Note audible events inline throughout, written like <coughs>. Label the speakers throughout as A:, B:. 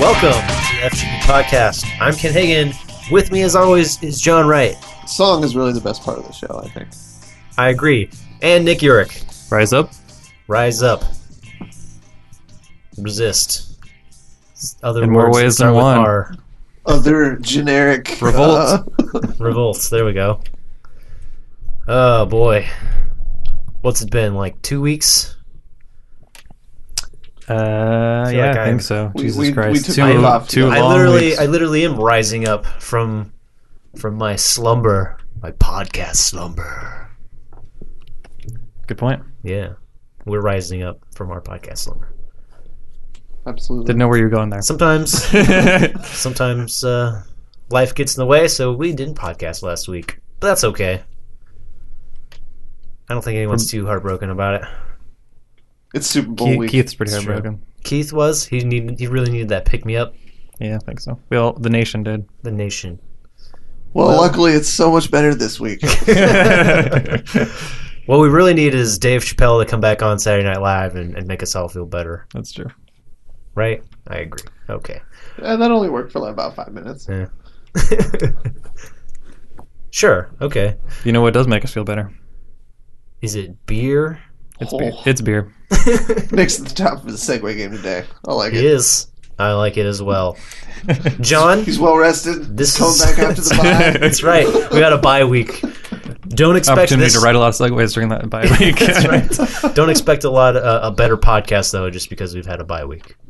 A: welcome to the FGB podcast. I'm Ken Hagen. With me, as always, is John Wright.
B: Song is really the best part of the show, I think.
A: I agree. And Nick Urich.
C: Rise up.
A: Rise up. Resist. Other
C: In more
A: words that
C: ways
A: start
C: than
A: with
C: one.
A: R.
B: Other Oh, generic
C: Revolt.
B: uh,
A: Revolts. There we go. Oh boy. What's it been? Like two weeks?
C: Uh,
A: feel
C: yeah,
A: like
C: I
A: I-
C: think so.
B: we-
C: Jesus
B: we- we
C: Christ,
B: took
C: too,
B: time off.
C: too
A: I
C: long.
A: literally,
C: weeks.
A: I literally am rising up from from my slumber, my podcast slumber.
C: Good point.
A: Yeah, we're rising up from our podcast slumber.
B: <laughs> Absolutely.
C: Didn't know where you were going <laughs> there.
A: Sometimes, sometimes uh, life gets in the way, so we didn't podcast last week. But that's okay. I don't think anyone's too heartbroken about it.
B: It's Super Bowl
C: Keith,
B: week.
C: Keith's pretty
A: It's true.
C: heartbroken.
A: Keith was he needed he really needed that pick me up.
C: Yeah, I think so. We all, the nation did.
A: The nation. <laughs>
B: Well, luckily, it's so much better this week.
C: <laughs> <laughs> That's
A: What we really need is Dave Chappelle to come back on Saturday Night Live and, and make us all feel better,
C: true.
A: right? I agree. Okay. <laughs>
B: and that only worked for like about five minutes.
A: sure. Okay.
C: You know what does make us feel better?
A: Is it beer?
C: It's
B: Oh.
C: beer. It's beer. <laughs>
B: Nick's at the top of the Segway game today. I like
A: It
B: it.
A: is. I like it as well. John,
B: He's well rested.
A: This
B: This coming
A: is-
B: back
A: <laughs>
B: after the bye.
A: that's right. We got a bye week. Don't expect
C: Opportunity
A: this.
C: to ride a lot of segways during that bye
A: <laughs>
C: week.
A: That's right. Don't expect a lot uh, a better podcast though, just because we've had a bye week.
C: <laughs>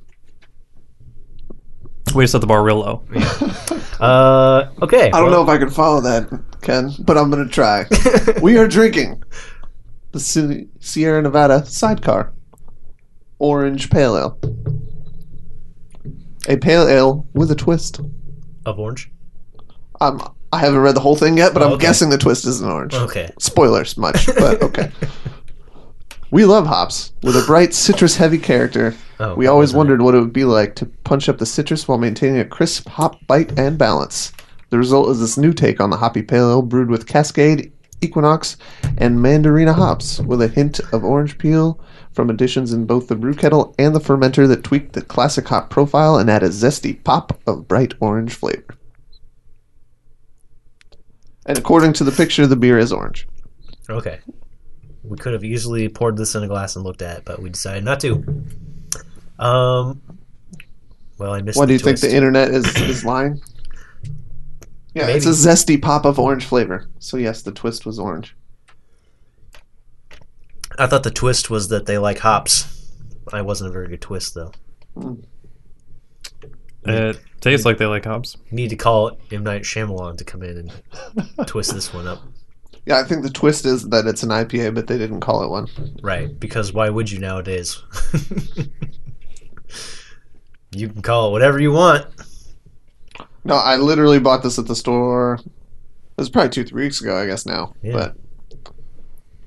C: We set the bar real low.
A: Uh, okay.
B: <laughs> I don't know if I can follow that, Ken, but I'm
A: <laughs>
B: gonna try. we are drinking the Si- Sierra Nevada Sidecar Orange Pale Ale, a pale ale with a twist.
A: of orange.
B: I'm, I haven't read the whole thing yet, but
A: Oh,
B: I'm
A: okay. Oh,
B: guessing the twist is an orange.
A: Okay.
B: Spoilers much,
A: <laughs>
B: but okay. we love hops with a bright citrus heavy character.
A: Oh,
B: We
A: that
B: always
A: wasn't
B: wondered what it would be like to punch up the citrus while maintaining a crisp hop bite and balance. The result is this new take on the hoppy pale ale brewed with Cascade, Equinox, and Mandarina hops, with a hint of orange peel from additions in both the brew kettle and the fermenter that tweaked the classic hop profile and add a zesty pop of bright orange flavor. And according to the picture, the beer is orange.
A: it. Okay. We could have easily poured this in a glass and looked at it, but we decided not to. Um. Well, I missed.
B: Why
A: the
B: do you
A: twist.
B: think the internet is,
A: <coughs>
B: is lying? Yeah, it's a
A: Maybe.
B: zesty pop of orange flavor. So yes, the twist was orange.
A: I thought the twist was that they like hops. I wasn't a very good twist though.
C: It tastes like they like hops.
A: Need to call M Night Shyamalan to come in and twist this one up,
B: Yeah, I think the twist is that it's an IPA, but they didn't call it one.
A: right? Because why would you nowadays? <laughs> you can call it whatever you want.
B: No, I literally bought this at the store. It was probably two, three weeks ago, I guess now.
A: Yeah.
B: But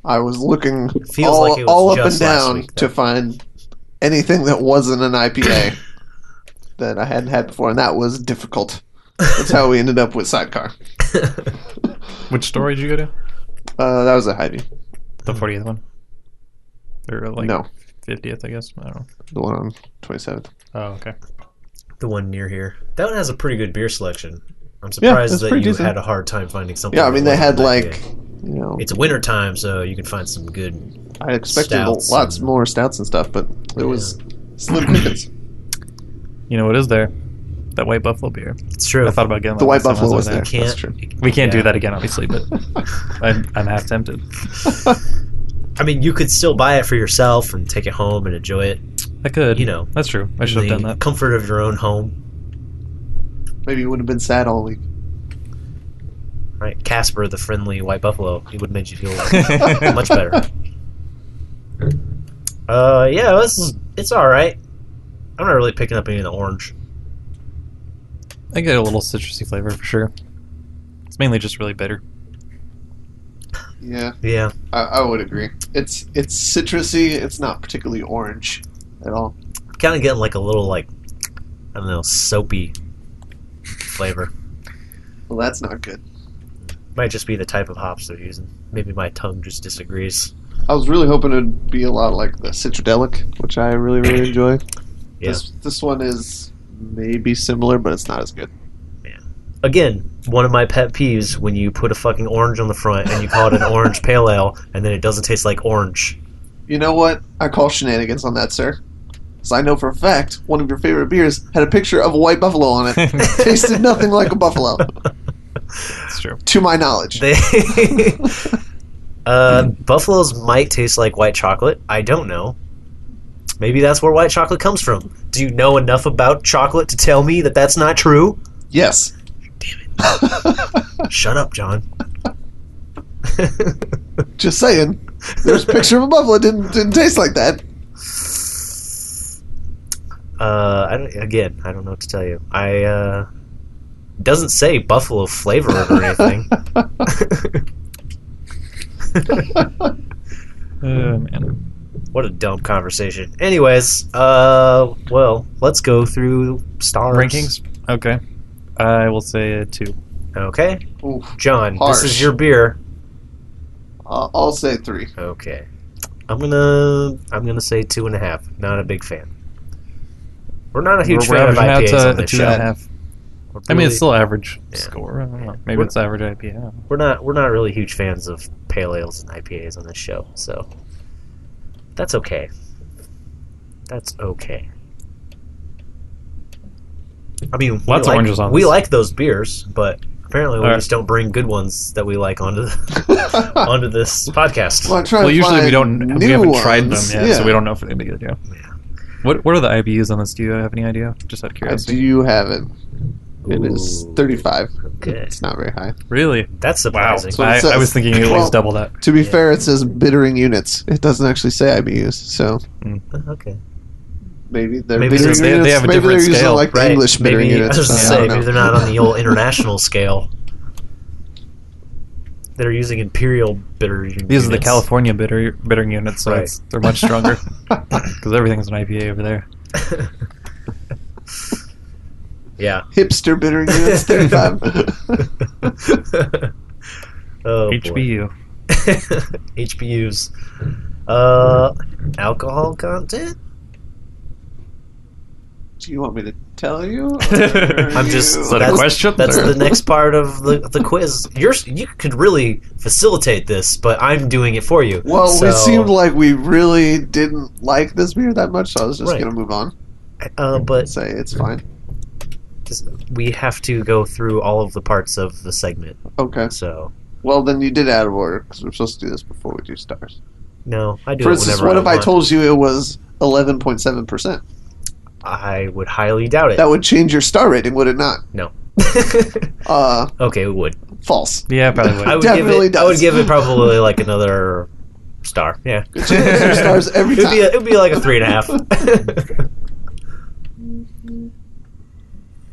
B: I was looking
A: feels
B: all,
A: like it was
B: all up and
A: just last
B: down
A: week, though.
B: to find anything that wasn't an
A: <coughs>
B: IPA that I hadn't had before, and that was difficult. That's how we ended up with Sidecar.
C: Which store did you go to?
B: Uh, that was a Heidi.
C: The 40th one. Or like
B: no,
C: 50th, I guess. I don't know.
B: the one on twenty seventh.
C: Oh, okay.
A: The one near here. That one has a pretty good beer selection. I'm
B: Yeah,
A: surprised
B: it's
A: that you
B: pretty decent.
A: had a hard time finding something.
B: Yeah, I
A: that
B: mean they
A: wasn't
B: had
A: that
B: like
A: good.
B: you know
A: It's winter time, so you can find some good.
B: I expected
A: stouts
B: lots
A: and-
B: more stouts and stuff, but it was slim pickings.
C: You know what is there? That white buffalo beer.
A: It's true.
C: I thought about getting
B: The
C: that
B: white
C: last time I
B: buffalo was
C: over
B: there.
A: Can't-
B: That's true.
C: We can't
A: Yeah.
C: do that again,
B: <laughs>
C: obviously, but I'm, I'm half tempted.
A: I mean, you could still buy it for yourself and take it home and enjoy it.
C: I could.
A: You know,
C: That's true. I should
A: in
C: have
A: the
C: done that.
A: Comfort of your own home.
B: Maybe you would have been sad all week.
A: right? Casper, the friendly white buffalo, he would have made you feel like, <laughs> <laughs> much better. Uh, yeah, this is it's all right. I'm not really picking up any of the orange.
C: I get a little citrusy flavor for sure. It's mainly just
A: <laughs>
C: really bitter.
B: Yeah,
A: Yeah,
B: I, I would agree. It's it's citrusy. It's not particularly orange at all.
A: kind of getting like a little like I don't know soapy flavor.
B: Well, that's not good.
A: Might just be the type of hops they're using. Maybe my tongue just disagrees.
B: I was really hoping it'd be a lot like the Citradelic, which I really really enjoy.
A: Yeah.
B: This this one is maybe similar, but it's not as good.
A: Again, one of my pet peeves when you put a fucking orange on the front and you call it an orange pale ale and then it doesn't taste like orange.
B: You know what? I call shenanigans on that, sir. Because I know for a fact one of your favorite beers had a picture of a white buffalo on
C: <laughs>
B: it.
A: <laughs>
B: Tasted nothing like a buffalo,
C: That's true.
B: to my knowledge.
A: They uh, buffaloes might taste like white chocolate. I don't know. Maybe that's where white chocolate comes from. Do you know enough about chocolate to tell me that that's not true?
B: Yes.
A: Shut up, John. <laughs>
B: Just saying. There's a picture of a buffalo. It didn't didn't taste like that.
A: Uh, I don't, again, I don't know what to tell you. I uh, doesn't say buffalo flavor or
B: <laughs>
A: anything. <laughs>
C: Oh man.
A: what a dumb conversation. Anyways, uh, well, let's go through stars
C: Rankings. Okay. I will say a two.
A: Okay,
B: Oof.
A: John,
B: Harsh.
A: this is your beer.
B: Uh, <laughs> I'll say three.
A: Okay, I'm gonna I'm gonna say two and a half. Not a big fan. We're not a huge fan of
C: averaging out
A: IPAs
C: to
A: on
C: uh, a
A: this
C: two
A: show.
C: and a
B: show.
C: half.
A: We're
C: I mean,
A: really-
C: it's still average
A: Yeah.
C: score. I don't know. Maybe
A: We're-
C: it's average IPA.
A: we're not we're not really huge fans of pale ales and IPAs on this show, so that's okay. That's okay. I mean, we
C: Lots of
A: like,
C: oranges on
A: We
C: this.
A: like those beers, but apparently we
C: Alright.
A: just don't bring good ones that we like onto the, onto this podcast.
B: <laughs> Well, I'm trying
C: Well,
B: to
C: usually we
B: find
C: don't. We
B: new
C: haven't tried them
B: ones.
C: yet, so
B: Yeah.
C: we don't know if they're gonna be good. Yeah.
A: Yeah.
C: What What are the IBUs on this? Do you have any idea? Just out of
B: I
C: curiosity.
B: do have it. It is
A: Ooh,
B: 35.
A: Okay.
B: It's not very high.
C: Really?
A: That's surprising.
B: So it
C: I, I
B: says
C: was thinking at least
B: 12.
C: double that.
B: To be
A: Yeah.
B: fair, it says bittering units. It doesn't actually say IBUs, so
A: Uh, Okay.
B: maybe they're
A: Maybe
B: bittering
A: it's-
C: they- they
B: units.
C: have a
B: maybe
C: different
B: they're
C: scale,
B: using like the
A: Right.
B: English bittering
A: maybe,
B: units.
A: I was gonna
B: I
A: say,
B: don't
A: maybe
B: know.
A: they're not on the old international scale. They're using imperial bitter.
C: These are the
A: units.
C: California bitter bittering units, so
A: Right.
C: it's, they're much stronger because everything's an IPA over there.
A: <laughs>
B: <laughs>
A: Yeah.
B: <laughs> Hipster bittering units,
A: <laughs>
B: 35.
A: oh, boy. <laughs>
C: HBU.
A: HBUs. Uh, alcohol content?
B: <laughs> Do you want me to tell you?
C: I'm
A: just-
C: Is that a
A: That's-
C: question?
A: That's
C: or-
A: the next part of the, the quiz. You're, you could really facilitate this, but I'm doing it for you.
B: Well,
A: so,
B: it seemed like we really didn't like this beer that much, so I was just
A: Right.
B: gonna move on.
A: uh, but
B: Say it's fine.
A: this- we have to go through all of the parts of the segment.
B: Okay.
A: So,
B: Well, then you did out of order because we're supposed to do this before we do stars.
A: no, I do.
B: For
A: it
B: instance,
A: whenever
B: what if I
A: want.
B: told you it was eleven point seven percent?
A: I would highly doubt it.
B: That would change your star rating, would it not? Uh,
A: <laughs> okay, it would.
B: false.
C: <laughs> yeah, probably.
A: I would give
B: Definitely
A: it. I would
B: does.
A: give it
B: <laughs>
A: probably like another star. Yeah,
B: It
A: <laughs>
B: changes your stars every
A: it'd be
B: time.
A: it would be like a three and a
B: <laughs>
A: half.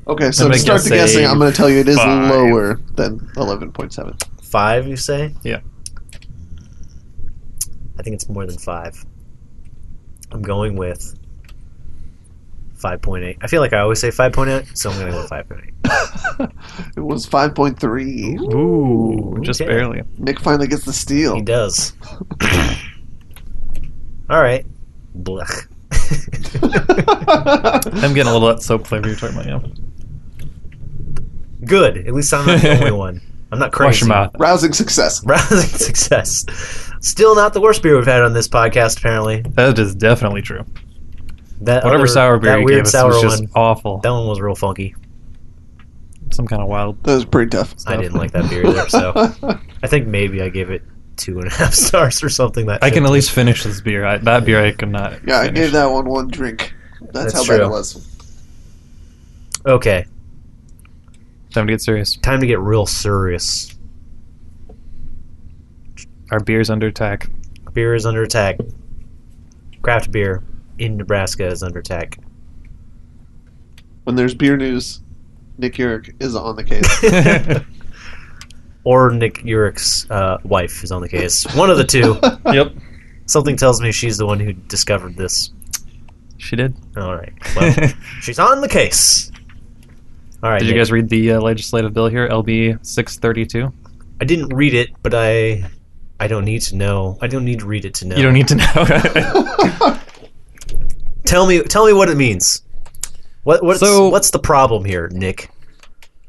B: Okay, so
C: I'm
B: to
C: gonna
B: start the
C: guess
B: guessing,
C: a
B: I'm going to tell you it is
C: five.
B: lower than eleven point seven.
A: five, you say?
C: Yeah.
A: I think it's more than five. I'm going with five point eight. I feel like I always say five point eight, so I'm gonna go with five point eight.
B: It was five point three.
C: Ooh, just
A: Okay.
C: barely.
B: Nick finally gets the <laughs>
A: He
B: steal.
A: does. All right. Blech.
C: I'm getting a little of that soap flavor you're talking about. Yeah.
A: <laughs> Good. At least I'm not the only one. I'm not crazy.
C: Wash
A: <laughs>
C: your mouth.
B: Rousing success.
A: Rousing success. Still not the worst beer we've had on this podcast, apparently.
C: That is definitely true.
A: That
C: Whatever
A: other-
C: sour beer
A: that
C: you
A: weird
C: gave us
A: sour
C: was just
A: one.
C: awful.
A: That one was real funky.
C: Some kind of wild.
B: That was pretty tough.
A: I didn't like that beer either, so I think maybe I gave it two and a <laughs> half stars or something. That
C: I can
A: should-
C: at least finish this beer. I, that beer I could
B: <laughs>
C: not.
B: yeah, I
C: finish.
B: gave that one one drink. That's,
A: That's
B: how bad
A: true.
B: it was.
A: Okay,
C: Time to get serious.
A: time to get real serious.
C: Our beer's under attack.
A: Beer is under attack. Craft beer in Nebraska is under attack.
B: When there's beer news, Nick Urich is on
A: <laughs>
B: the case.
C: yep.
A: Or Nick Urich's uh, wife is on the case. One of the
B: <laughs>
A: two. Something tells me she's the one who discovered this.
C: She did.
A: All right.
C: <laughs>
A: Well, she's on the case. All right.
C: Did you
A: Nick.
C: guys read the uh, legislative bill here, LB 632?
A: I didn't read it, but I I don't need to know. I don't need to read it to know.
C: You
A: <laughs>
C: don't need to know.
A: Tell me tell me what it means. What, what's,
C: So-
A: what's the problem here, Nick?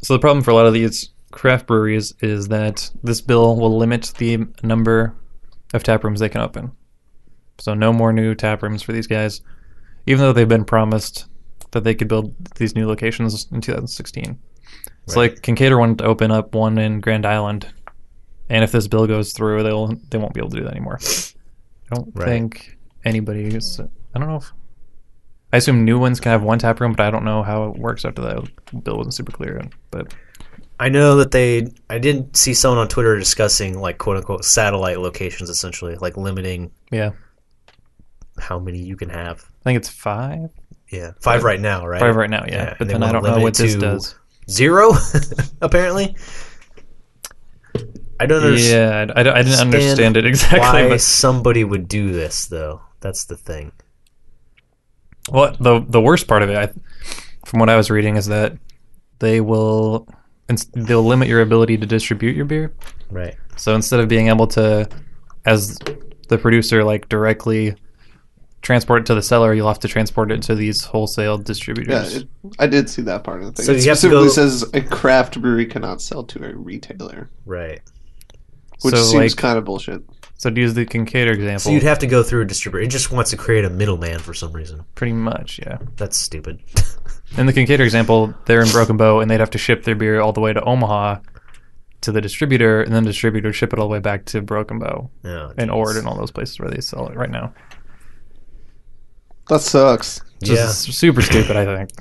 C: So the problem for a lot of these craft breweries is that this bill will limit the number of tap rooms they can open. So no more new tap rooms for these guys, even though they've been promised that they could build these new locations in 2016. So
A: Right.
C: like Kincaidor wanted to open up one in Grand Island, and if this bill goes through, they'll they won't be able to do that anymore. I don't
A: Right.
C: think anybody is. I don't know if. I assume new ones can have one tap room, but I don't know how it works after that. Bill wasn't super clear, but
A: I know that they. I did see someone on Twitter discussing like quote unquote satellite locations, essentially like limiting
C: Yeah,
A: how many you can have.
C: I think it's five.
A: Yeah, five
C: Right.
A: right now, right?
C: Five right now, yeah.
A: Yeah,
C: but
A: and they
C: then I
A: wanna
C: don't know
A: limit
C: what
A: it
C: this
A: to-
C: does.
A: Zero, <laughs> apparently. I don't understand
C: Yeah, I, I don't- I didn't understand it <laughs>
A: why
C: exactly. But,
A: somebody would do this, though. That's the thing.
C: well, the the worst part of it, I, from what I was reading, is that they will ins- they'll limit your ability to distribute your beer.
A: Right.
C: So instead of being able to, as the producer, like directly transport it to the seller, you'll have to transport it to these wholesale
B: Yeah,
C: distributors.
B: it, I did see that part of the thing.
A: So
B: it
A: you have to
B: specifically
A: go-
B: says a craft brewery cannot sell to a retailer,
A: Right.
B: which
C: so
B: seems
C: like,
B: kind of bullshit.
C: so to use the Kincaid example,
A: So you'd have to go through a distributor. It just wants to create a middleman for some reason.
C: pretty much, yeah.
A: That's stupid. <laughs>
C: In the Kincaid example, they're in Broken Bow and they'd have to ship their beer all the way to Omaha to the distributor, and then the distributor would ship it all the way back to Broken Bow
A: No,
C: and
A: geez.
C: Ord and all those places where they sell it right now.
B: That sucks.
C: Which is
A: Yeah.
C: super stupid, I think.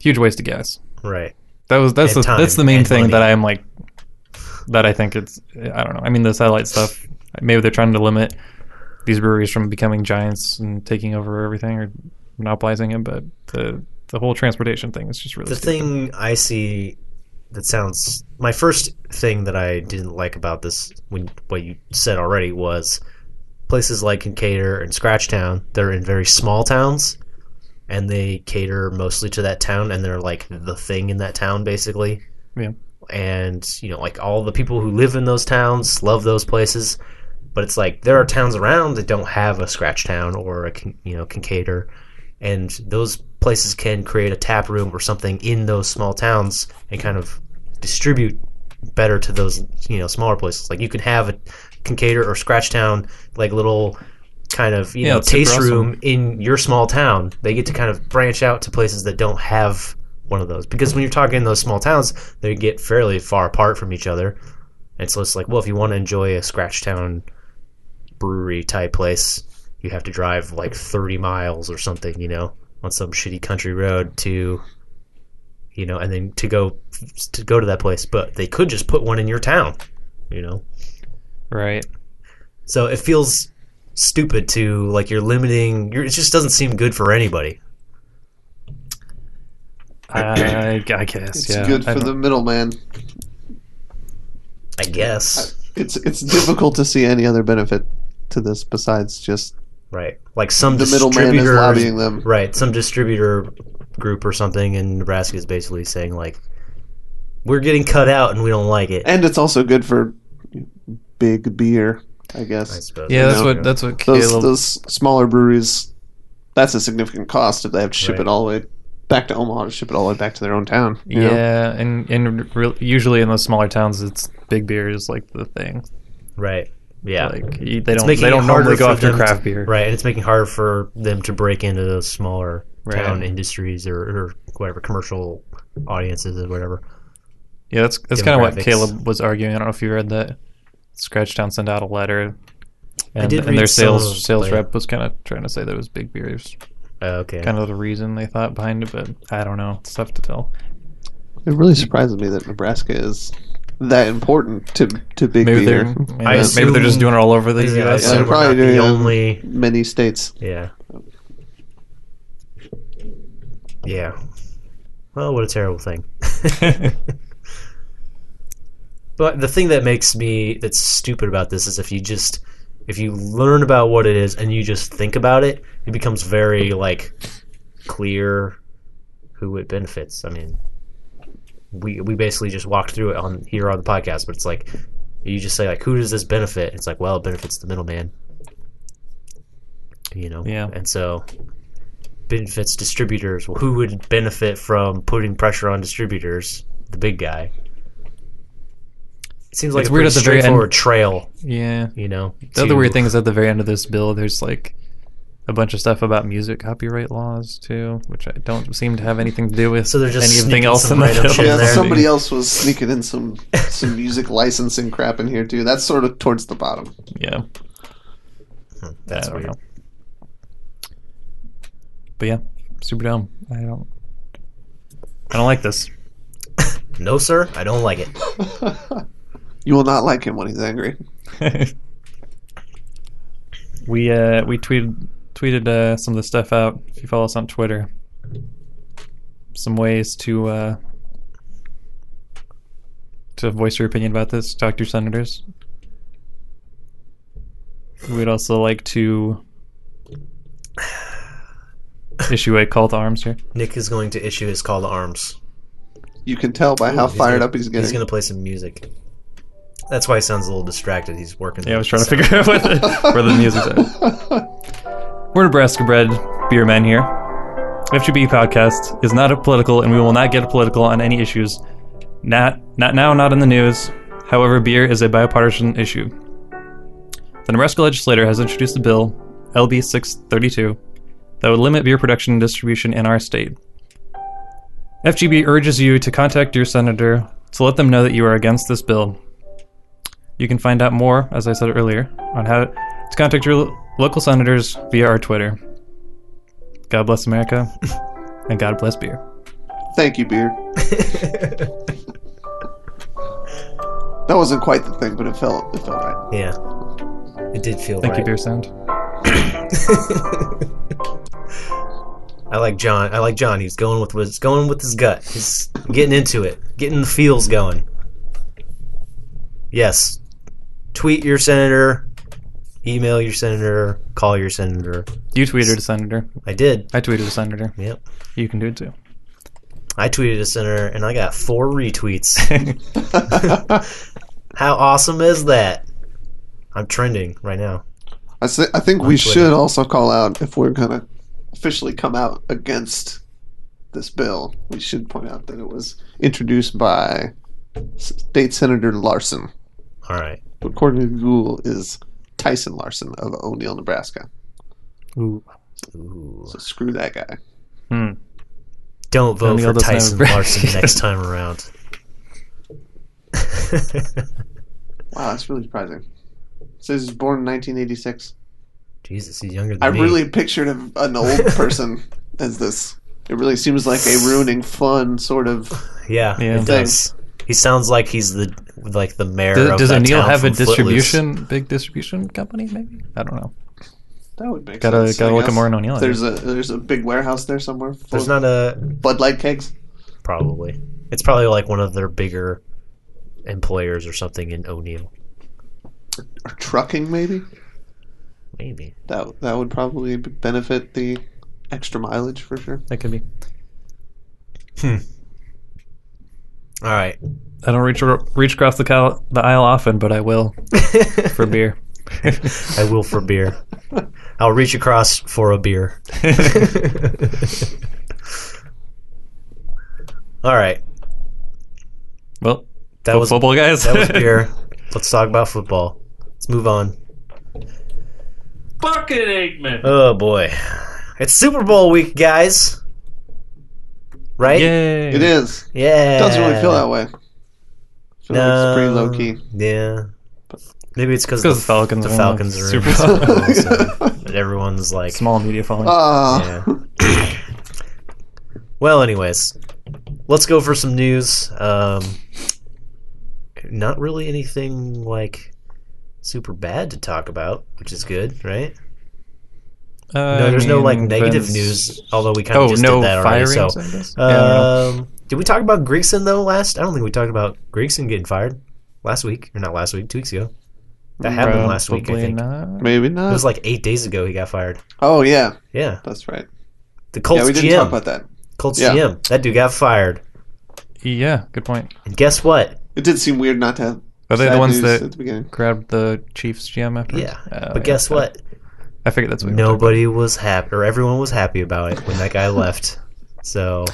C: Huge waste of gas.
A: Right.
C: That was that's
A: And
C: the that's
A: time
C: the main
A: and
C: thing
A: money.
C: that I'm like that I think it's I don't know. I mean the satellite stuff. Maybe they're trying to limit these breweries from becoming giants and taking over everything or monopolizing it, but the the whole transportation thing is just really
A: the
C: stupid.
A: thing I see that sounds my first thing that I didn't like about this when what you said already was places like Kincaidor and Scratchtown, they're in very small towns and they cater mostly to that town and they're like the thing in that town basically.
C: Yeah.
A: And you know, like all the people who live in those towns love those places. But it's like there are towns around that don't have a Scratchtown or a Kin- you know Kincaidor and those places can create a tap room or something in those small towns and kind of distribute better to those you know smaller places like you can have a Kincaidor or Scratchtown like little kind of you
C: Yeah,
A: know
C: it's super
A: taste
C: awesome.
A: room in your small town they get to kind of branch out to places that don't have one of those because when you're talking those small towns they get fairly far apart from each other and so it's like well if you want to enjoy a Scratchtown brewery type place you have to drive like 30 miles or something, you know, on some shitty country road to, you know, and then to go to go to that place. But they could just put one in your town, you know.
C: Right.
A: So it feels stupid to like you're limiting. You're, it just doesn't seem good for anybody.
C: I, I guess
B: It's
C: yeah.
B: good
C: I
B: for
C: don't-
B: the middleman.
A: I guess
B: It's it's difficult to see any other benefit to this besides just
A: right, like some
B: the middleman is
A: distributor,
B: lobbying them.
A: right? Some distributor group or something in Nebraska is basically saying like, we're getting cut out and we don't like it.
B: And it's also good for big beer, I
A: I
B: guess.
A: suppose.
C: Yeah, that's
B: No.
C: what that's what
B: Those
C: Caleb.
B: those smaller breweries that's a significant cost if they have to ship
A: Right.
B: it all the way back to Omaha to ship it all the way back to their own town. you know?
C: yeah, and and re- usually in those smaller towns, it's big beer is like the thing.
A: right. Yeah.
C: Like you- they don't
A: making
C: they
A: it
C: don't
A: harder
C: normally go
A: for
C: after
A: them to-
C: craft beer.
A: Right, and it's making it hard for them to break into those smaller
C: Right.
A: town industries or, or whatever commercial audiences or whatever.
C: Yeah, that's that's kind of what
A: Demographics.
C: Caleb was arguing. I don't know if you read that. Scratchtown sent out a letter, and,
A: did
C: and their
A: read some of
C: sales
A: those,
C: sales
A: but-
C: rep was kind of trying to say that it was big beers,
A: Uh, okay,
C: kind of the reason they thought behind it. But I don't know. It's tough to tell.
B: It really surprises me that Nebraska is that important to to big
C: Maybe they're
B: beer.
C: maybe,
A: I
C: maybe they're just
A: assume-
C: doing it all over the
A: Yeah, I
C: U.S.
A: assume
B: Yeah,
A: we're
B: probably
A: not the
B: doing, um,
A: only.
B: Many states.
A: Yeah. Yeah. Well, what a terrible thing. But the thing that makes me that's stupid about this is if you just if you learn about what it is and you just think about it, it becomes very like clear who it benefits. I mean, we we basically just walked through it on here on the podcast, but it's like you just say like who does this benefit? It's like well, it benefits the middleman. You know.
C: Yeah.
A: And so benefits distributors. Who would benefit from putting pressure on distributors? The big guy. It seems like
C: It's
A: a
C: weird
A: pretty
C: at the very end.
A: straightforward trail.
C: <laughs> Yeah.
A: You know,
C: The other weird thing is at the very end of this bill, there's like a bunch of stuff about music copyright laws too, which I don't seem to have anything to do with.
A: So they're just
C: anything
A: sneaking
C: else in
A: some
C: the
A: random shit in
B: Yeah,
A: there.
B: somebody else was sneaking in some some music licensing crap in here too. That's sort of towards the bottom.
C: Yeah,
A: Hmm, that's
C: I don't
A: weird.
C: know. But yeah, super dumb. I don't. I don't like this. <laughs>
A: No, sir, I don't like it.
B: You will not like him when he's angry.
C: we uh we tweeted tweeted uh, some of the stuff out. If you follow us on Twitter, some ways to uh, to voice your opinion about this. Talk to your senators. We'd also like to <sighs> issue a call to arms here.
A: Nick is going to issue his call to arms.
B: You can tell by how
A: He's
B: fired
A: gonna-
B: up he's getting.
A: He's going to play some music. That's why he sounds a little distracted. He's working.
C: Yeah, I was trying to figure out what the, where the music's at. We're Nebraska bred beer men here. FGB podcast is not a political, and we will not get political on any issues. Not not now, not in the news. However, beer is a bipartisan issue. The Nebraska legislator has introduced a bill, LB 632, that would limit beer production and distribution in our state. FGB urges you to contact your senator to let them know that you are against this bill you can find out more, as I said earlier, on how to contact your lo- local senators via our Twitter. God bless <laughs> America, and God bless beer.
B: Thank
A: <laughs>
B: you, beer. that wasn't quite the thing, but it felt it felt right. <laughs>
A: Yeah, it did feel
C: Thank you,
A: right.
C: beer sound.
A: <laughs> I like John. I like John. He's going with his going with his gut. He's getting into it, getting the feels going. Yes, tweet your senator, email your senator, call your senator.
C: You tweeted a senator.
A: I did.
C: I tweeted a senator.
A: Yep,
C: You can do it too. <laughs>
A: I tweeted a senator, and I got four retweets. How awesome is that? I'm trending right now.
B: I, thi- I think we
A: Twitter.
B: should also call out if we're gonna officially come out against this bill. We should point out that it was introduced by State Senator Larson,
A: All right.
B: who according to Google is Tyson Larson of O'Neill, Nebraska.
C: Ooh.
A: Ooh.
B: So screw that guy.
C: Hmm.
A: Don't vote
C: O'Neal
A: for
C: doesn't
A: Tyson
C: have a <laughs> brain.
A: Larson next time around. <laughs>
B: Wow, that's really surprising. Says he was born in 1986.
A: Jesus, he's younger than
B: I
A: me.
B: really pictured a, an old
A: <laughs>
B: person as this. It really seems like a ruining fun sort of.
A: yeah,
C: Yeah.
A: it does. He sounds like he's the like the mayor.
C: Does,
A: of
C: does
A: that
C: O'Neill
A: town
C: have a
A: from Footloose.
C: distribution, big distribution company? Maybe I don't know.
B: That would make
C: Gotta
B: sense.
C: gotta
B: I
C: look at
B: guess.
C: more on O'Neill. I
B: There's a there's a big warehouse there somewhere. Full
A: There's
B: of
A: not a
B: Bud Light kegs.
A: probably. It's probably like one of their bigger employers or something in O'Neill.
B: Or trucking maybe.
A: Maybe.
B: That that would probably b- benefit the extra mileage for sure.
C: guess. that could be.
A: All right.
C: I don't reach reach across the, cal- the aisle often, but I will for beer.
A: <laughs> I will for beer. I'll reach across for a
C: <laughs>
A: beer. <laughs> All right.
C: <laughs> well,
A: That
C: fo-
A: was
C: football guys.
A: that was
C: <laughs>
A: beer. Let's talk about football. Let's move on.
D: Bucket Aikman.
A: Oh boy. It's Super Bowl week, guys. Right?
C: Yay!
B: It is.
A: Yeah.
B: It doesn't really feel that way. I feel like it's
A: No.
B: pretty low <laughs> key.
A: Yeah. Maybe it's because
C: Because the Falcons,
A: the
C: won
A: Falcons are
C: Super
A: in.
C: Bowl.
A: <laughs> Awesome. everyone's like,
C: Small media following.
B: Ah,
A: Yeah. well, anyways, let's go for some news. Um, not really anything like super bad to talk about, which is good, right? No, there's no like negative news, although we kind of
C: Oh
A: just
C: no,
A: did that already.
C: firings.
A: so,
C: I guess? Yeah, I don't know.
A: um, did we talk about Gregson though? Last, I don't think we talked about Gregson getting fired last week, or not last week, two weeks ago. That happened last week, I
C: Probably
A: think.
C: not.
B: maybe
A: It
B: not.
A: was like eight days ago he got fired.
B: oh yeah,
A: Yeah,
B: that's right.
A: the Colts
B: yeah, we didn't
A: GM.
B: talk about that.
A: Colts
B: Yeah.
A: GM. That dude got fired.
C: Yeah, good point.
A: And guess what?
B: It did seem weird not to have
C: Are they
B: sad
C: the ones
B: news
C: that
B: at the beginning.
C: grabbed the Chiefs GM after?
A: Yeah. but guess what?
C: Oh, I figured that's what you were talking
A: Nobody was happy, or everyone was happy about it when that guy
C: <laughs>
A: left. So,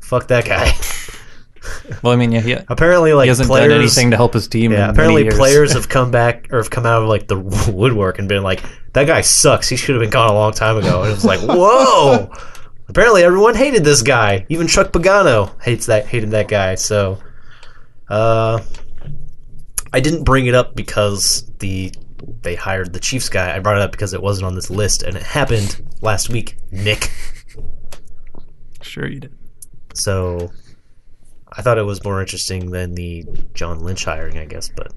A: fuck that guy. <laughs>
C: about. Well, I mean, yeah, he, he
A: apparently, like
C: hasn't
A: players,
C: done anything to help his team. in
A: Yeah,
C: many
A: apparently
C: years.
A: players have come back or have come out of like the <laughs> woodwork and been like, "That guy sucks. He should have been gone a long time ago." And it
C: <laughs>
A: was like, "Whoa!" apparently, everyone hated this guy. Even Chuck Pagano hates that hated that guy. So, uh, I didn't bring it up because the they hired the Chiefs guy. I brought it up because it wasn't on this list, and it happened last week, Nick.
C: <laughs> Sure, you did.
A: So, I thought it was more interesting than the John Lynch hiring, I guess, but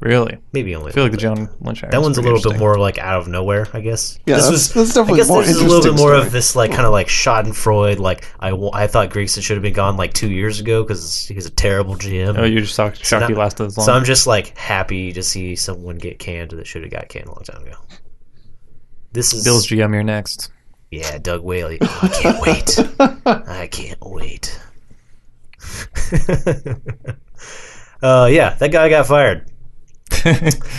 C: Really, I
A: maybe only.
C: feel like the John Lynch.
A: That one's a little bit more like out of nowhere, I guess.
B: Yeah,
A: this
B: that's,
A: was.
B: that's
A: I
B: definitely
A: guess
B: more
A: this is a little bit
B: interesting
A: more
B: story.
A: of this like kind of like Schadenfreude. Like I, wa- I thought Gregson should have been gone like two years ago because he's a terrible GM.
C: Oh, you just shocked, shocked
A: not-
C: he lasted as long.
A: so I'm just like happy to see someone get canned that should have got canned a long time ago. This is
C: Bills GM,
A: <laughs>
C: you're next. <laughs>
A: yeah, Doug Whaley. Oh, I can't
B: <laughs>
A: wait. I can't wait. <laughs> uh, yeah, that guy got fired.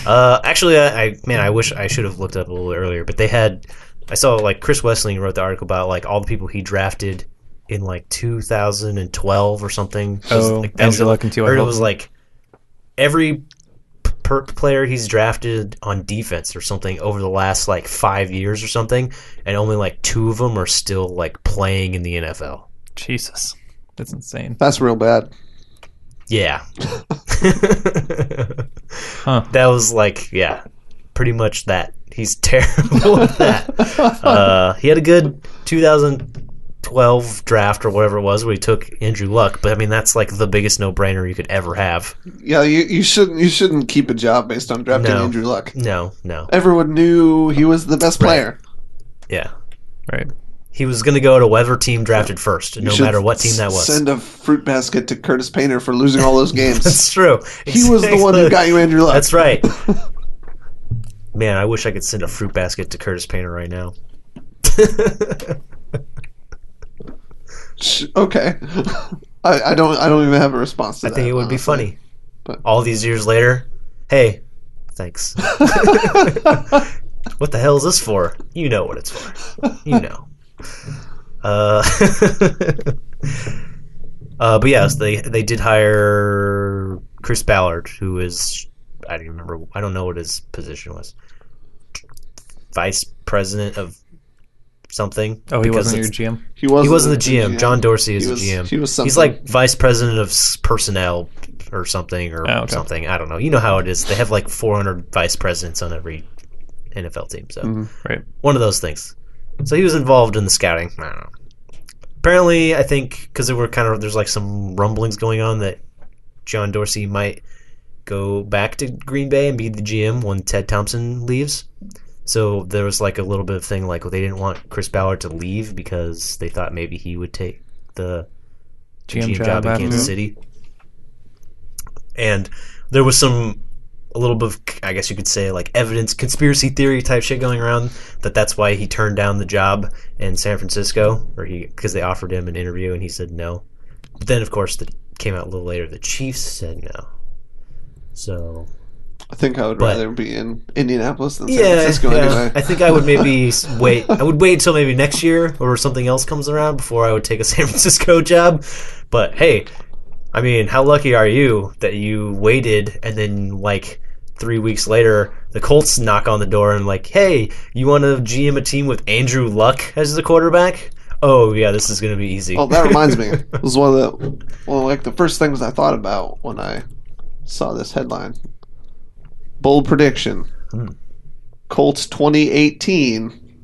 A: Uh, actually, I, I man, I wish I should have looked up a little earlier, but they had. I saw like Chris Wessling wrote the article about like all the people he drafted in like 2012 or something. It was,
C: Oh,
A: like, that was
C: Angela
A: like- or
C: Contiwa.
A: it was like every p- per- player he's drafted on defense or something over the last like five years or something, and only like two of them are still like playing in the NFL.
C: Jesus,
A: <laughs>
C: that's insane.
B: That's real bad.
A: Yeah.
C: Huh.
A: <laughs> That was like, yeah, pretty much that. He's <laughs> terrible at that. Uh, he had a good 2012 draft or whatever it was where he took Andrew Luck, but I mean, that's like the biggest no brainer you could ever have.
B: Yeah, you, you shouldn't you shouldn't keep a job based on drafting
A: No.
B: Andrew Luck.
A: No, no.
B: Everyone knew he was the best player.
A: Yeah.
C: Right.
A: He was going to go to whatever team drafted first,
B: You
A: no
B: should
A: matter what team that was. <laughs>
B: Send a fruit basket to Curtis Painter for losing all those games.
A: that's true.
B: he was the one
A: <laughs>
B: who got you Andrew Luck.
A: That's right.
B: <laughs>
A: Man, I wish I could send a fruit basket to Curtis Painter right now. <laughs>
B: Sh- Okay. <laughs> I, I don't I don't even have a response to
A: I
B: that.
A: think it would be
B: honestly.
A: funny.
B: But-
A: All these years later, hey,
B: <laughs>
A: thanks. what the hell is this for? You know what it's for. You know. Uh, <laughs> uh, but yes, they they did hire Chris Ballard, who is I don't remember. I don't know what his position was. Vice president of something.
C: Oh, he
A: Because
C: wasn't your
A: it's-
C: GM.
B: He wasn't,
A: he wasn't the GM. John Dorsey is
B: He
A: the
B: was-
A: GM.
B: he was
A: He's
B: something.
A: like vice president of s- personnel or something or
C: Oh, okay.
A: something. I don't know. You know how it is. They have like 400 vice presidents on every NFL team. So
C: Hmm. Right.
A: one of those things. So he was involved in the scouting. I don't know. Apparently, I think because there were kind of there's like some rumblings going on that John Dorsey might go back to Green Bay and be the GM when Ted Thompson leaves. So there was like a little bit of thing like well, they didn't want Chris Ballard to leave because they thought maybe he would take the
C: GM,
A: GM
C: job,
A: job in
C: after.
A: Kansas City. And there was some, a little bit of, I guess you could say, like evidence, conspiracy theory type shit going around that that's why he turned down the job in San Francisco, or he, because they offered him an interview and he said no. But then, of course, that came out a little later. The Chiefs said no. So
B: I think I would
A: but-
B: rather be in Indianapolis than San Francisco anyway.
A: I think I would
B: <laughs>
A: maybe s- wait. I would wait until maybe next year or something else comes around before I would take a <laughs> San Francisco job. But hey, I mean, how lucky are you that you waited and then like three weeks later the Colts knock on the door and like, hey, you want to GM a team with Andrew Luck as the quarterback? Oh yeah, this is gonna be easy.
B: <laughs> Oh, that reminds me. It was one of the well, like the first things I thought about when I saw this headline. Bold prediction:
A: Hmm.
B: Colts 2018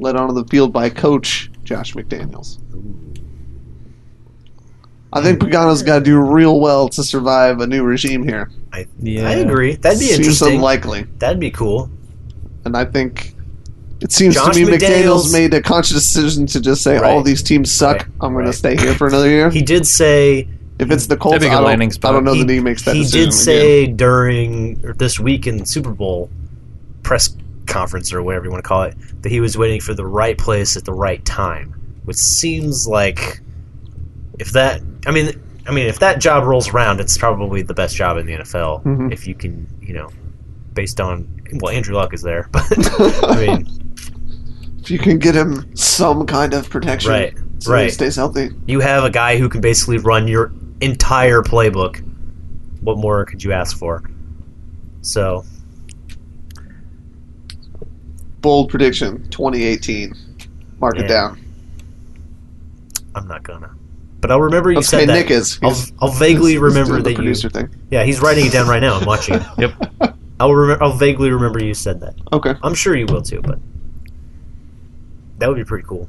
B: led onto the field by coach Josh McDaniels. I think
A: Hmm.
B: Pagano's got to do real well to survive a new regime here.
A: I,
C: Mm-hmm.
A: <laughs>
C: Yeah.
A: I
C: <laughs>
A: agree. That'd be
B: seems
A: interesting.
B: unlikely,
A: That'd be cool.
B: and I think it seems
A: Josh
B: to me McDaniels,
A: McDaniels-
B: made a conscious decision to just say all
A: Right.
B: these teams suck.
A: Right.
B: I'm going
A: Right.
B: to stay here for
A: <laughs>
B: another year.
A: He did say
B: If it's the Colts,
C: That'd be a
B: I
C: good
B: don't,
C: landing spot.
B: I don't know
A: he,
B: that he makes that
A: he
B: decision.
A: did say during or this week in the Super Bowl press conference or whatever you want to call it that he was waiting for the right place at the right time, which seems like if that I mean I mean if that job rolls around, it's probably the best job in the NFL
B: Mhm.
A: if you can you know based on well, Andrew Luck is there, <laughs>
B: <laughs>
A: but I mean,
B: If you can get him some kind of protection,
A: right,
B: so he
A: right.
B: stays healthy.
A: You have a guy who can basically run your entire playbook. What more could you ask for? So
B: Bold prediction, 2018. Mark
A: Yeah.
B: it down.
A: I'm not gonna. But I'll remember you
B: That's
A: said
B: okay,
A: that.
B: Nick is.
A: I'll,
B: He's-
A: I'll vaguely
B: he's
A: remember
B: doing the
A: that you.
B: producer thing. <laughs>
A: Yeah, he's writing it down right now. I'm watching it.
C: Yep.
A: I'll remember. I'll vaguely remember you said that.
B: Okay.
A: I'm sure you will too, but that would be pretty cool.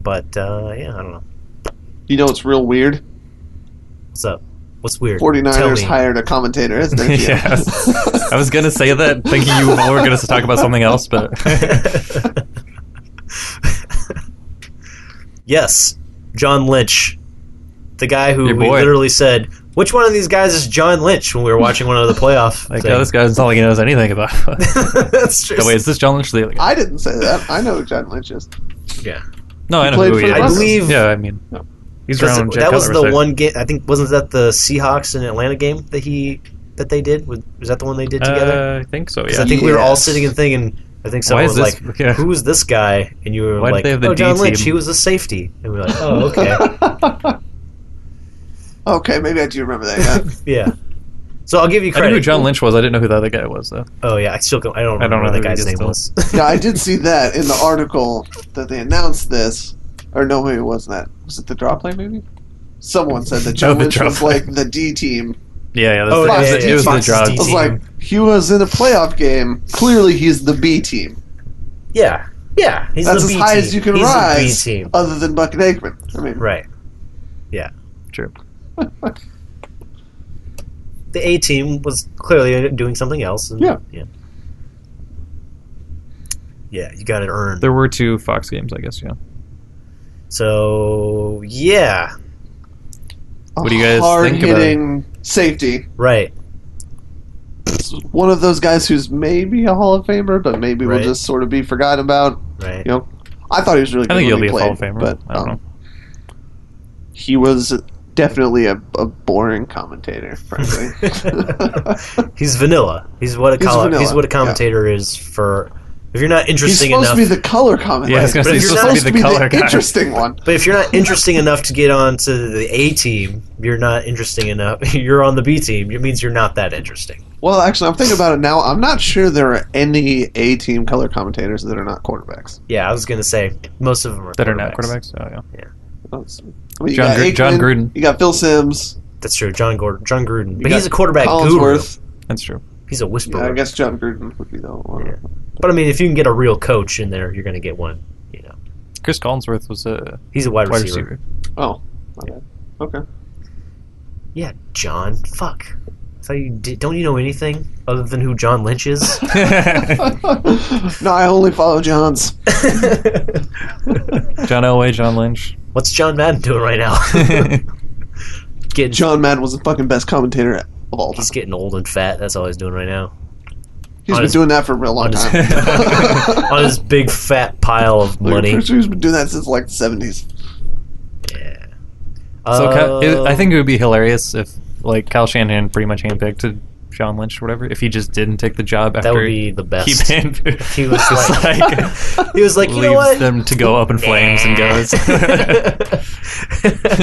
A: But uh, yeah, I don't know.
B: You know what's real weird?
A: What's up? What's weird? Tell
B: 49ers
A: me.
B: hired a commentator as
C: <laughs>
B: their GM.
C: Yeah. I was gonna say that, thinking you were gonna talk about something else, <laughs> but
A: <laughs> yes, John Lynch, the guy who
C: Your
A: we
C: boy.
A: literally said, "Which one of these guys is John Lynch?" When we were watching one of the playoff.
C: <laughs> like,
A: thing.
C: oh, this guy doesn't sound like he knows anything about. <laughs>
A: <laughs>
C: it.
A: That's true.
C: Oh, wait, is this John Lynch? The other guy?
B: I didn't say that. I know who John Lynch is.
A: yeah,
C: No, I know
B: played
C: who
B: for
C: he
B: the
C: is.
A: Broncos. I believe-
C: Yeah, I mean,
B: No.
C: he's
A: 'Cause
C: around. Jay
A: that was
C: Cutler,
A: the
C: so-
A: one game. I think wasn't that the Seahawks and Atlanta game that he that they did. Was, was that the one they did together?
C: Uh, I think so.
A: 'Cause
C: Yeah.
A: I think we were all
B: Yes.
A: sitting and thinking. I think
C: Why
A: someone
C: is
A: was
C: this?
A: like,
C: <laughs> yeah.
A: "Who is this guy?" And you were
C: Why did
A: like,
C: they have the
A: "Oh, John
C: D
A: Lynch.
C: team?"
A: He was a safety." And we were like, "Oh, okay,
C: <laughs>
B: <laughs> okay, maybe I do remember that.
A: <laughs>
B: Yeah.
A: yeah." So I'll give you
C: I
A: credit.
C: knew who John Lynch was. I didn't know who the other guy was though.
A: Oh yeah, I still don't, I don't
C: I don't
A: remember
C: know
A: what
C: who
A: that guy's
C: he
A: name
C: is
A: was.
B: <laughs> yeah, I did see that in the article that they announced this. Or no, maybe it wasn't that. Was it the draw play, maybe? Someone said
C: <laughs>
B: that John
C: No, Oh, the
B: Lynch
C: draw
B: was
C: play.
B: like the D team.
C: Yeah, yeah. That's
A: Oh,
C: the,
B: yeah,
C: it was,
B: yeah,
C: it was the
A: Fox's
C: John.
A: D
B: I was
A: team.
B: like, he was in a playoff game. Clearly, he's the B team.
A: <laughs> yeah, yeah, he's
B: That's
A: the
B: as
A: B
B: high
A: team.
B: as you can
A: he's
B: rise.
A: The B team,
B: Other than Buck and Aikman. I mean,
A: right?
C: True.
B: <laughs>
A: The A team was clearly doing something else. And,
B: Yeah.
A: yeah, yeah. You got to earn.
C: There were two Fox games, I guess. Yeah.
A: So yeah,
B: a
C: What do you guys think about it?
B: hard-hitting safety.
A: right.
B: One of those guys who's maybe a Hall of Famer, but maybe
A: Right.
B: will just sort of be forgotten about.
A: Right.
B: You know, I thought he was really good.
C: I think
B: when he
C: he'll be a
B: played,
C: Hall of Famer.
B: but
C: I don't
B: um,
C: know.
B: he was definitely a, a boring
A: <laughs>
B: commentator, frankly.
A: He's vanilla. He's what a
B: He's
A: collo-
B: vanilla,
A: he's what a
B: yeah.
A: commentator is for. If you're not
B: he's
A: interesting
B: supposed
A: enough,
B: to be the color commentator.
C: Yeah, I was gonna
A: But
C: say
A: if
C: he's
A: you're
C: supposed to be the color guy.
B: interesting one.
A: but if you're not interesting enough to get on to the A team, you're not interesting enough. <laughs> You're on the B team. It means you're not that interesting.
B: Well, actually, I'm thinking about it now. I'm not sure there are any A team color commentators that are not quarterbacks.
A: Yeah, I was gonna say most of them are
C: That are not quarterbacks. Oh yeah.
B: That's- I mean, you
C: John
B: got
C: Gru- John
B: Aikman,
C: Gruden.
B: You got Phil Sims.
A: That's true. John Gordon, John Gruden, but
B: got
A: he's a quarterback guru.
B: Collinsworth.
C: That's true.
A: He's a whisperer.
B: Yeah, I guess John Gruden would be the one.
A: Yeah. But I mean, if you can get a real coach in there, you're gonna get one. You know,
C: Chris Collinsworth was a
A: he's a wide
C: wide
A: receiver.
C: receiver.
B: Oh, my bad.
C: <laughs>
B: okay. <laughs>
A: Yeah, John. Fuck. I thought you did, don't you know anything other than who John Lynch
C: <laughs>
A: is?
B: no, I only follow John's.
C: John Elway, John <laughs> Lynch.
A: What's John Madden doing right
C: <laughs>
A: now? <laughs> getting
B: John Madden was the fucking best commentator of all time.
A: he's getting old and fat. That's all he's doing right
B: <laughs>
A: now
B: He's
A: on
B: been
A: his-
B: doing that for a real long
A: on his- <laughs>
B: time. <laughs>
A: on his big fat pile of
B: Like,
A: money.
B: I'm sure He's been doing that since like the 70s.
A: Yeah.
C: So Cal- it, I
A: Um,
C: think it would be hilarious if like Kyle Shanahan pretty much handpicked John Lynch or whatever. If he just didn't take the job after
A: that would be the
C: he
A: best. <laughs>
C: handpicked,
A: He was
C: <laughs> It's
A: like, <laughs> he was like, you know
C: leaves
A: what?
C: them to go up in flames
A: <laughs>
C: and goes. <laughs>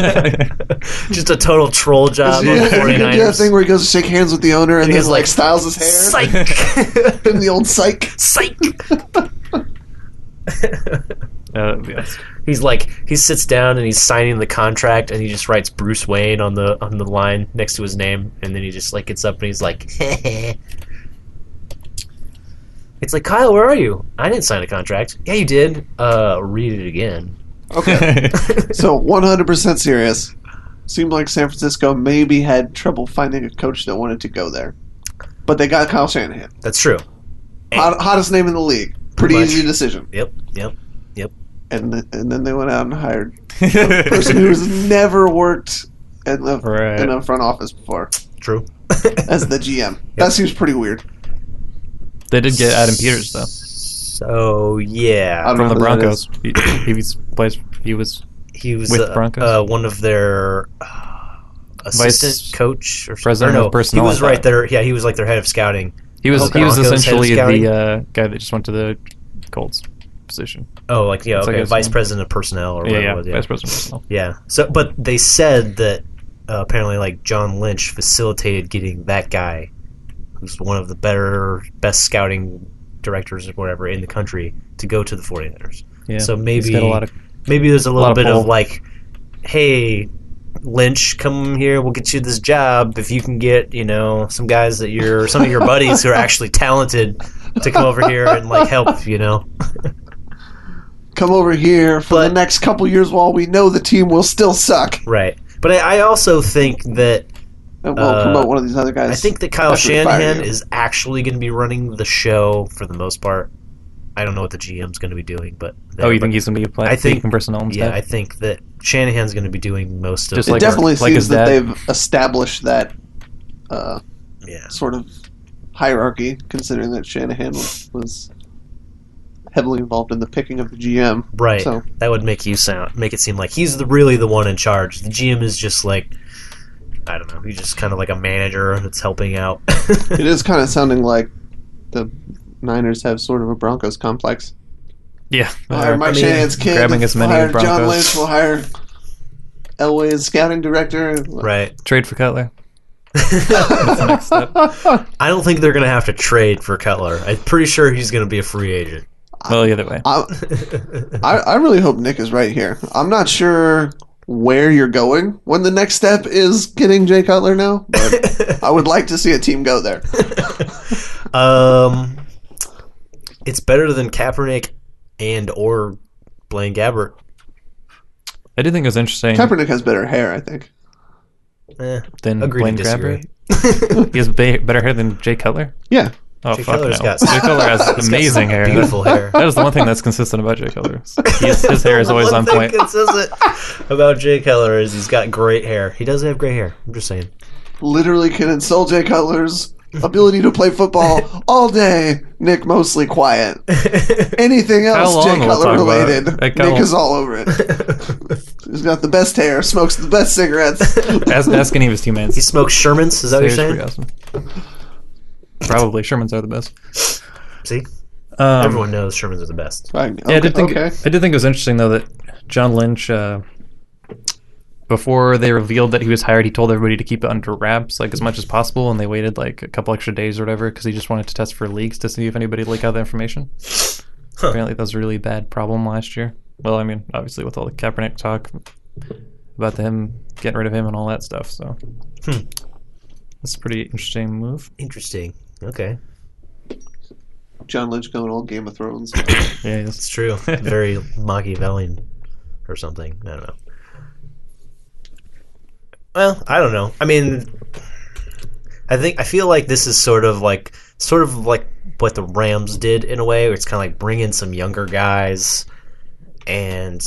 A: Just a total troll job
B: yeah,
A: on the
B: if <laughs> you can do that
A: 49ers.
B: thing where he goes to shake hands with the owner and
A: Uh, He
B: then
A: goes,
B: like,
A: like,
B: styles his hair. <laughs>
A: Psych!
B: And the old psych.
A: Psych!
C: Uh, that'd be awesome.
A: he's like he sits down and he's signing the contract and he just writes Bruce Wayne on the on the line next to his name and then he just like gets up and he's like <laughs> It's like Kyle, where are you? I didn't sign a contract. Yeah, you did. Uh read it again. <laughs>
B: Okay. so 100% serious. Seemed like San Francisco maybe had trouble finding a coach that wanted to go there. But they got Kyle Shanahan.
A: That's true.
B: Hot, hottest name in the league.
A: Eh.
B: Pretty
A: Pretty much.
B: easy decision.
A: Yep, yep.
B: And, th- and then they went out and hired
A: <laughs>
B: person who's never worked in the
C: <laughs> Right.
B: in a front office before
C: <laughs>
A: True.
B: as the GM. That seems pretty weird.
C: they did get Adam Peters though
A: So
B: I
A: yeah,
B: don't
C: from
B: know
C: the
B: who that
C: Broncos. He, he was plays. He was
A: he was
C: With
A: uh,
C: Broncos?
A: uh, one of their. Uh, assistant
C: Vice
A: coach or
C: president
A: or
C: of
A: no,
C: personnel,
A: He
C: I
A: was right
C: thought.
A: there. Yeah, he was like their head of scouting.
C: He was
A: Okay.
C: he was
A: Broncos head of
C: essentially
A: scouting?
C: the uh, guy that just went to the Colts position.
A: Oh, like yeah,
C: That's like
A: okay,
C: his
A: vice
C: name.
A: president of personnel or
C: Yeah,
A: whatever
C: yeah,
A: it was. Yeah.
C: vice president. of personnel.
A: yeah. So, but they said that uh, apparently, like John Lynch facilitated getting that guy, who's one of the better, best scouting directors or whatever in the country, to go to the 49ers.
C: Yeah.
A: So
C: He's
A: maybe
C: got a lot of
A: maybe there's a little
C: lot of
A: bit of
C: pull.
A: like, hey, Lynch, come here. We'll get you this job if you can get you know some guys that you're some of your buddies who are actually talented to come over here and like help. You know,
B: Come over here for the
A: But-
B: next couple years while we know the team will still suck.
A: right? But I, I also think that
B: And we'll
A: Uh,
B: promote one of these other guys.
A: I think that Kyle
B: after we fire
A: Shanahan
B: you.
A: is actually going to be running the show for the most part. I don't know what the GM's going to be doing, but
C: Oh, you think he's gonna be playing?
A: I think-
C: personnel and
A: yeah,
C: stuff.
A: I think that Shanahan's going to be doing most of
C: Just
B: it
C: like-
B: definitely
C: like
B: seems
C: his
B: that
C: dad.
B: they've established that uh,
A: yeah.
B: sort of hierarchy, considering that Shanahan was, was heavily involved in the picking of the GM.
A: Right.
B: So
A: That would make you sound make it seem like he's the, really the one in charge. The GM is just like I don't know. He's just kind of like a manager that's helping out. <laughs>
B: it is kind of sounding like the Niners have sort of a Broncos complex.
C: yeah.
B: We'll hire Mike
A: I mean,
B: Shanahan's kid.
C: Uh, grabbing as many
B: we'll hire John
C: Broncos.
B: Lynch. We'll hire Elway as scouting director.
A: right.
C: <laughs> Trade for Cutler. the next step.
B: <laughs> I'm,
A: I don't think they're going to have to trade for Cutler. I'm pretty sure he's going to be a free agent.
C: Well, either way.
B: I, I really hope Nick is right here. I'm not sure where you're going when the next step is getting Jay Cutler now,
A: <laughs>
B: but I would like to see a team go there.
A: um it's better than Kaepernick and or Blaine Gabbert.
C: I do think it was interesting.
B: Kaepernick has better hair, I think.
A: Eh,
C: than
A: agree
C: Mm, Blaine
A: to disagree.
C: Gabbert.
A: <laughs>
C: He has ba- better hair than Jay Cutler.
B: Yeah.
C: Oh
A: Jay
C: fuck
A: Cutler's
C: no.
A: got-
C: Jay Cutler has
A: <laughs> He's got
C: amazing
A: some
C: hair. <laughs>
A: Beautiful hair.
C: That is the one thing that's consistent about
A: <laughs>
C: Jay Cutler. His, his hair is always
A: One
C: on
A: thing
C: point.
A: consistent
C: <laughs>
A: about Jay Keller is he's got great hair. He does have gray hair. I'm just
C: <laughs>
A: saying.
B: Literally can insult Jay Cutler's ability to play football all day. Nick mostly quiet. Anything else Jay
C: long we'll
B: Cutler
C: talk about it?
B: related,
C: Hey,
B: Nick
C: Kyle-
B: is all over it. He's got the best hair, smokes the best cigarettes.
C: Ask, ask any of his teammates.
A: he smokes Sherman's. Is that what
C: His hair
A: you're
C: is pretty
A: saying?
C: awesome. Probably Sherman's are the best.
A: See,
C: Um,
A: everyone knows Sherman's are the best.
B: Right.
C: Yeah,
B: Okay.
C: I did think
B: okay.
C: I did think it was interesting though that John Lynch, uh, before they revealed that he was hired, he told everybody to keep it under wraps like as much as possible, and they waited like a couple extra days or whatever because he just wanted to test for leaks to see if anybody leaked out the information.
A: Huh.
C: Apparently, that was a really bad problem last year. Well, I mean, obviously with all the Kaepernick talk about him getting rid of him and all that stuff, so
A: Hmm.
C: that's a pretty interesting move.
A: Interesting. Okay,
B: John Lynch going all Game of Thrones.
C: Yeah,
A: it's
C: that's
A: true. Very Machiavellian or something. I don't know. Well, I don't know. I mean, I think I feel like this is sort of like sort of like what the Rams did in a way, where it's kind of like bring in some younger guys and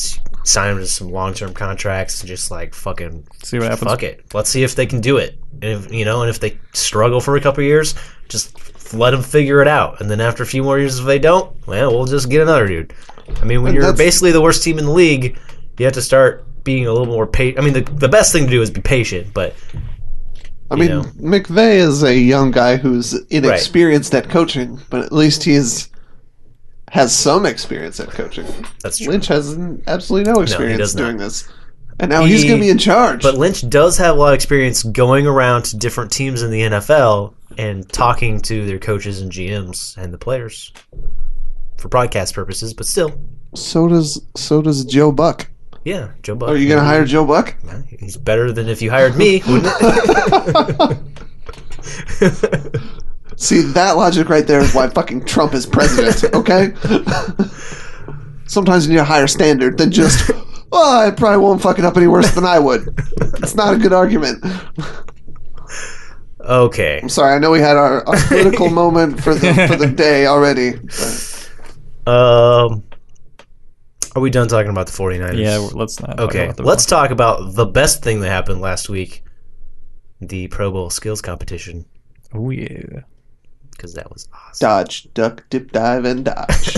A: sign them to some long term contracts and just like fucking
C: see what happens.
A: fuck it. Let's see if they can do it. And if, you know, and if they struggle for a couple years, just let them figure it out. And then after a few more years, if they don't, well, we'll just get another dude. I mean, when
B: And
A: you're
B: that's-
A: basically the worst team in the league, you have to start being a little more patient. I mean, the, the best thing to do is be patient, but
B: I
A: You
B: mean,
A: know.
B: McVeigh is a young guy who's inexperienced at coaching, but at least he is has some experience at coaching.
A: that's true.
B: Lynch has n- absolutely no experience
A: does not.
B: doing this, and now he's
A: He-
B: going to be in charge.
A: But Lynch does have a lot of experience going around to different teams in the NFL and talking to their coaches and GMs and the players for broadcast purposes, but still,
B: so does so does Joe Buck.
A: yeah, Joe Buck.
B: Are you going to hire
A: <laughs>
B: Joe Buck?
A: Well, He's better than if you hired me, <laughs> wouldn't it?
B: See, that logic right there is why fucking Trump
A: <laughs>
B: is president, okay? Sometimes you need a higher standard than just, oh, I probably won't fuck it up any worse than I would. It's not a good argument.
A: okay.
B: I'm sorry, I know we had our,
A: <laughs>
B: our political moment for the, for the day already. but
A: Um, are we done talking about the 49ers?
C: Yeah, well, let's not. talk
A: Okay.
C: about the-
A: Let's talk about the best thing that happened last week the Pro Bowl skills competition,
C: Oh yeah.
A: because that was awesome.
B: Dodge, duck, dip, dive, and dodge.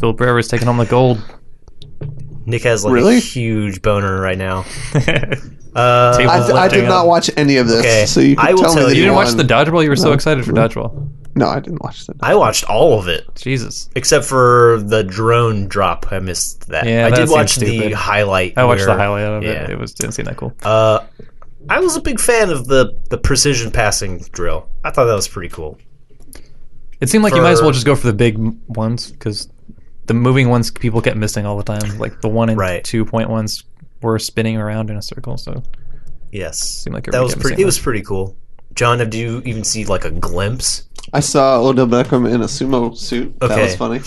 C: Bill
A: <laughs>
C: Brewer's taking home the gold.
A: Nick has like
B: Really?
A: a huge boner right now. Uh,
C: Table-
B: I,
C: was
B: I
C: lifting
B: did not
C: up.
B: watch any of this,
A: Okay.
B: so you can
A: I will
B: tell me
A: tell
B: that
A: you.
C: You
B: you
C: didn't watch
B: won.
C: the dodgeball. You were so
B: No.
C: excited for dodgeball.
B: No, I didn't watch that.
A: I watched all of it
C: Jesus,
A: except for the drone drop. I missed that.
C: Yeah,
A: I
C: that
A: did
C: seems
A: watch the
C: stupid.
A: highlight.
C: I watched
A: where-
C: the highlight of it.
A: yeah.
C: It was didn't seem that cool.
A: Uh, I was a big fan of the the precision passing drill. I thought that was pretty cool.
C: It seemed like you might as
A: for-
C: well just go for the big m- ones because the moving ones people kept missing all the time. Like the one and
A: Right.
C: two point ones were spinning around in a circle. So
A: Yes,
C: Seemed like
A: that
C: every
A: was
C: game
A: pretty.
C: same
A: It was pretty cool. John, did you even see like a glimpse?
B: I saw Odell Beckham in a sumo suit. That
A: Okay.
B: was funny.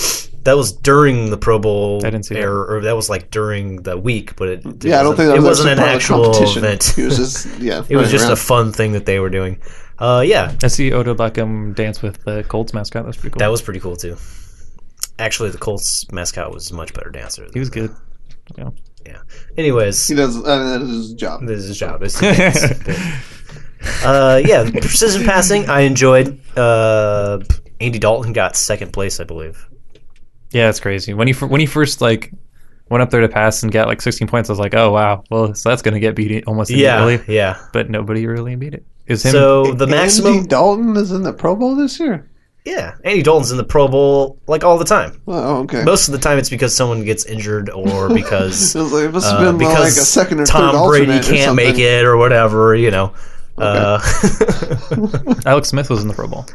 A: That was during the Pro Bowl
C: I didn't see that.
A: era, or that was like during the week, but it, it
B: yeah, I don't
A: wasn't-
B: think that
A: it
B: was
A: wasn't an
B: actually part of the
A: actual
B: competition. <laughs>
A: event.
B: It was just yeah.
A: <laughs> It was
B: running
A: just
B: around.
A: a fun thing that they were doing. Uh, yeah,
C: I see Odo Beckham dance with the Colts mascot. That's pretty cool.
A: that was pretty cool too. Actually, the Colts mascot was a much better dancer.
C: he
A: <laughs>
C: was good.
A: Anyways,
B: he does. I mean, that is his job.
A: this is his job.
C: <laughs>
A: It's the dance. uh, yeah, the precision passing. I enjoyed. Uh, Andy Dalton got second place, I believe.
C: Yeah, that's crazy. When he fir- when he first like went up there to pass and got like 16 points, I was like, oh wow, well so that's gonna get beat almost immediately.
A: Yeah, yeah.
C: But nobody really beat it. Is him?
A: So the maximum.
B: Andy Dalton is in the Pro Bowl this year.
A: yeah, Andy Dalton's in the Pro Bowl like all the time.
B: Well, oh, okay.
A: Most of the time, it's because someone gets injured
B: <laughs>
A: or because
B: it, was like, it must have
A: uh,
B: been like a
A: because
B: second or third
A: Tom Brady
B: alternate or
A: can't make
B: something.
A: it or whatever. You know. Uh, <laughs>
C: Alex Smith was in the Pro Bowl.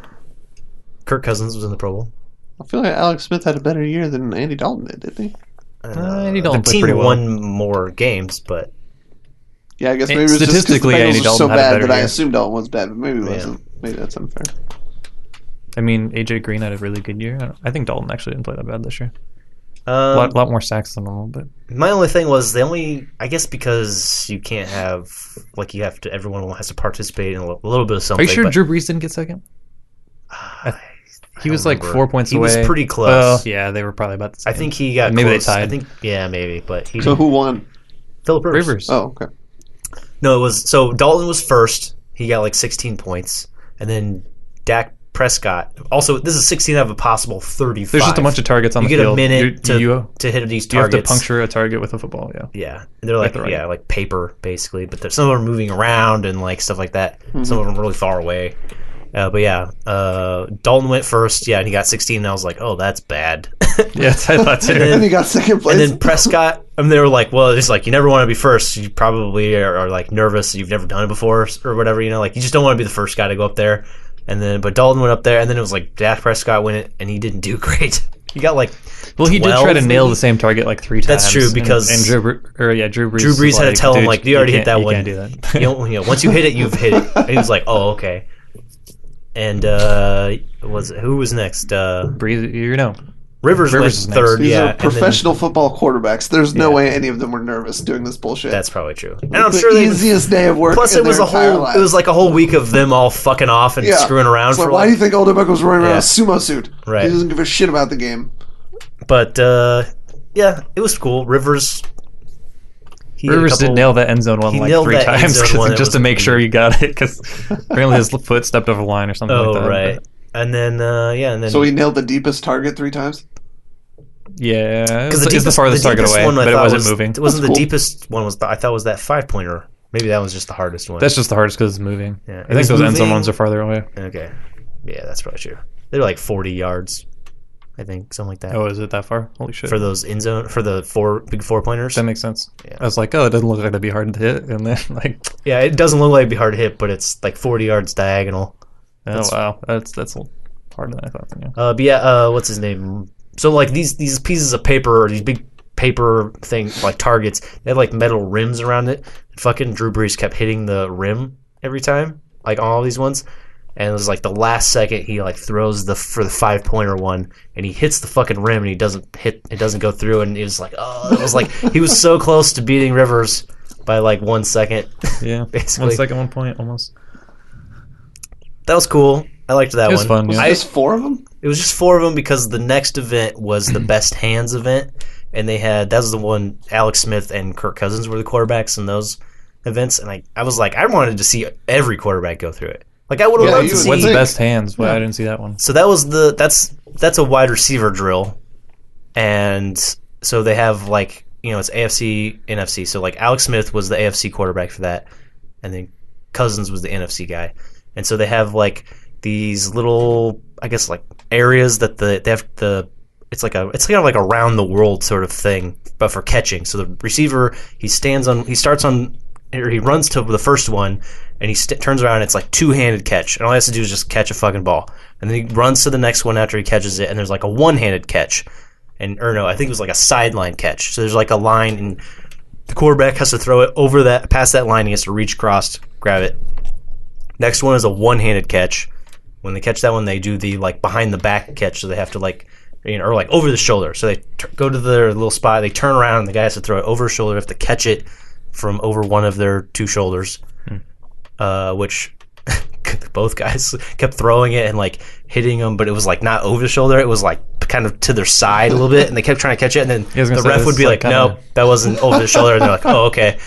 A: Kirk Cousins was in the Pro Bowl.
B: I feel like Alex Smith had a better year than Andy Dalton did, didn't he?
A: Uh,
C: Andy Dalton
A: the
C: played
A: team
C: pretty well.
A: won more games, but
B: Yeah, I guess
C: And
B: maybe it was
C: statistically,
B: just 'cause the Bengals
C: Andy
B: were
C: Dalton
B: so
C: had a
B: bad
C: better
B: that I
C: year.
B: assumed Dalton was bad, but maybe it
A: Yeah.
B: wasn't. Maybe that's unfair.
A: Mm-hmm.
C: I mean, AJ Green had a really good year. I, don't, I think Dalton actually didn't play that bad this year. A
A: um,
C: lot, lot more sacks than normal, but
A: my only thing was the only I guess because you can't have like you have to everyone has to participate in a li- little bit of
C: Are
A: something.
C: you sure
A: but-
C: Drew Brees didn't get second?
A: I
C: He
A: don't
C: was like
A: remember.
C: four points
A: He
C: away.
A: was pretty close.
C: Well, yeah, they were probably about the
A: I
C: same.
A: think he got
C: Maybe they
A: close. I
C: tied.
A: think yeah, maybe, but he
B: So who won?
A: Philip Rivers.
C: Rivers.
B: Oh, okay.
A: No, it was so Dalton was first. He got like 16 points, and then Dak Prescott. Also, this is 16 out of a possible 35.
C: There's just a bunch of targets on
A: You
C: the
A: get a
C: field.
A: minute
C: You-
A: to,
C: you,
A: to hit these
C: you have
A: targets.
C: to puncture a target with a football.
A: <laughs>
C: Yeah.
A: Yeah, and they're like
C: the right.
A: yeah, like paper basically, but they're, some of them are moving around and like stuff like that. Some of them are really far away. Uh, but yeah, uh, Dalton went first. Yeah, and he got 16. And I was like, oh, that's bad. <laughs>
C: Yes, I thought too.
B: And he got second place.
A: and then Prescott, and they were like, well, it's like you never want to be first. You probably are, are like nervous. You've never done it before or whatever. You know, like you just don't want to be the first guy to go up there. And then, but Dalton went up there, and then it was like Dak Prescott went it, and he didn't do <laughs> great. He got like
C: well, he did try to
A: 12?
C: nail the same target like three times.
A: That's true,
C: and-
A: because
C: and, Drew, Br- or yeah, Drew Brees.
A: Drew
C: was
A: Brees had to tell him,
C: "Dude,
A: like, you already hit that
C: can't-
A: one."
C: You can't do
A: <laughs>
C: that.
A: you don't, you know, once you hit it, you've hit it. And he was like, oh, okay. And uh, was who was next? Uh,
C: <laughs> Brees, you know,
A: Rivers,
C: Rivers is
A: was
C: next.
A: third.
B: These
A: yeah,
B: are
A: and then-
B: professional football quarterbacks. There's no
A: Yeah.
B: way any of them were nervous doing this bullshit.
A: that's probably true. And I'm
B: the
A: sure they.
B: easiest day of work.
A: Plus,
B: in
A: it was
B: their
A: a whole.
B: entire life.
A: It was like a whole week of them all fucking off and
B: Yeah.
A: screwing around
B: It's like,
A: for.
B: why
A: like-
B: do you think Old Beckham was running around in
A: Yeah.
B: a sumo suit?
A: Right.
B: He doesn't give a shit about the game.
A: but uh, yeah, it was cool. Rivers. He had a
C: Rivers
A: couple-
C: did nail that end zone one
A: he
C: like
A: nailed
C: three
A: that end
C: times <laughs>
A: zone
C: 'cause-
A: one. It
C: just to
A: was
C: make sure he got it because apparently his foot stepped over the line or something
A: Oh
C: like that.
A: right,
C: but-
A: and then uh, yeah, and then
B: So he nailed the deepest target three times.
C: Yeah,
A: because
C: it's the farthest target away, but it wasn't moving.
A: It wasn't
B: That's
A: the
B: cool.
A: deepest one. Was the, I thought was that five pointer. Maybe that was just the hardest one.
C: That's just the hardest because it's moving.
A: Yeah,
C: I think
A: it's
C: those end zone
A: moving.
C: ones are farther away.
A: okay. Yeah, that's probably true. They're like forty yards, I think, something like that.
C: Oh, is it that far? Holy shit.
A: for those in zone for the four big four pointers.
C: that makes sense.
A: Yeah.
C: I was like, oh, it doesn't look like that'd be hard to hit. And then, <laughs> like,
A: Yeah, it doesn't look like it'd be hard to hit, but it's like forty yards diagonal.
C: oh, wow. That's that's harder than I thought. Yeah.
A: Uh, but yeah, uh, what's his name? So like these these pieces of paper or these big paper thing like targets, they had like metal rims around it. And fucking Drew Brees kept hitting the rim every time, like on all these ones. And it was like the last second he like throws the for the five pointer one, and he hits the fucking rim, and he doesn't hit, it doesn't go through, and it was like oh, it was like he was so close to beating Rivers by like one second. <laughs>
C: Yeah.
A: Basically.
C: <laughs> One second, one point almost.
A: that was cool. I liked that
C: It was
A: one.
C: fun, yeah.
A: I-
B: There's four of them. <laughs>
A: It was just four of them because the next event was the best hands event, and they had that was the one Alex Smith and Kirk Cousins were the quarterbacks in those events, and I I was like I wanted to see every quarterback go through it. Like I would have
B: Yeah,
A: loved
B: you
A: to
B: would
A: see.
B: think.
C: When's the best hands? Well,
B: Yeah.
C: I didn't see that one.
A: So that was the that's that's a wide receiver drill, and so they have like you know, it's AFC, NFC. So like Alex Smith was the AFC quarterback for that, and then Cousins was the NFC guy. And so they have like these little, I guess, like areas that the they have the. It's like a it's kind of like a round the world sort of thing, but for catching. So the receiver he stands on he starts on or he runs to the first one and he st- turns around and it's like two-handed catch and all he has to do is just catch a fucking ball and then he runs to the next one after he catches it and there's like a one-handed catch and or no i think it was like a sideline catch so there's like a line and the quarterback has to throw it over that past that line he has to reach across grab it next one is a one-handed catch when they catch that one they do the like behind the back catch so they have to like you know, or like over the shoulder. So they t- go to their little spot, they turn around, and the guy has to throw it over his shoulder. They have to catch it from over one of their two shoulders,
C: Hmm.
A: uh, which <laughs> both guys kept throwing it and like hitting them, but it was like not over the shoulder. It was like kind of to their side a little bit, and they kept trying to catch it. And then
C: was
A: the
C: gonna say,
A: ref
C: this
A: would
C: is,
A: be
C: like,
A: like,
C: kinda-
A: "No, that wasn't over the shoulder." And they're like, "Oh, okay."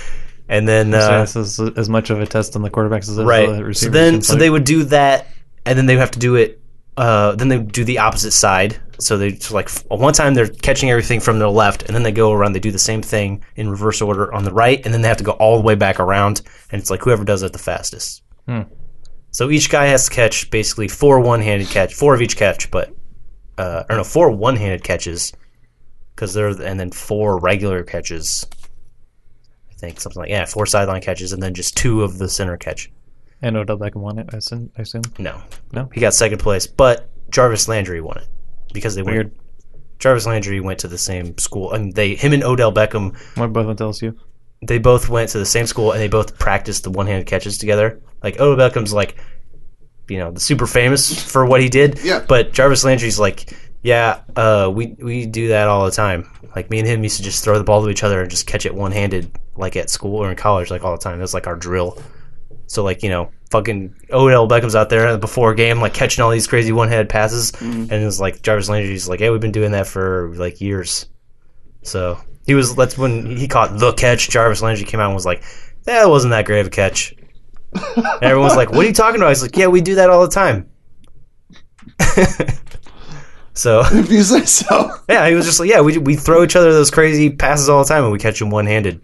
A: And then uh,
C: so this is as much of a test on the quarterbacks as it is
A: right.
C: on the receivers.
A: so then,
C: seems
A: so
C: like.
A: they would do that, and then they would have to do it. Uh, then they would do the opposite side. So they just like f- one time they're catching everything from their left, and then they go around. They do the same thing in reverse order on the right, and then they have to go all the way back around. And it's like whoever does it the fastest.
C: Hmm.
A: So each guy has to catch basically four one-handed catch, four of each catch, but uh, or no, four one-handed catches because they're and then four regular catches. I think something like yeah, four sideline catches, and then just two of the center catch.
C: and Odell Beckham won it. I assume. I assume.
A: No.
C: No?
A: He got second place, but Jarvis Landry won it because they
C: Weird.
A: went. Jarvis Landry went to the same school, and they him and Odell Beckham
C: What both went to LSU?
A: they both went to the same school, and they both practiced the one handed catches together. Like Odell Beckham's like, you know, the super famous for what he did.
B: Yeah.
A: But Jarvis Landry's like, yeah, uh, we we do that all the time. Like me and him used to just throw the ball to each other and just catch it one handed, like at school or in college, like all the time. That's like our drill. So like you know, fucking Odell Beckham's out there before a game, like catching all these crazy one handed passes, and it's like Jarvis Landry's like, yeah, we've been doing that for like years. So he was that's when he caught the catch. Jarvis Landry came out and was like, that wasn't that great of a
B: <laughs>
A: catch. And everyone's like, what are you talking about? He's like, yeah, we do that all the time. <laughs> so
B: If you say so.
A: yeah, he was just like, yeah, we we throw each other those crazy passes all the time, and we catch them one handed.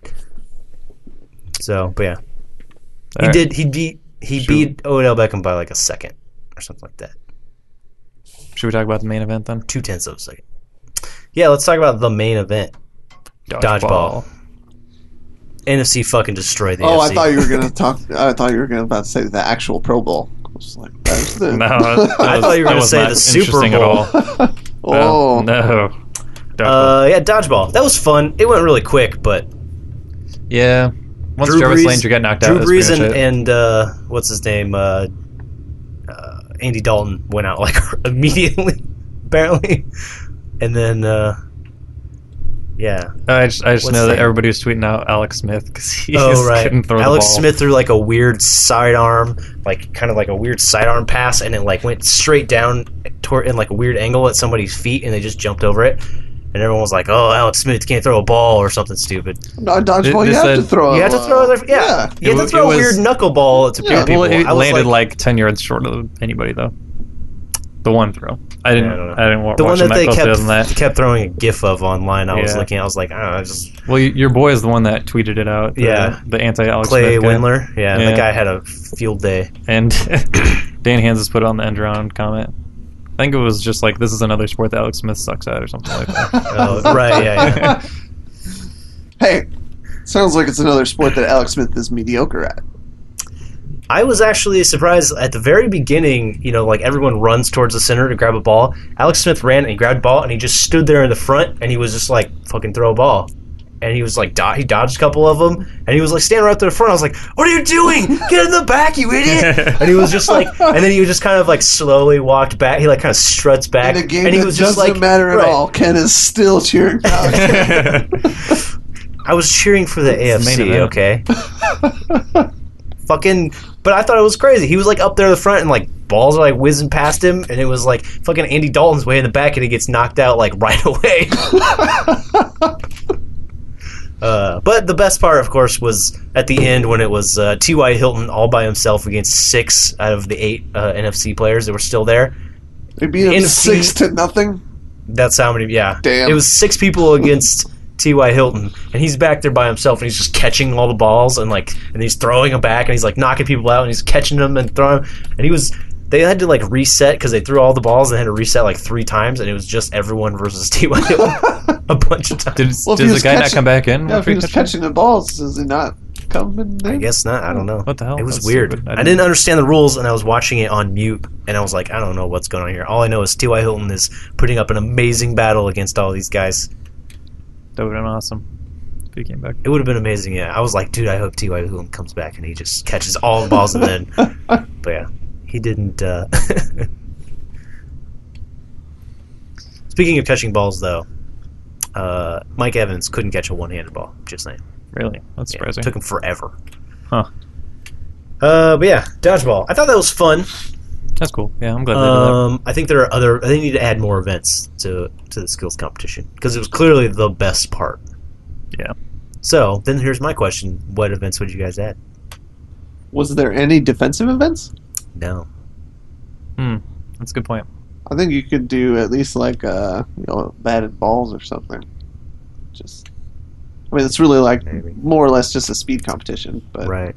A: So, but yeah, he
C: Alright.
A: did. He beat he beat Odell Beckham by like a second or something like that,
C: Should we talk about the main event then?
A: two tenths of a second. Yeah, let's talk about the main event. Dodgeball. NFC fucking destroyed the
B: Oh,
A: AFC.
B: I thought you were gonna talk. I thought you were gonna about to say the actual Pro Bowl. I was like,
A: <laughs>
B: there's the.
C: <laughs> No, that
A: I
C: was-
A: thought you were
C: that
A: gonna
C: was
A: say
C: not
A: the Super
C: interesting
A: Bowl. <laughs>
C: At all.
B: oh,
C: no. Dodgeball.
A: Uh, yeah, dodgeball. That was fun. It went really quick, but
C: yeah. Once
A: Drew
C: Jarvis
A: Brees-
C: Landry got knocked
A: Drew
C: out, that's
A: Brees
C: pretty
A: and,
C: much it.
A: and uh, what's his name? Uh, uh, Andy Dalton went out <laughs> like immediately, <laughs> apparently, and then uh, yeah.
C: I just, I just
A: what's
C: know that
A: the-
C: everybody was tweeting out Alex Smith because <laughs> he
A: oh
C: just
A: right,
C: couldn't throw
A: Alex
C: the ball.
A: Smith threw like a weird sidearm, like kind of like a weird sidearm pass, and it like went straight down toward in like a weird angle at somebody's feet, and they just jumped over it. And everyone was like, "Oh, Alex Smith can't throw a ball or something stupid."
B: no, dodgeball.
C: They-
B: You
C: they
B: have to
C: said-
B: throw.
A: You
B: a
A: had to
B: while.
A: throw the, yeah, You
C: It
A: had
C: wa-
A: to throw
C: it
A: a
C: was-
A: weird knuckleball to
B: Yeah,
A: people.
C: Well, it
A: I was
C: landed like, ten yards short of anybody though. The one throw. I didn't.
A: I don't know.
C: I, didn't wa- watch
A: the one
C: him
A: that they
C: closely
A: kept
C: than that.
A: kept throwing a gif of online. I was
C: Yeah.
A: looking. I was like, "Oh, I don't know, just
C: Well, y- your boy is the one that tweeted it out. The,
A: Yeah.
C: The anti Alex
A: Clay
C: Smith guy.
A: Windler. Yeah,
C: Yeah.
A: that guy had a field day.
C: And <coughs> Dan Hansis put on the end round comment. I think it was just like this is another sport that Alex Smith sucks at or something like that.
A: Oh, <laughs> right? Yeah, yeah.
B: <laughs> Hey, sounds like it's another sport that Alex Smith is mediocre at.
A: I was actually surprised at the very beginning. You know, like everyone runs towards the center to grab a ball. Alex Smith ran and he grabbed a ball, and he just stood there in the front, and he was just like, "Fucking throw a ball." And he was like, do- he dodged a couple of them, and he was like standing right there in front. I was like, "What are you doing? Get in the back, you idiot!" and he was just like, and then he just kind of like slowly walked back. He like kind of struts back,
B: In a game
A: and he
B: that
A: was
B: doesn't
A: just like,
B: matter at
A: right.
B: all, Ken is still cheering.
A: <laughs>
B: for Alex. <laughs>
A: I was cheering for the
C: the main
A: AFC,
C: event.
A: okay?
C: <laughs>
A: fucking, but I thought it was crazy. He was like up there in the front, and like balls are like whizzing past him, and it was like fucking Andy Dalton's way in the back, and he gets knocked out like <laughs> right
C: <laughs>
A: away. Uh, but the best part, of course, was at the end when it was uh, T.Y. Hilton all by himself against six out of the eight uh, NFC players that were still there.
B: They beat him
A: NFC
B: six to nothing.
A: <laughs> That's how many. Yeah,
B: Damn.
A: it was six people against T.Y. Hilton, and he's back there by himself, and he's just catching all the balls, and like, and he's throwing them back, and he's like knocking people out, and he's catching them and throwing. 'em. And he was, they had to like reset because they threw all the balls, and they had to reset like three times, and it was just everyone versus <laughs> T.Y. Hilton a bunch of times.
C: Did,
B: Well, if he
C: does the
B: was
C: guy not
B: catching-
C: come back in?
B: <laughs> Yeah, if
C: after
B: he was
C: catches?
B: catching the balls, does he not come in there?
A: I guess not. I don't know.
C: What the hell?
A: It was
C: That's
A: weird.
C: stupid. I
A: I,
C: didn't-
A: didn't understand the rules, and I was watching it on mute, and I was like, I don't know what's going on here. All I know is T.Y. Hilton is putting up an amazing battle against all these guys.
C: That would have been awesome if he came back.
A: It would have been amazing. Yeah, I was like, dude, I hope T.Y. Hilton comes back and he just catches all the balls and then.
B: <laughs>
A: But yeah, he didn't. Uh... <laughs> Speaking of catching balls, though, uh, Mike Evans couldn't catch a one-handed ball. Just saying.
C: Really? That's
A: Yeah,
C: surprising.
A: took him forever.
C: Huh.
A: Uh, but yeah, dodgeball. I thought that was fun.
C: That's cool. Yeah, I'm glad they did that.
B: Uh,
A: Um, I think there are other. They need to add more events to to the skills competition because it was clearly the best part.
C: Yeah.
A: So then here's my question: What events would you guys add?
B: Was there any defensive events?
A: No.
C: That's a good point.
B: I think you could do at least like uh, you know batted balls or something. Just, I mean, it's really like
A: Maybe.
B: more or less just a speed competition,
A: <laughs>
B: but
A: Right.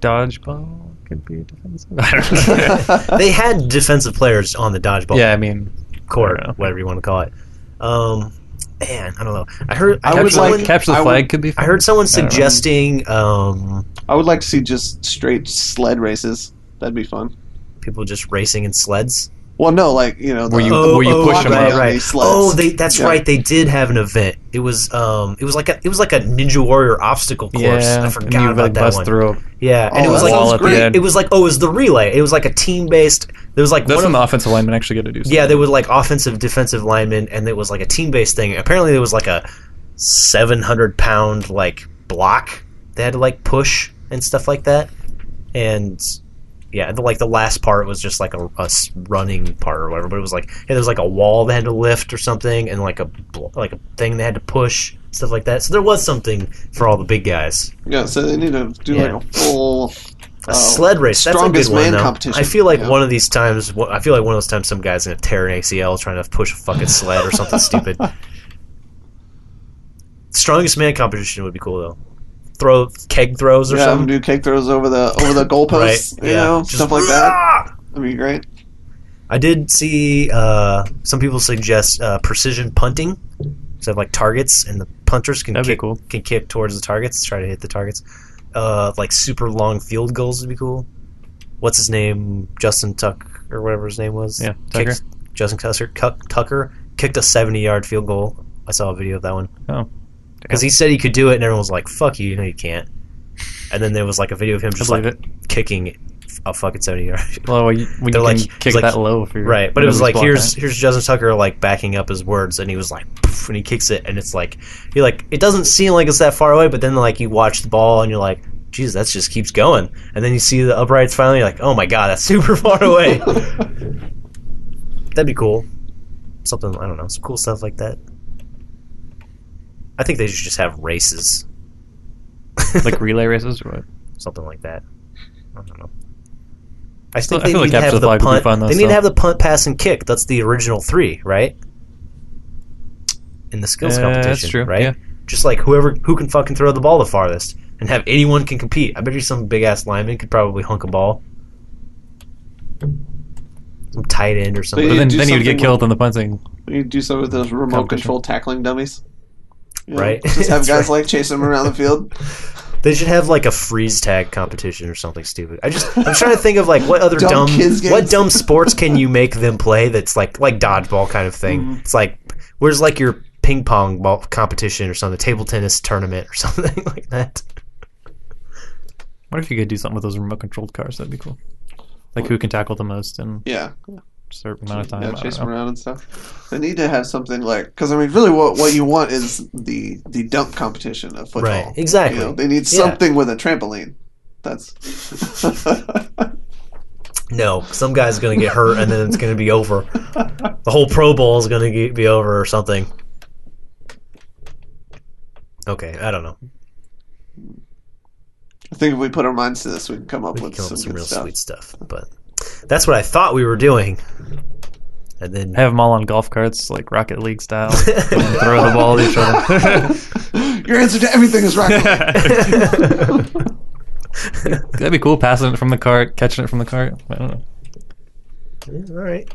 C: Dodgeball could be defensive. <laughs> I don't know.
A: they had defensive players on the dodgeball
C: yeah, I mean,
A: court,
C: I don't know.
A: whatever you want to call it. Um, man, I don't know. I heard. I,
B: I
A: heard
B: would
C: capture,
A: someone,
B: like-
C: capture the
B: I would-
C: flag could be.
A: I
C: fun.
A: heard someone
C: don't know.
A: suggesting um,
B: <laughs> I would like to see just straight sled races. That'd be fun.
A: people just racing in sleds.
B: Well, no, like you know,
C: Where you-
A: Oh,
C: where you
A: oh,
C: push 'em
A: right,
C: up.
A: right.
B: Sleds.
A: Oh, they, that's
B: Yeah.
A: right. They did have an event. It was um, it was like a it was like a Ninja Warrior obstacle course.
C: Yeah,
A: I
C: and you
A: forgot
C: like
A: about that
C: bust
A: one.
C: through.
A: Yeah, and
B: Oh,
A: it was
B: that sounds
A: like
B: great.
A: it, was like oh, it was the relay. It was like a team based. There was like
C: That's
A: one
C: when
A: of,
C: the offensive linemen actually get to do. Something.
A: yeah, there was like offensive, defensive linemen, and it was like a team based thing. Apparently, there was like a seven hundred pound like block they had to like push and stuff like that. And yeah, the, like the last part was just like a, a s- running part or whatever. But it was like yeah, there was like a wall they had to lift or something, and like a bl- like a thing they had to push stuff like that. So there was something for all the big guys.
B: yeah. So they need to do
A: Yeah.
B: like a full.
A: A
B: Oh,
A: sled race. That's a good
B: strongest
A: one,
B: man
A: though.
B: competition.
A: I feel like
B: Yeah.
A: one of these times. wh- I feel like one of those times some guy's gonna tear an ACL trying to push a fucking sled or
B: <laughs>
A: something stupid. Strongest man competition would be cool though. Throw keg throws or
B: Yeah,
A: something.
B: do cake throws over the over the
A: Right.
B: goalposts, you
A: yeah.
B: know,
A: Just-
B: stuff like that. That'd be great.
A: I did see uh, some people suggest uh, precision punting. So like targets, and the punters can
C: That'd be
A: kick,
C: cool.
A: can kick towards the targets, try to hit the targets. Uh, like super long field goals would be cool. What's his name? Justin Tuck or whatever his name was.
C: Yeah,
A: Kicked- Justin Tucker, Cuck- Tucker kicked a 70-yard field goal. I saw a video of that one.
C: Oh.
A: Because he said he could do it, and everyone was like, "Fuck you, no, you can't." And then there was like a video of him
C: I
A: just
C: believe
A: like
C: it.
A: kicking a fucking 70-yard.
C: Oh, Well, when you when
A: They're
C: you
A: like-
C: can
A: it's
C: kick
A: like-
C: that low for your
A: Right, but it was
C: nobody's
A: like
C: blocking
A: here's
C: it.
A: here's Justin Tucker like backing up his words, and he was like, "Poof," and he kicks it, and it's like you're like it doesn't seem like it's that far away, but then like you watch the ball, and you're like, "Jeez, that just keeps going," and then you see the uprights finally, you're like, "Oh my god, that's <laughs> super far away."
B: <laughs>
A: That'd be cool. Something I don't know, some cool stuff like that. I think they should just have races,
C: like relay races or what?
A: something like that. I don't know. I
C: still-
A: think
C: I
A: they
C: feel like
A: need to
C: capture
A: have
C: the
A: the
C: flag would be
A: punt.
C: fun, though,
A: they need
C: still.
A: to have the punt, pass, and kick. That's the original three, right? In the skills
C: Uh,
A: competition,
C: that's true.
A: right?
C: Yeah.
A: Just like whoever who can fucking throw the ball the farthest, and have anyone can compete. I bet you some big ass lineman could probably hunk a ball, some tight end or something.
C: But
B: you
C: then,
B: do
C: then you'd
B: something
C: get killed on the punting.
B: You do some of those remote
C: Competition.
B: control tackling dummies. You know,
A: Right.
B: <laughs> Just have
A: That's
B: guys like chase them around the field.
A: They should have like a freeze tag competition or something stupid. I just I'm trying to think of like what other dumb,
B: Dumb kids games.
A: what dumb sports can you make them play that's like like dodgeball kind of thing.
B: Mm-hmm.
A: It's like where's like your ping pong ball competition or something, table tennis tournament or <laughs> something like that.
C: What if you could do something with those remote controlled cars? That'd be cool. Like who can tackle the most in
B: Yeah.
C: a certain amount of time.
B: Yeah,
C: I
B: chase
C: don't
B: them
C: know.
B: around and stuff. They need to have something like because I mean, really, what what you want is the the dunk competition of football.
A: Right. Exactly.
B: You know, they need
A: Yeah.
B: something with a trampoline. That's <laughs>
A: No, some guy's going to get hurt and then it's going to be
B: <laughs>
A: over. The whole Pro Bowl is going to be over or something. Okay, I don't know.
B: I think if we put our minds to this, we can come up
A: We could
B: with
A: come up
B: some,
A: with some
B: good
A: real
B: stuff.
A: sweet stuff, but that's what I thought we were doing. and then
C: Have them all on golf carts, like Rocket League <laughs> style. and throw the ball
B: <laughs>
C: at each <laughs> other.
B: Your answer to everything is rocket. League.
A: <laughs>
C: That'd be cool, passing it from the cart, catching it from the cart. I don't know.
A: <laughs> Yeah, all right.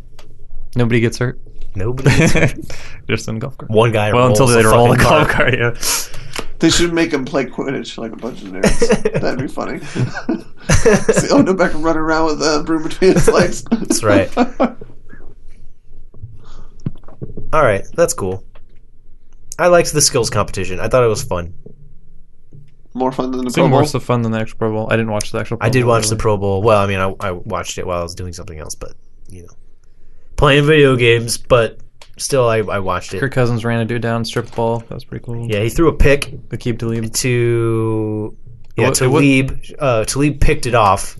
C: Nobody gets <laughs> hurt.
A: Nobody.
C: <laughs> Just in golf cart.
A: One guy.
C: Well, until
A: rolls
C: they
A: the
C: roll the
A: fucking
C: golf
A: cart.
C: cart, yeah.
B: They should make him play Quidditch like a bunch of
A: <laughs>
B: nerds. That'd be funny. <laughs> See Odin Beckham running around with a broom between his legs. That's
A: right. <laughs> All right, that's cool. I liked the skills competition. I thought it was fun.
B: <laughs> more fun than the
C: It seemed
B: Pro
C: more
B: Bowl.
C: so fun than the actual Pro Bowl. I didn't watch the actual Pro
A: I did
C: Bowl,
A: watch the
C: really.
A: Pro Bowl. Well, I mean, I, I watched it while I was doing something else, but you know, playing video games. But still, I, I watched it.
C: Kirk Cousins ran a dude down, stripped the ball. That was pretty cool.
A: Yeah, he threw a pick
C: The keep to leave.
A: to yeah
C: It wa- it wa-
A: Talib. Uh, Talib picked it off,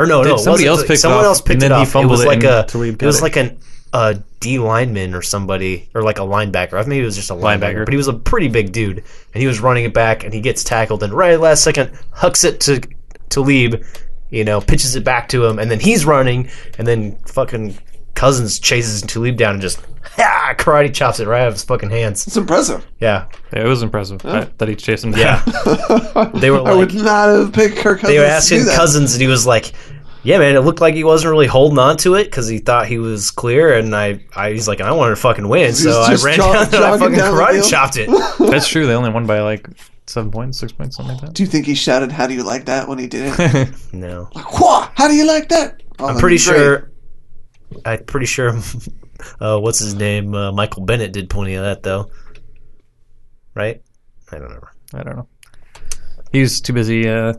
A: or no, no,
C: Did
A: it wasn't
C: somebody else
A: Talib.
C: picked it
A: someone
C: off,
A: else picked
C: and then
A: it
C: he
A: off. It
C: fumbled
A: was
C: it
A: like a
C: and Talib
A: it
C: got
A: was
C: it.
A: like an a D lineman or somebody or like a linebacker. I think it was just a linebacker,
C: Linebacker.
A: but he was a pretty big dude, and he was running it back, and he gets tackled, and right at last second hucks it to Talib, you know, pitches it back to him, and then he's running, and then fucking Cousins chases Talib down and just <laughs> ha, karate chops it right out of his fucking hands.
B: It's impressive. <laughs>
A: Yeah,
C: Yeah, it was impressive I- that he chased him down.
A: <laughs> yeah. They were
B: I
A: like-
B: would not have picked Kirk Cousins.
A: they were
B: to
A: asking
B: do that.
A: cousins and he was like yeah man it looked like he wasn't really holding on to it because he thought he was clear and I, I he's like i wanted to fucking win
B: He
A: so
B: was
A: i
B: just
A: ran
B: jog-
A: down there and i fucking
B: jogging down the
A: karate
B: field.
A: chopped
B: <laughs>
A: it
C: That's true. They only won by like seven points, six points, something like
B: Do you think he shouted, "How do you like that?" when he did it?
C: that. <laughs>
A: no
B: <laughs> Like, "Whoa, how do you like that?"
A: i'm
B: Oh, that'd
A: pretty
B: be great.
A: sure i'm pretty sure <laughs> uh, what's his name uh, michael bennett did plenty of that though right i don't remember
C: I don't know. He was too busy uh,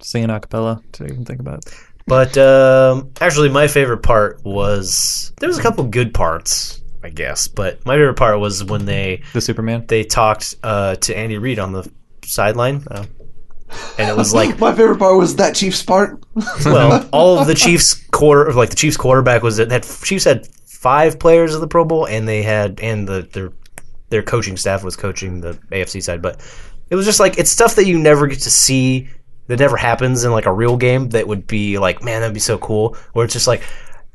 C: singing a cappella to even think about it.
A: but um, actually my favorite part was there was a couple good parts i guess but my favorite part was when they
C: the Superman.
A: they talked uh, to Andy Reid on the sideline, uh, and it was
B: <laughs>
A: like,
B: My favorite part was that Chiefs part.
A: well, all of the Chiefs quarter, like the Chiefs quarterback was that had Chiefs had five players of the Pro Bowl, and they had and the their their coaching staff was coaching the AFC side, but it was just like it's stuff that you never get to see that never happens in like a real game that would be like, man, that'd be so cool. Where it's just like.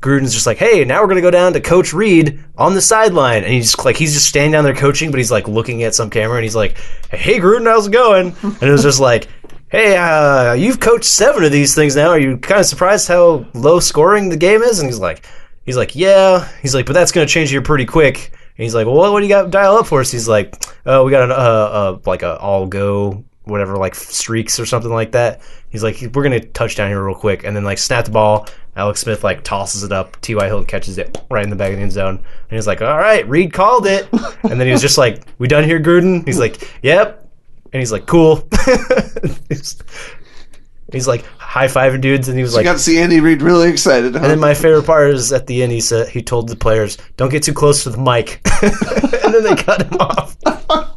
A: Gruden's just like, hey, now we're gonna go down to Coach Reed on the sideline, and he's just like, he's just standing down there coaching, but he's like looking at some camera, and he's like, hey, Gruden, how's it going? And it was just like, hey, uh, you've coached seven of these things now. Are you kind of surprised how low scoring the game is? And he's like, he's like, yeah. He's like, but that's gonna change here pretty quick. And he's like, well, what, what do you got dial up for us? He's like, oh, we got an uh, uh like a all go whatever like streaks or something like that. He's like, we're gonna touch down here real quick, and then like snap the ball. Alex Smith like tosses it up. T. Y. Hilton catches it right in the back of the end zone, and he's like, all right, Reed called it. And then he was just like, we done here, Gruden. He's like, yep. And he's like, cool. <laughs> he's, he's like high fiving dudes, and he was
B: I
A: like,
B: got to see Andy Reid really excited. Huh?
A: and then my favorite part is at the end, he said he told the players, "Don't get too close to the mic," <laughs> and then they cut him off. <laughs>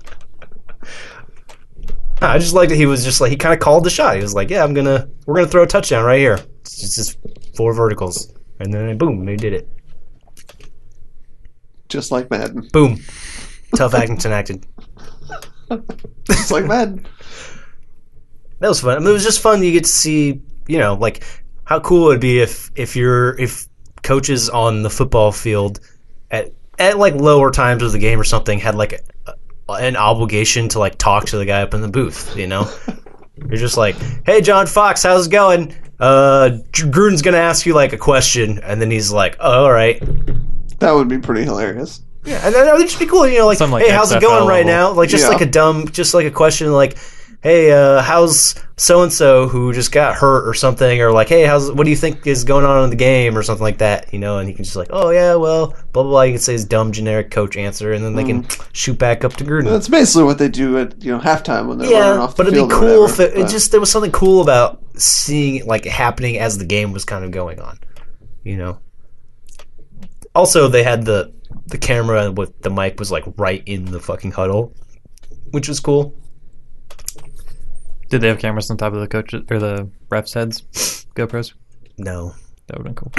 A: I just liked that he was just like he kind of called the shot. He was like, "Yeah, I'm gonna we're gonna throw a touchdown right here. It's just, just four verticals." And then boom, they did it.
B: just like Madden. <laughs>
A: Boom, tough Actington acted.
B: Just like Madden.
A: That was fun. I mean, it was just fun. You get to see, you know, like how cool it would be if if you're if coaches on the football field at at like lower times of the game or something had like a, an obligation to like talk to the guy up in the booth. You know, you're just like, hey, John Fox, how's it going? Uh, J- Gruden's gonna ask you like a question, and then he's like, oh, all right,
B: That would be pretty hilarious.
A: yeah, and that that would just be cool, you know, like,
C: Something like
A: hey, how's it
C: XFL
A: going right now?
C: level.
A: Like, just
B: Yeah.
A: like a dumb, just like a question, like, hey, uh, how's so and so who just got hurt or something, or like, hey, how's what do you think is going on in the game or something like that, you know? And he can just like, oh yeah, well, blah blah blah. You can say his dumb generic coach answer, and then they can shoot back up to Gruden.
B: Mm. That's basically what they do at you know halftime when they're running
A: yeah,
B: off the
A: but it'd
B: field
A: be
B: or
A: cool if
B: whatever,
A: it, it
B: but-
A: just there was something cool about seeing it, like happening as the game was kind of going on, you know. Also, they had the the camera with the mic was like right in the fucking huddle, which was cool.
C: Did they have cameras on top of the coaches or the refs' <laughs> heads? GoPros?
A: No,
C: That would have been cool.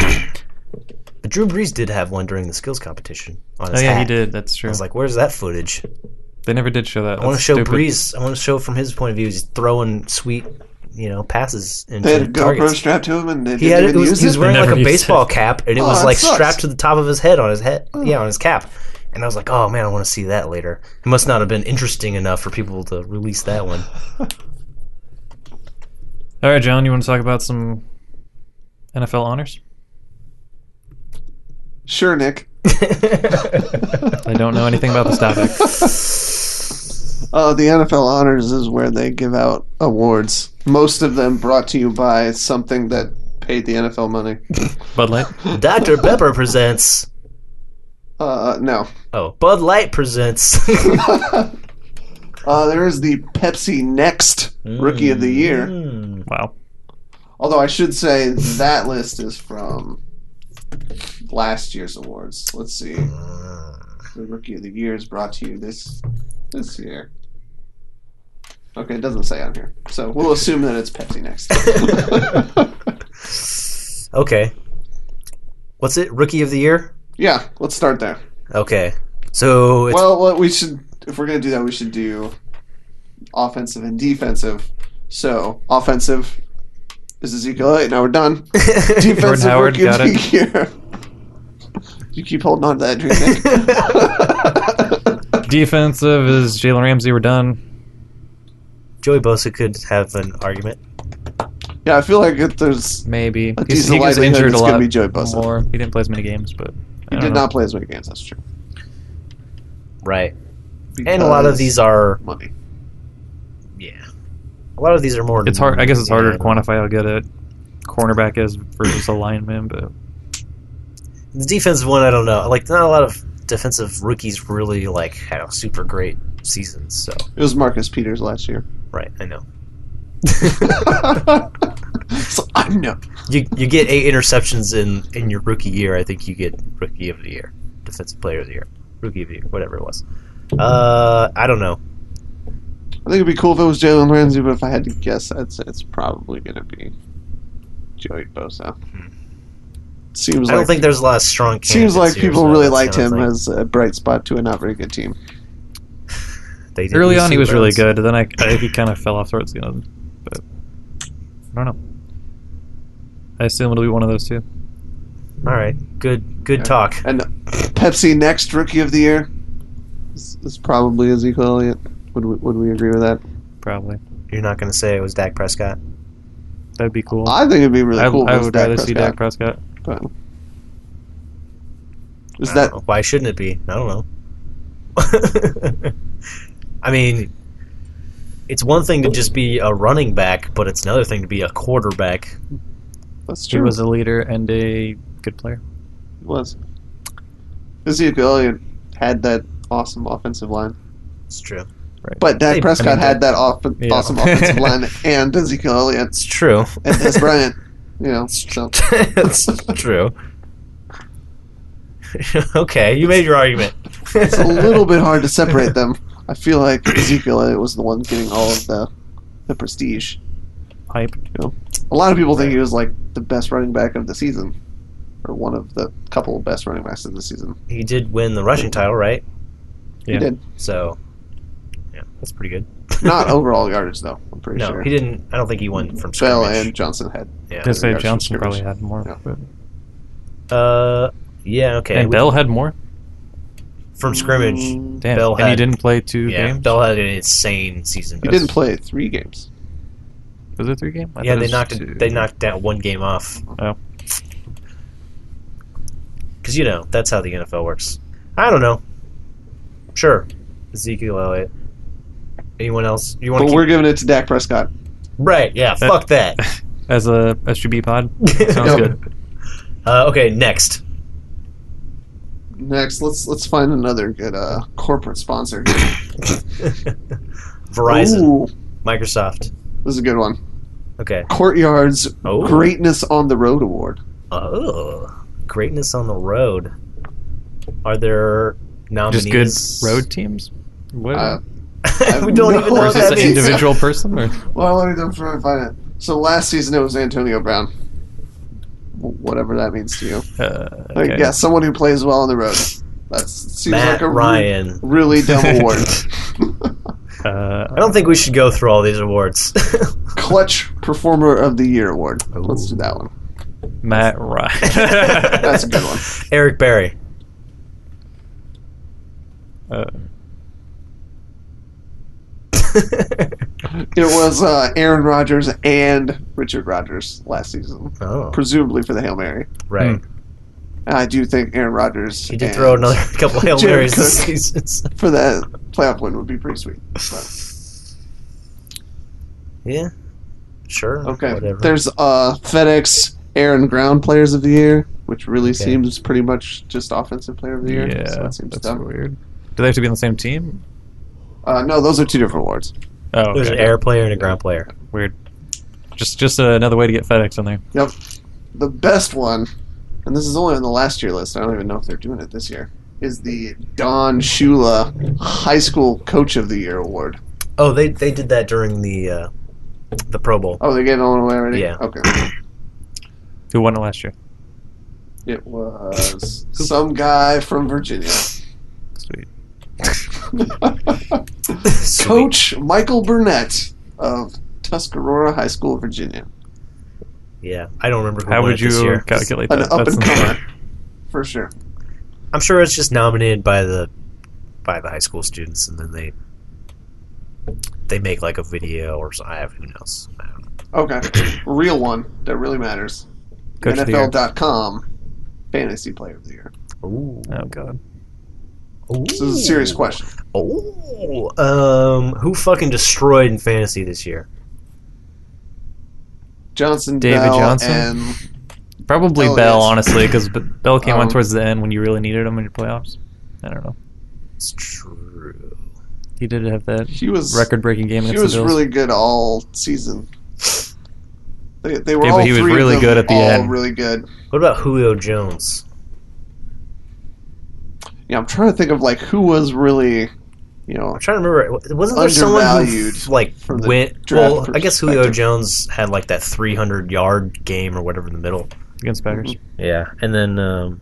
A: but Drew Brees did have one during the skills competition on
C: Oh
A: his
C: yeah, he
A: hat.
C: did. That's
A: I
C: true.
A: was like, "Where's that footage?
C: they never did show that.
A: I want to
C: That's
A: show
C: stupid.
A: Brees. I want to show from his point of view. He's throwing sweet you know, passes into
B: They had a GoPro
A: targets.
B: strapped to him and they
A: He
B: didn't
A: had it
B: even
A: was,
B: use
A: he was
B: it.
A: wearing like
C: Never
A: a
C: used
A: baseball cap, and it
B: Oh,
A: was
B: that
A: like
B: sucks. Oh.
A: strapped to the top of his head on his head. Yeah, on his cap. And I was like, oh man, I want to see that later. It must not have been interesting enough for people to release that
B: <laughs>
A: one.
C: All right, John, you want to talk about some NFL honors?
B: Sure, Nick.
C: I don't know anything about this <laughs> topic.
B: Uh, the NFL Honors is where they give out awards. Most of them brought to you by something that paid the NFL money.
C: Bud Light.
A: Dr. Pepper presents.
B: Uh, no. <laughs>
A: Oh, Bud Light presents.
B: Uh, there is the Pepsi Next <laughs> Rookie of the Year.
A: Hmm.
C: Wow.
B: Although I should say that list is from last year's awards. Let's see. The Rookie of the Year is brought to you this this year. Okay, it doesn't say on here. So
C: <laughs>
B: we'll assume that it's Pepsi Next.
A: Okay. What's it? Rookie of the year?
B: yeah, let's start there.
A: Okay. So it's
B: Well, what we should, if we're gonna do that, we should do offensive and defensive. So offensive is Ezekiel Elliott. Now we're
A: <laughs>
B: done.
C: <laughs> Jordan
B: Defensive
C: Howard
B: rookie of
C: got
B: the
C: it.
B: year. You keep holding on to that dream.
C: <laughs>
B: Nick.
C: Defensive is Jalen Ramsey. We're done.
A: Joey Bosa could have an argument.
B: <laughs> yeah, I feel like if there's
C: Maybe.
B: A
C: He's,
B: decent
C: he was
B: likelihood
C: injured
B: it's
C: a
B: gonna
C: lot
B: be Joey Bosa.
C: more. He didn't play as many games, but I
B: he
C: don't
B: did
C: know.
B: not play as many games. That's true.
A: Right. And a lot of
B: Because
A: these are
B: money.
A: yeah. A lot of these are more
C: It's hard. I guess it's harder to
A: Yeah.
C: quantify how good a cornerback is versus a lineman, but
A: The defensive one, I don't know. Like, not a lot of defensive rookies really like had a super great season. So,
B: It was Marcus Peters last
C: <laughs>
B: year.
A: right, I
B: <laughs>
A: know.
B: so I know.
A: You you get eight interceptions in in your rookie year. I think you get rookie of the year, defensive player of the year, rookie of the year, whatever it was. Uh, I don't know.
B: I think it'd be cool if it was Jalen Ramsey, but if I had to guess, I'd say it's probably going to be Joey Bosa.
C: Hmm.
B: Seems
A: I don't
B: like
A: think there's a lot of strong.
B: seems
A: candidates
B: like
A: here,
B: people
A: so
B: really
A: that's
B: liked
A: kinda
B: him
A: like
B: as a bright spot to a not very good team.
A: they did
C: early
A: lose
C: on he
A: two
C: was really
A: rounds.
C: good. Then I, I he kind of fell off towards the end. But I don't know. I assume it'll be one of those two.
A: All right, good good
B: Yeah.
A: talk.
B: And Pepsi next rookie of the year is, is probably Ezekiel Elliott. Would we, would we agree with that?
C: Probably
A: You're not going to say it was Dak Prescott.
C: that'd be cool.
B: I think it'd be really
C: I,
B: cool. if
C: I
B: it was
C: would
B: Dak
C: rather see
B: Prescott,
C: Dak Prescott.
B: but- Is
A: I
B: that
A: don't know. why shouldn't it be? I don't know. <laughs> I mean, it's one thing to just be a running back, but it's another thing to be a quarterback.
B: that's
C: He
B: true?
C: was a leader and a good player.
B: was. Ezekiel Elliott had that awesome offensive line.
A: It's true.
B: But Dak
A: Hey,
B: Prescott
C: I mean,
B: had that off-
C: Yeah.
B: awesome
A: <laughs>
B: offensive line and Ezekiel Elliott
A: It's true.
B: and Des Bryant. You know, so
A: <laughs> it's true. <laughs> okay, you made your argument.
B: it's
A: <laughs>
B: a little bit hard to separate them. I feel like Ezekiel Elliott was the one getting all of the the prestige.
C: Hype.
B: A lot of people think he was like the best running back of the season, or one of the couple best running backs of the season.
A: He did win the rushing title, right?
B: He
C: Yeah.
B: did
A: So, yeah, that's pretty good. <laughs>
B: not overall yardage though. I'm pretty
A: No,
B: sure.
A: he didn't. I don't think he won from
B: Bell
A: scrimmage.
B: and Johnson had.
A: Yeah.
C: Just say
B: yards from
C: Johnson
B: scrimmage.
C: probably had more.
B: Yeah.
C: but-
A: Uh, yeah. Okay.
C: and
A: we-
C: Bell had more.
A: from scrimmage.
B: Mm,
C: Damn.
A: Bell
C: and he
A: had-
C: didn't play two
A: Yeah,
C: games.
A: Bell had an insane season.
B: He didn't play three games.
C: Was it three games?
A: Yeah, they knocked they knocked that one game off.
C: Oh.
A: Because you know that's how the NFL works. I don't know. Sure, Ezekiel Elliott. Anyone else? You want
B: But
A: to?
B: we're giving it to Dak Prescott.
A: Right? Yeah. Fuck that.
C: as a
A: <laughs>
C: SGB pod. Sounds
B: Yep.
C: good.
A: Uh, okay. Next. <laughs>
B: Next, let's let's find another good uh, corporate sponsor.
A: Verizon,
B: Ooh,
A: Microsoft.
B: this is a good one.
A: Okay.
B: Courtyard's
A: Oh.
B: Greatness on the Road Award.
A: Oh, greatness on the road. Are there
C: Just
A: nominees?
C: good road teams. What?
B: Uh,
A: <laughs> we don't
B: No,
A: even know
B: or
A: what
C: Is this
A: that
C: an
B: means-
A: is.
C: individual person?
B: <laughs>
C: Or?
B: Well, let me go for find it. So last season it was Antonio Brown. W- Whatever that means to you.
C: Uh,
B: Like,
C: okay.
B: yeah, someone who plays well on the road. That seems
A: Matt
B: like a re-
A: Ryan.
B: really
A: <laughs>
B: dumb award. <laughs>
C: Uh,
A: <laughs> I don't think we should go through all these awards.
B: Clutch Performer of the Year award.
A: Ooh.
B: Let's do that one.
C: Matt Ryan.
A: <laughs>
B: That's a good one.
A: Eric Berry. <laughs>
C: Uh,
B: It was uh, Aaron Rodgers and Richard Rodgers last season,
A: oh,
B: presumably for the Hail Mary.
A: right.
B: I do think Aaron Rodgers
A: He did
B: Hmm. and-
A: throw another <laughs> couple hail
B: Jared
A: marys this
B: Cook.
A: season. so-
B: <laughs> for that playoff win would be pretty sweet. But,
A: <laughs> Yeah. Sure.
B: okay,
A: Whatever.
B: there's uh, FedEx Air and Ground Players of the Year, which really
A: Okay.
B: seems pretty much just Offensive Player of the Year.
C: yeah,
B: so that
C: that's
B: seems dumb.
C: weird. Do they have to be on the same team?
B: Uh, no, those are two different awards.
C: Oh,
A: There's an
C: okay.
A: air player and a ground player.
C: Weird. Just just uh, another way to get FedEx on there.
B: The best one, and this is only on the last year list. I don't even know if they're doing it this year. Is the Don Shula High School Coach of the Year award?
A: Oh, they they did that during the uh, the Pro
B: <laughs>
A: Bowl.
B: Oh, they gave it all away already.
A: Yeah.
B: Okay.
C: Who won it last year?
B: It was some guy from Virginia. <laughs>
C: Sweet.
A: Sweet.
B: Coach Michael Burnett of Tuscarora High School, Virginia.
A: Yeah, I don't remember. Who
C: How
A: won
C: would
A: it this
C: you
A: year.
C: calculate
B: An
C: that?
B: up and
C: That's- <laughs>
B: comer, for sure.
A: I'm sure it's just nominated by the by the high school students, and then they they make like a video or something. I have who knows. I don't know.
B: Okay. Real one that really matters.
C: Coach of the year.
B: NFL.com Fantasy Player of the Year.
A: Ooh.
C: Oh god.
B: This is a serious question.
A: Oh, um, who fucking destroyed in fantasy this year?
B: Johnson,
C: David
B: Bell,
C: Johnson?
B: and
C: Probably
B: Bell
C: Bell,
B: is.
C: honestly, 'cause honestly, because Bell came on
B: Um,
C: towards the end when you really needed him in your playoffs. I don't know.
A: It's true.
C: He did have that
B: he was
C: record-breaking game
B: He
C: against
B: was
C: the Bills.
B: really good all season. They, they were
C: Yeah,
B: all
C: but he was
B: three of
C: really
B: them
C: good at the
B: all
C: end.
B: really good.
A: What about Julio Jones?
B: Yeah, I'm trying to think of like who was really, you know,
A: I'm trying to remember. Wasn't there someone who
B: Undervalued
A: like
B: from the
A: went?
B: draft
A: Well, I guess Julio
B: perspective.
A: Jones had like that 300 yard game or whatever in the middle.
C: against Packers.
A: Yeah, and then um,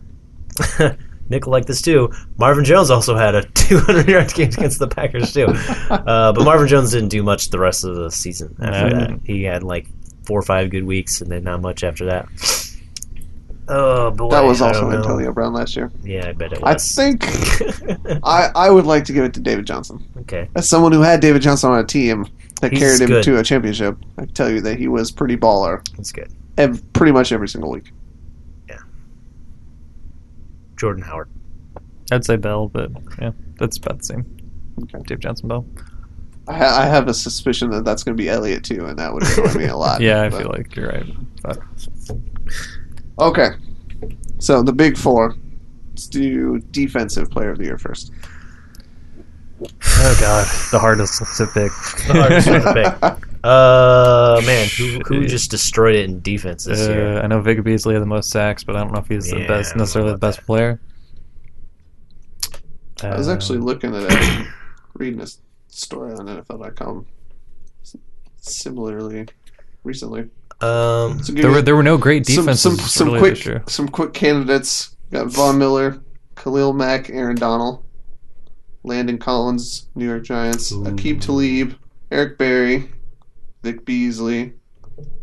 A: <laughs> Nick will like this too. Marvin Jones also had a <laughs> 200 yard game against the Packers
B: <laughs>
A: too, uh, but Marvin Jones didn't do much the rest of the season. After
C: No, he
A: that, he had like four or five good weeks, and then not much after that. Oh boy,
B: that was
A: I
B: also
A: don't know.
B: Antonio Brown last year.
A: Yeah, I bet it
B: I
A: was. <laughs>
B: think I, I would like to give it to David Johnson.
A: okay,
B: As someone who had David Johnson on a team that
A: He's
B: carried him
A: good.
B: to a championship, I can tell you that he was pretty baller
A: that's good.
B: ev- pretty much every single week.
A: Jordan Howard.
C: I'd say Bell, but yeah, that's about the same.
B: Mm-hmm. Okay.
C: Dave Johnson Bell.
B: I, ha- I have a suspicion that that's going to be Elliott too, and that would annoy
C: <laughs>
B: me a lot.
C: Yeah, I
B: but-
C: feel like you're right. But
B: Okay. So the big four. Let's do defensive player of the year
C: <laughs>
B: first.
A: Oh god,
C: the hardest to pick.
A: The hardest
B: <laughs>
A: one to pick. Uh, man, who, who
C: Shit.
A: just destroyed it in defense this year?
C: Uh, I know Vic Beasley had the most sacks, but I don't know if he's
A: Yeah,
C: the
A: I
C: best
A: don't know
C: necessarily the
A: about
C: best player.
B: I was
C: Uh,
B: actually looking at it, reading a s- story on NFL.com s- similarly recently.
A: Um,
B: So give
C: there
B: you
C: were there were no great
B: some
C: defenses
B: some, some
C: really
B: quick
C: this year.
B: some quick candidates. Got Von Miller, Khalil Mack, Aaron Donald, Landon Collins, New York Giants,
A: Ooh.
B: Akib Talib, Eric Berry, Vic Beasley,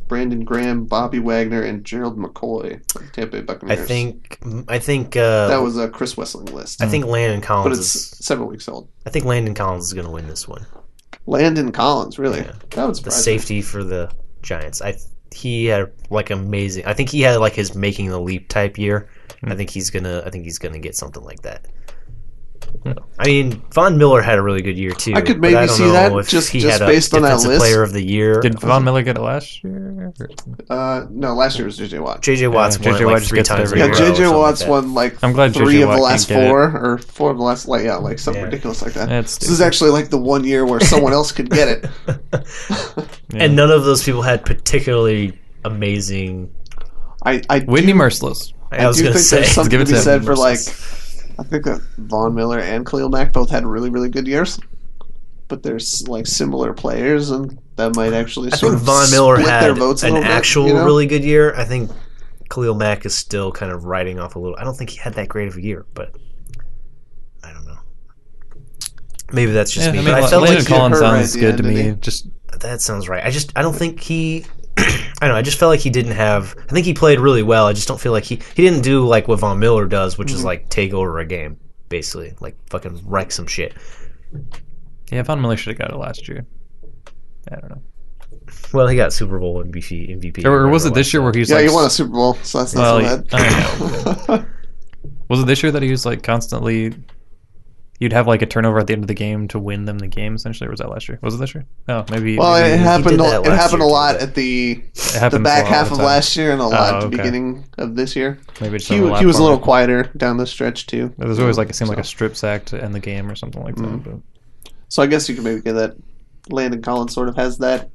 B: Brandon Graham, Bobby Wagner, and Gerald McCoy, of Tampa Bay
A: I
B: Buccaneers.
A: think I think uh,
B: that was a Chris Wessling list,
A: I think Landon
B: but
A: Collins
B: it's
A: is
B: seven weeks old.
A: I think Landon Collins is going to win this one.
B: Landon Collins, really?
A: Yeah.
B: That was
A: The
B: surprising.
A: safety for the Giants. I he had like amazing. I think he had like his making the leap type year. I think he's gonna. I think he's gonna get something like that.
C: Hmm.
A: I mean, Von Miller had a really good year too.
B: I could
A: but
B: maybe
A: I don't
B: see
A: know
B: that
A: if
B: just-
A: he
B: just
A: had a
B: based on that
A: defensive
B: list.
A: Player of the year.
C: Did Von Miller get it last year?
B: Uh, no, last year was JJ Watt.
A: JJ Watts
C: Yeah,
A: won
C: J.J.
A: it like
C: Watt just
A: three
C: gets it
A: times. in
C: every
A: a
B: Yeah,
C: year.
A: row or
B: JJ
A: something
B: Watts
A: like that.
B: won like
C: I'm glad
B: three
C: JJ
B: of
C: Watt
B: the
C: can't
B: last
C: get it.
B: four or four of the last like yeah, like something
A: Yeah.
B: ridiculous like that.
C: That's
B: this is
C: stupid.
B: actually like the one year where someone else could get it.
C: Yeah.
A: <laughs> And none of those people had particularly amazing.
B: I I
C: Whitney
B: do,
C: Merciless.
A: I,
B: I
A: was
B: do
A: going to
B: think
A: say.
B: there's something
C: give it
B: to be
C: to him.
B: said for like I think that Von Miller and Khalil Mack both had really really good years, but there's like similar players and that might actually
A: I
B: sort
A: think
B: of
A: Von Miller
B: split their
A: had
B: votes a
A: an
B: little bit,
A: actual
B: you know?
A: really good year. I think Khalil Mack is still kind of riding off a little. I don't think he had that great of a year, but I don't know. Maybe that's just
C: Yeah,
A: me.
C: I mean,
A: but I
C: like,
A: felt
C: Landon
A: like
B: Collins-
C: Collins
B: hurt right
C: sounds
B: at the
C: good to
B: end,
C: me.
B: didn't
C: Just
A: that sounds right. I just I don't think he <clears throat> I don't know. I just felt like he didn't have. I think he played really well. I just don't feel like he he didn't do like what Von Miller does, which
C: Mm-hmm.
A: is like take over a game basically, like fucking wreck some shit.
C: Yeah, Von Miller should have got it last year. I don't know.
A: Well, he got Super Bowl MVP. MVP
C: Or, or was it this year where he's
B: yeah,
C: like
B: you won a Super Bowl, so that's not
C: Well,
B: so bad. <laughs>
C: Was it this year that he was like constantly? You'd have like a turnover at the end of the game to win them the game. Essentially, or was that last year? Was it this year? Oh, maybe.
B: well,
C: maybe
B: it happened.
A: did
B: A,
A: that
B: it
A: last
B: happened a
A: year, too,
B: lot
A: but-
B: at the
C: it happens
B: the
C: a
B: back
C: lot
B: half
C: the
B: of
C: time.
B: last year and a
A: Oh,
B: lot at the
C: okay.
B: beginning of this year.
C: Maybe it's
B: He,
C: on the
B: he was a
C: lap
B: little
C: format.
B: quieter down the stretch too.
C: There's always like it seemed like a strip sack to end the game or something like that.
B: Mm.
C: But
B: So I guess you could maybe get that. Landon Collins sort of has that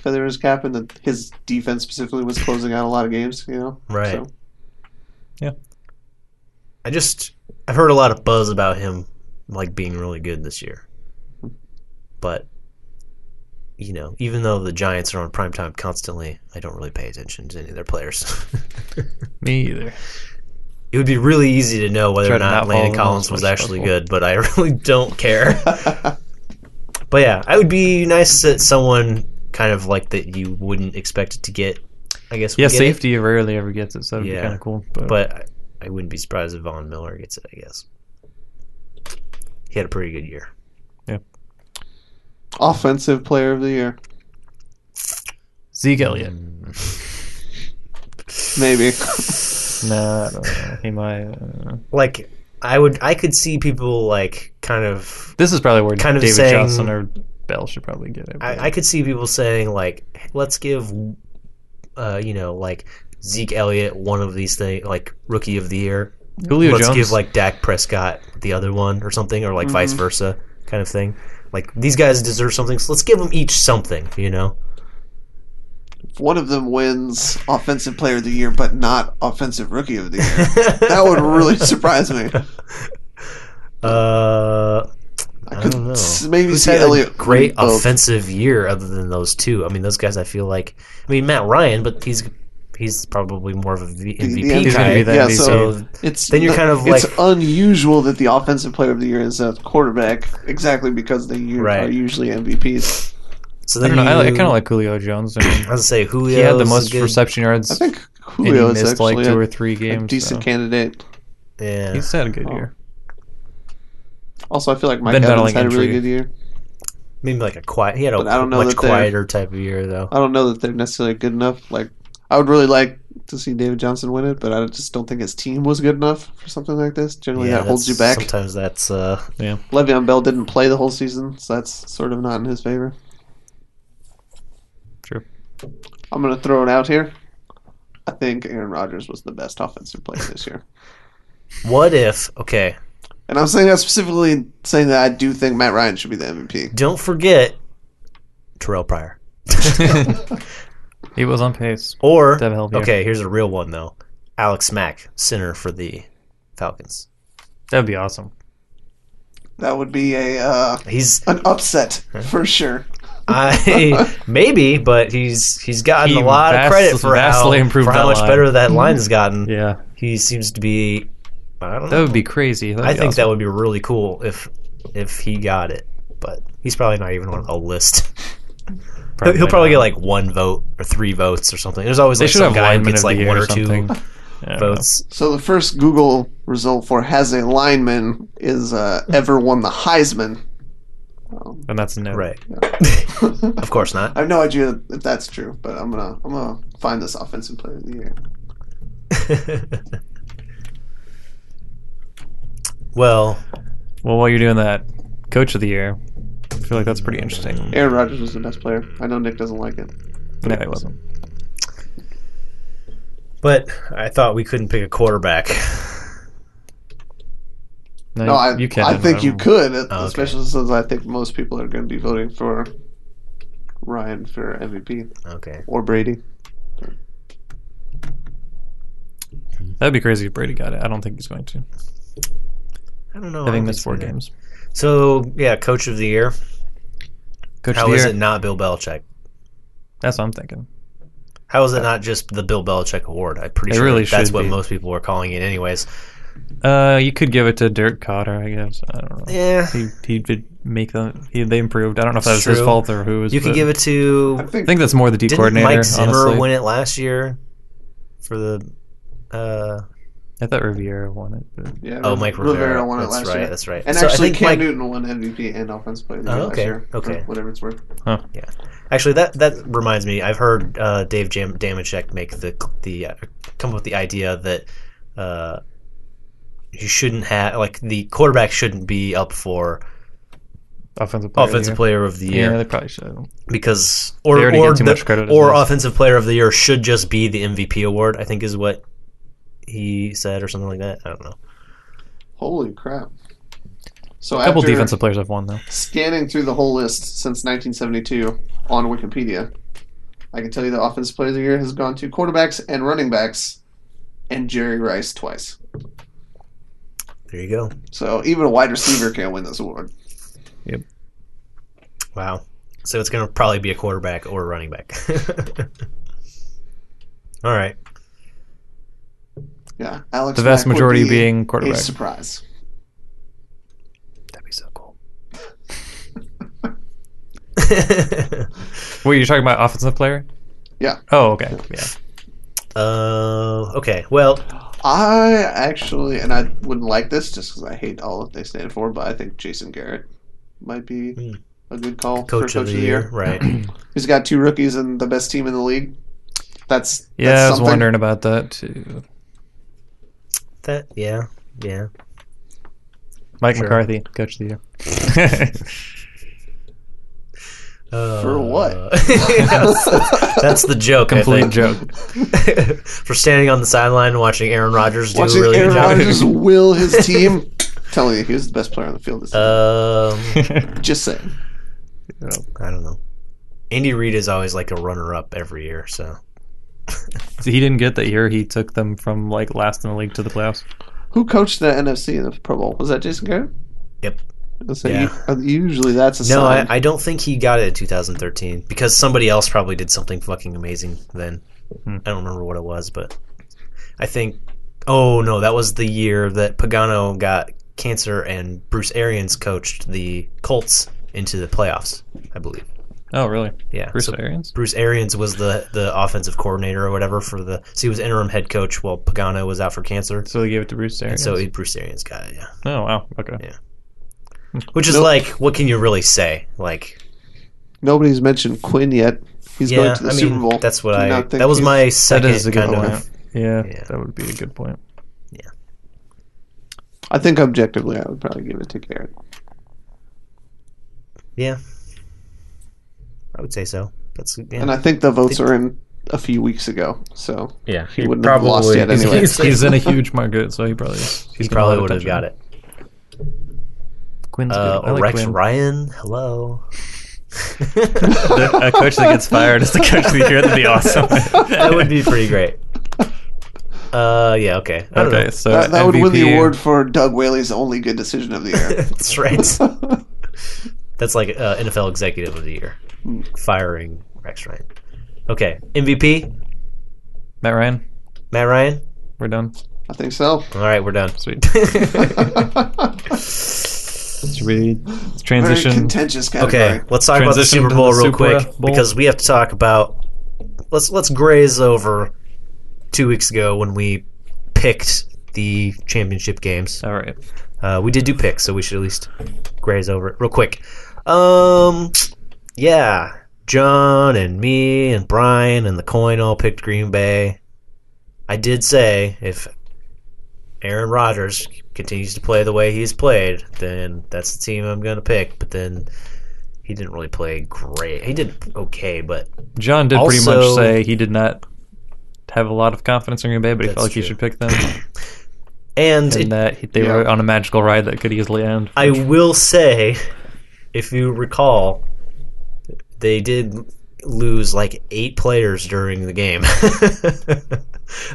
B: feather in his cap, and that his defense specifically was closing out a lot of games. You know,
A: Right.
B: So,
A: I just I've heard a lot of buzz about him like being really good this year. But you know, even though the Giants are on prime time constantly, I don't really pay attention to any of their players. <laughs>
C: me either.
A: it would be really easy to know whether
C: Try
A: or
C: to
A: not
C: not
A: Landon
C: follow them
A: Collins
C: as
A: was
C: much as
A: actually
C: possible.
A: good, but I <laughs> really don't care. <laughs> but yeah, I would be nice that someone kind of like that you wouldn't expect it to get. I guess would
C: Yeah,
A: get it,
C: safety rarely ever gets it, so it'd
A: Yeah.
C: be kind of cool.
A: but I, I wouldn't be surprised if Von Miller gets it. I guess he had a pretty good year.
B: <laughs> offensive player of the year,
C: Zeke Elliott,
A: Mm.
B: maybe.
C: nah, I don't know. he might. I don't know.
A: Like I would, I could see people like kind of
C: This is probably where
A: Kind of
C: David
A: saying-
C: Johnson or Bell should probably get it. but-
A: I, I could see people saying like, let's give, uh, you know, like Zeke Elliott one of these things, like rookie of the year.
C: Julio
A: let's
C: Jones,
A: give like Dak Prescott the other one or something, or like vice versa kind of thing. Like these guys deserve something, so let's give them each something. You know,
B: If one of them wins offensive player of the year, but not offensive rookie of the year, <laughs> that would really surprise me.
A: uh,
B: I
A: I
B: could
A: don't know.
B: s- maybe
A: Who's
B: see
A: had
B: Elliott
A: a great
B: win both.
A: offensive year other than those two? I mean, those guys. I feel like, I mean, Matt Ryan, but he's he's probably more of a v- MVP
C: He's gonna
A: guy.
C: be the
B: Yeah,
C: MVP.
B: so
A: So
B: it's
A: Then you're
B: not-
A: kind of
B: it's
A: like-
B: unusual that the offensive player of the year is a quarterback exactly because they u-
A: Right.
B: are usually MVPs.
A: so
C: I
A: then
C: don't know. I,
A: you-
C: like- I kind of like Julio Jones.
B: <laughs>
C: I mean,
A: I was gonna say Julio.
C: he had the most reception yards.
B: I think
C: and he
B: Julio is
C: missed
B: actually
C: like two
B: a,
C: or three
B: a
C: games.
B: decent
C: so.
B: candidate.
A: Yeah,
C: He's had a good
B: Oh.
C: year.
B: Also, I feel like Mike
C: Ben
B: Evans
C: Donnelly
B: had a really
C: injury.
B: good year.
A: maybe like a quiet. He had a
B: But I don't know
A: much
B: that they're-
A: quieter type of year though.
B: I don't know that they're necessarily good enough. Like, I would really like to see David Johnson win it, but I just don't think his team was good enough for something like this. Generally,
A: Yeah,
B: that holds you
A: that's-
B: back.
A: Sometimes that's uh,
B: Le'Veon Bell didn't play the whole season, so that's sort of not in his favor.
C: Sure.
B: I'm going to throw it out here. I think Aaron Rodgers was the best offensive player this year.
A: what if? Okay,
B: And I'm saying that specifically saying that I do think Matt Ryan should be the MVP.
A: don't forget Terrell Pryor.
B: Oh. <laughs>
C: He was on pace.
A: Or
C: That'll help you.
A: okay, here's a real one though. Alex Mack, center for the Falcons.
C: That'd be awesome.
B: That would be a uh,
A: He's
B: an upset for sure.
A: I maybe, but he's he's gotten
C: He
A: a lot
C: vast-
A: of credit for how,
C: vastly improved
A: for how
C: that
A: much
C: line.
A: better that line has gotten.
C: Yeah,
A: He seems to be. I don't know.
C: that would be crazy. That'd
A: I
C: be
A: think
C: awesome.
A: that would be really cool if if he got it, but he's probably not even on the list. <laughs> He'll, he'll probably
C: not.
A: get like one vote or three votes or something. There's always
C: They
A: like
C: should
A: some
C: have
A: guy who
C: lineman
A: gets
C: of the
A: like
C: year
A: one
C: or
A: or two
C: something.
A: <laughs>
C: I don't know.
A: votes.
B: So the first Google result for has a lineman is uh, ever won the Heisman. Um,
C: and that's no.
A: Right. <laughs> of course not.
B: <laughs> I have no idea if that's true, but I'm gonna I'm gonna find this offensive player of the year.
A: well,
C: Well, while you're doing that, coach of the year. I feel like that's pretty interesting.
B: Aaron Rodgers was the best player. I know Nick doesn't like it.
C: No, it wasn't.
A: but I thought we couldn't pick a quarterback. <laughs>
B: No, I,
C: you can.
B: I think you
C: um,
B: could,
A: Oh, okay.
B: especially since I think most people are going to be voting for Ryan for MVP
A: Okay.
B: or Brady.
C: That'd be crazy if Brady got it. I don't think he's going to.
A: I don't know. Oh, I
C: Having
A: don't
C: missed
A: think
C: four
A: so.
C: games.
A: So yeah, coach of the year.
C: Coach of
A: How
C: the
A: is
C: year.
A: it not Bill Belichick?
C: That's what I'm thinking.
A: How is it not just the Bill Belichick Award? I'm pretty
C: Uh, It
A: sure
C: really
A: that's
C: should
A: what
C: be.
A: most people are calling it, anyways.
C: Uh, you could give it to Dirk Cotter, I guess. I don't know.
A: Yeah,
C: He he did make them. He, they improved. I don't know if that was
A: That's
C: his
A: true.
C: fault or whose.
A: You could
C: but
A: give it to
B: I
C: I
B: think
C: think that's more the D
A: didn't
C: coordinator.
A: Mike Zimmer
C: honestly.
A: win it last year for the. Uh,
C: I thought Riviera won it. but-
B: yeah,
A: oh, Mike Rivera.
B: Rivera won it
A: that's
B: last
A: right.
B: year.
A: That's right.
B: And
A: So I
B: actually,
A: think
B: Cam
A: Mike-
B: Newton won MVP and Offensive Player of the
A: Oh,
B: Year
A: okay,
B: last year. or
A: okay.
B: whatever it's worth.
A: Actually, that that reminds me. I've heard uh, Dave Jam- Damashek make the the uh, come up with the idea that uh, you shouldn't have like the quarterback shouldn't be up for
C: Offensive player. of the
A: offensive
C: year.
A: player of the year
C: Yeah, they probably should.
A: because
C: They
A: or
C: already
A: or,
C: get too
A: the-
C: much credit. as
A: or
C: well.
A: offensive player of the year should just be the MVP award. I think is what he said or something like that. I don't know.
B: Holy crap! So
C: A couple
B: after
C: defensive players have won though.
B: scanning through the whole list since 1972 on Wikipedia, I can tell you the Offensive Player of the Year has gone to quarterbacks and running backs, and Jerry Rice twice.
A: There you go.
B: So even a wide receiver can't win this award.
A: Wow. So it's going to probably be a quarterback or a running back. <laughs> All right. <laughs>
B: Yeah, Alex.
C: The vast
B: Mack would
C: majority
B: be
C: being
B: a
C: quarterback.
B: surprise.
C: That'd be so cool. Wait, you're talking about offensive player?
B: Yeah.
C: Oh, okay. Yeah.
A: uh, okay. Well,
B: I actually, and I wouldn't like this just because I hate all that they stand for, but I think Jason Garrett might be
A: Hmm.
B: a good call
A: coach,
B: for
A: of, the year,
B: <clears throat>
A: right?
B: He's got two rookies and the best team in the league. That's
C: Yeah,
B: that's
C: I was
B: something. <laughs>
C: wondering about that too.
A: that yeah, yeah.
C: Mike
A: Sure.
C: McCarthy, coach of
A: <laughs>
C: the year.
A: Uh,
B: For what? <laughs>
A: that's, <laughs> that's the joke.
C: Complete
A: Complete
C: joke.
A: joke. <laughs> for standing on the sideline and watching Aaron Rodgers do
B: Watching
A: a really
B: Aaron
A: good
B: Rodgers
C: <laughs>
B: will his team. telling you, he was the best player on the field. This
A: job. <laughs> Um,
B: season. just saying.
A: I don't know. Andy Reid is always like a runner-up every year, so
C: <laughs> So he didn't get that year. He took them from like last in the league to the playoffs.
B: Who coached the NFC in the Pro Bowl? Was that Jason Garrett?
A: Yep.
B: I say,
A: Yeah.
B: u- uh, usually that's a
A: No, I,
B: sign.
A: I don't think he got it in 2013 because somebody else probably did something fucking amazing then.
C: Hmm.
A: I don't remember what it was, but I think. Oh no, that was the year that Pagano got cancer and Bruce Arians coached the Colts into the playoffs. I believe.
C: Oh, really?
A: Yeah.
C: Bruce
A: so
C: Arians?
A: Bruce Arians was the the offensive coordinator or whatever for the. So he was interim head coach while Pagano was out for cancer.
C: So they gave it to Bruce
A: And
C: Arians.
A: so he, Bruce Arians got it. Yeah.
C: oh wow. Okay.
A: Yeah. Which is
B: Nope.
A: like, what can you really say? Like.
B: Nobody's mentioned Quinn yet. He's going to the
A: I
B: Super
A: mean,
B: Bowl.
A: That's what
B: Do
A: I.
B: not think
A: That was
B: he's-
A: my
C: That
A: second
C: is a good
A: kind
C: point.
A: of.
C: Yeah,
A: Yeah.
C: that would be a
A: <laughs>
C: good point.
B: I think objectively, I would probably give it to Garrett.
A: Yeah, I would say so. That's yeah.
B: And I think the votes are in a few weeks ago. So
A: yeah.
B: he wouldn't have lost yet
C: He's,
B: Anyway.
C: he's- he's in a huge market, so he probably is.
A: He
C: He's gonna
A: probably
C: have
A: would have
C: attention.
A: got it.
C: Quinn's
A: Uh,
C: good. I
A: or
C: like
A: Rex
C: Quinn.
A: Ryan.
C: <laughs>
A: Hello.
C: The- <laughs> a
A: <laughs>
C: coach that gets fired is the coach of the year. That'd be awesome.
A: that would be pretty great. Uh, yeah. Okay. I don't
C: <laughs> okay.
A: know.
C: So
B: that, that would
C: MVP,
B: win the award for Doug Whaley's only good decision of the
A: <laughs>
B: year. <laughs>
A: That's right. That's like uh, NFL Executive of the Year, firing Rex Ryan. Okay, MVP
C: Matt Ryan.
A: Matt Ryan.
C: We're done.
B: I
A: <laughs>
B: think so.
A: All right, we're done.
C: Sweet. Should we
B: Very
C: transition?
B: contentious category.
A: Okay, let's talk about the
C: Transition
A: Super
C: to
A: Bowl
C: the
A: real
C: Super
A: quick
C: Bowl.
A: because we have to talk about. Let's let's graze over two weeks ago when we picked the championship games.
C: All right.
A: Uh, we did do picks, so we should at least graze over it real quick. Um, yeah, John and me and Brian and the coin all picked Green Bay. I did say if Aaron Rodgers continues to play the way he's played, then that's the team I'm going to pick. But then he didn't really play great. He did okay, but
C: John did pretty much
A: Also-
C: say he did not have a lot of confidence in Green Bay, but he
A: That's
C: felt like he
A: true. <laughs>
C: should pick them,
A: and it-
C: and that he- they were
B: Yeah.
C: on a magical ride that could easily end.
A: I will say, if you recall, they did lose like eight players during the game. <laughs> that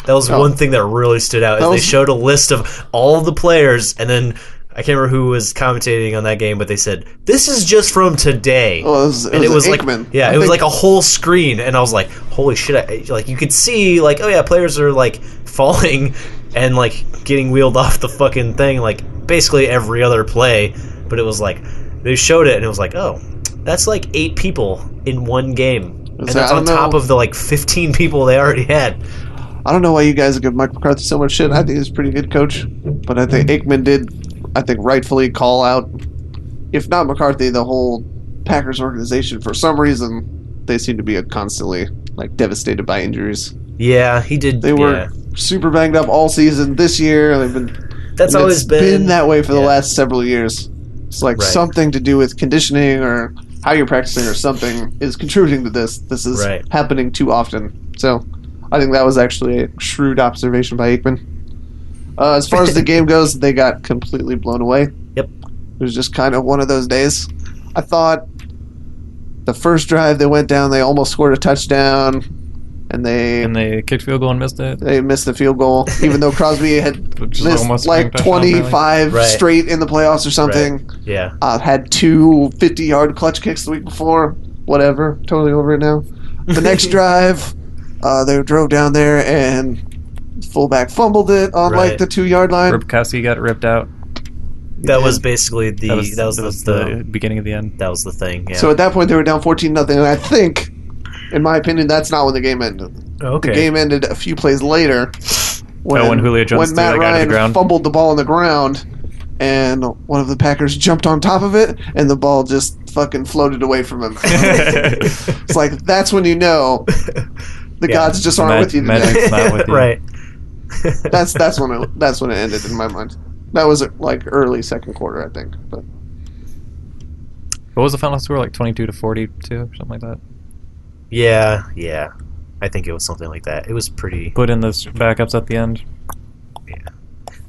A: was
B: Oh.
A: one thing that really stood out. Is
B: That
A: they
B: was-
A: showed a list of all the players, and then I can't remember who was commentating on that game, but they said this is just from today.
B: Well, it was, it
A: And
B: was,
A: it was like,
B: Aikman.
A: yeah,
B: I
A: it was like
B: think-
A: a whole screen, and I was like, holy shit! I, like you could see, like, oh yeah, players are like <laughs> falling and like getting wheeled off the fucking thing, like basically every other play. But it was like, They showed it, and it was like, oh, that's like eight people in one game, and
B: So,
A: that's
B: I
A: on
B: don't
A: top
B: know.
A: of the like fifteen <laughs> people they already had.
B: I don't know why you guys give Mike McCarthy so much shit. I think he's a pretty good coach, but I think Aikman did, I think rightfully call out, if not McCarthy, the whole Packers organization. For some reason, they seem to be constantly like devastated by injuries.
A: Yeah, he did.
B: They were super banged up all season this year. They've been
A: yeah. That's
B: and
A: always been,
B: that way for the
A: yeah.
B: last several years. It's like
A: Right.
B: something to do with conditioning or how you're practicing or something is contributing to this. This is
A: Right.
B: happening too often. So I think that was actually a shrewd observation by Aikman. Uh, as far
A: <laughs>
B: as the game goes, they got completely blown away.
A: Yep.
B: It was just kind of one of those days. I thought the first drive they went down, they almost scored a touchdown, and they
C: and they kicked field goal and missed it.
B: they missed the field goal,
A: <laughs>
B: even though Crosby had
C: Which is
B: missed
C: almost a
B: like
C: game touchdown, really.
B: 25
A: Right.
B: straight in the playoffs or something.
A: Yeah,
B: Uh, had two 50 yard clutch kicks the week before. Whatever. Totally over
A: <laughs>
B: it now. The next drive, uh, they drove down there and fullback fumbled it on like
A: Right.
B: the two yard line.
C: Ripkowski got ripped out.
A: that was basically the
C: That was,
A: that was,
C: that was
A: the,
C: the beginning of the end.
A: that was the thing. Yeah.
B: So at that point, they were down 14 nothing, and I think. In my opinion, that's not when the game ended. The
C: Okay. Oh,
B: game ended a few plays later when,
C: when Julio Jones
B: when
C: threw
B: Matt
C: that guy to the
B: Ryan
C: ground.
B: fumbled the ball on the ground, and one of the Packers jumped on top of it, and the ball just fucking floated away from
C: <laughs>
B: him. <laughs>
A: <laughs>
B: It's like that's when you know the
A: Yeah.
B: gods just aren't
C: Mag-
B: with you today.
C: magic. It's
A: <laughs>
C: not with you.
A: right.
B: <laughs> That's that's when it that's when it ended in my mind. That was like early second quarter, I think. But
C: what was the final score? Like twenty-two to forty-two, or something like that.
A: <laughs> yeah, yeah. I think it was something like that. It was pretty.
C: Put in those backups at the end.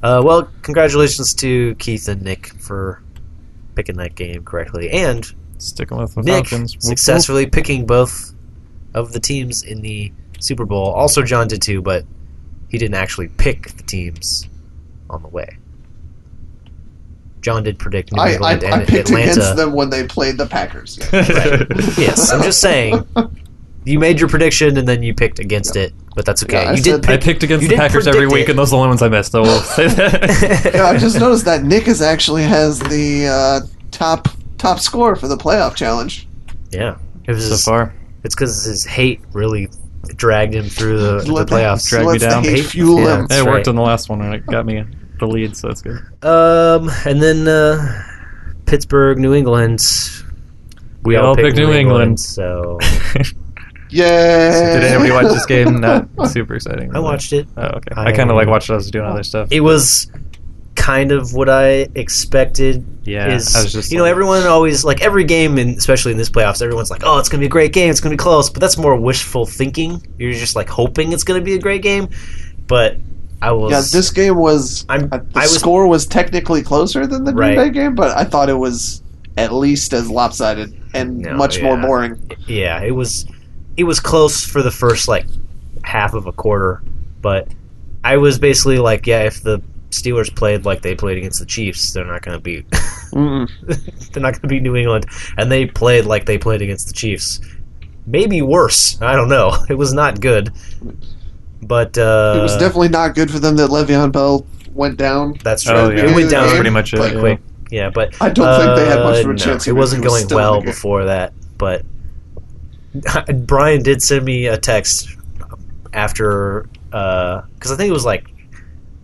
A: Uh, well, congratulations to Keith and Nick for picking that game correctly, and
C: Sticking with the
A: Nick
C: Falcons. Whoop, whoop. <laughs>
A: successfully picking both of the teams in the Super Bowl. Also, John did too, but he didn't actually pick the teams on the way. John did predict New
B: I, I,
A: England
B: I
A: and
B: picked against
A: Atlanta.
B: them when they played the Packers. Yeah.
A: yes, I'm just saying. You made your prediction and then you picked against it, but that's okay.
B: Yeah, I
A: you did
B: said-
C: I
A: pick.
C: picked against
A: you
C: the
A: didn't
C: Packers every
A: predict
C: week,
A: it.
C: and those are the only ones I missed.
A: <laughs>
C: I will say that.
B: <laughs> Yeah, I just noticed that Nick is actually has the uh, top top score for the playoff challenge.
A: yeah, it was
C: so
A: just-
C: far,
A: It's because his hate really dragged him through the, the
B: Let the-
A: playoffs.
C: Drag me
B: lets the
C: down.
B: hate
A: Hate-
B: <laughs> fuel
A: yeah.
B: him.
A: That's
C: it worked
A: right.
C: on the last one, and it got me the lead, so that's good.
A: Um, and then uh, Pittsburgh, New England. We,
C: all picked New England.
A: so
B: Yay!
C: So <laughs> did anybody watch
A: <laughs>
C: this game? Not super exciting.
A: I
C: really.
A: watched it.
C: Oh, okay. I, kind of like watched what I was doing other stuff.
A: It was kind of what I expected.
C: yeah,
A: is
C: I was just
A: you know
C: like-
A: everyone always like every game, and especially in this playoffs, everyone's like, "Oh, it's gonna be a great game. It's gonna be close." But that's more wishful thinking. You're just like hoping it's gonna be a great game. But I was
B: <laughs> Yeah, this game was.
A: I'm-
B: uh, the
A: I was-
B: score was technically closer than the
A: Right.
B: Green Bay game, but I thought it was at least as lopsided and
A: No,
B: much more
A: yeah.
B: boring.
A: yeah it was it was close for the first like half of a quarter but i was basically like yeah if the steelers played like they played against the chiefs they're not going to beat
B: Mm-mm.
A: <laughs> they're not going to beat new england and they played like they played against the chiefs maybe worse i don't know <laughs> it was not good but uh
B: it was definitely not good for them that Le'Veon Bell went down.
A: <laughs>
B: <laughs>
A: that's true
C: Oh
B: It
C: yeah,
A: it
B: was
A: went down
B: Yeah.
C: pretty much it.
B: Like,
C: yeah.
A: quick. yeah but
B: I don't think they had much of a
A: Uh,
B: chance.
A: It
B: of
A: wasn't
B: was
A: going
B: still in the
A: well
B: game.
A: before that, but <laughs> Brian did send me a text after because I think it was like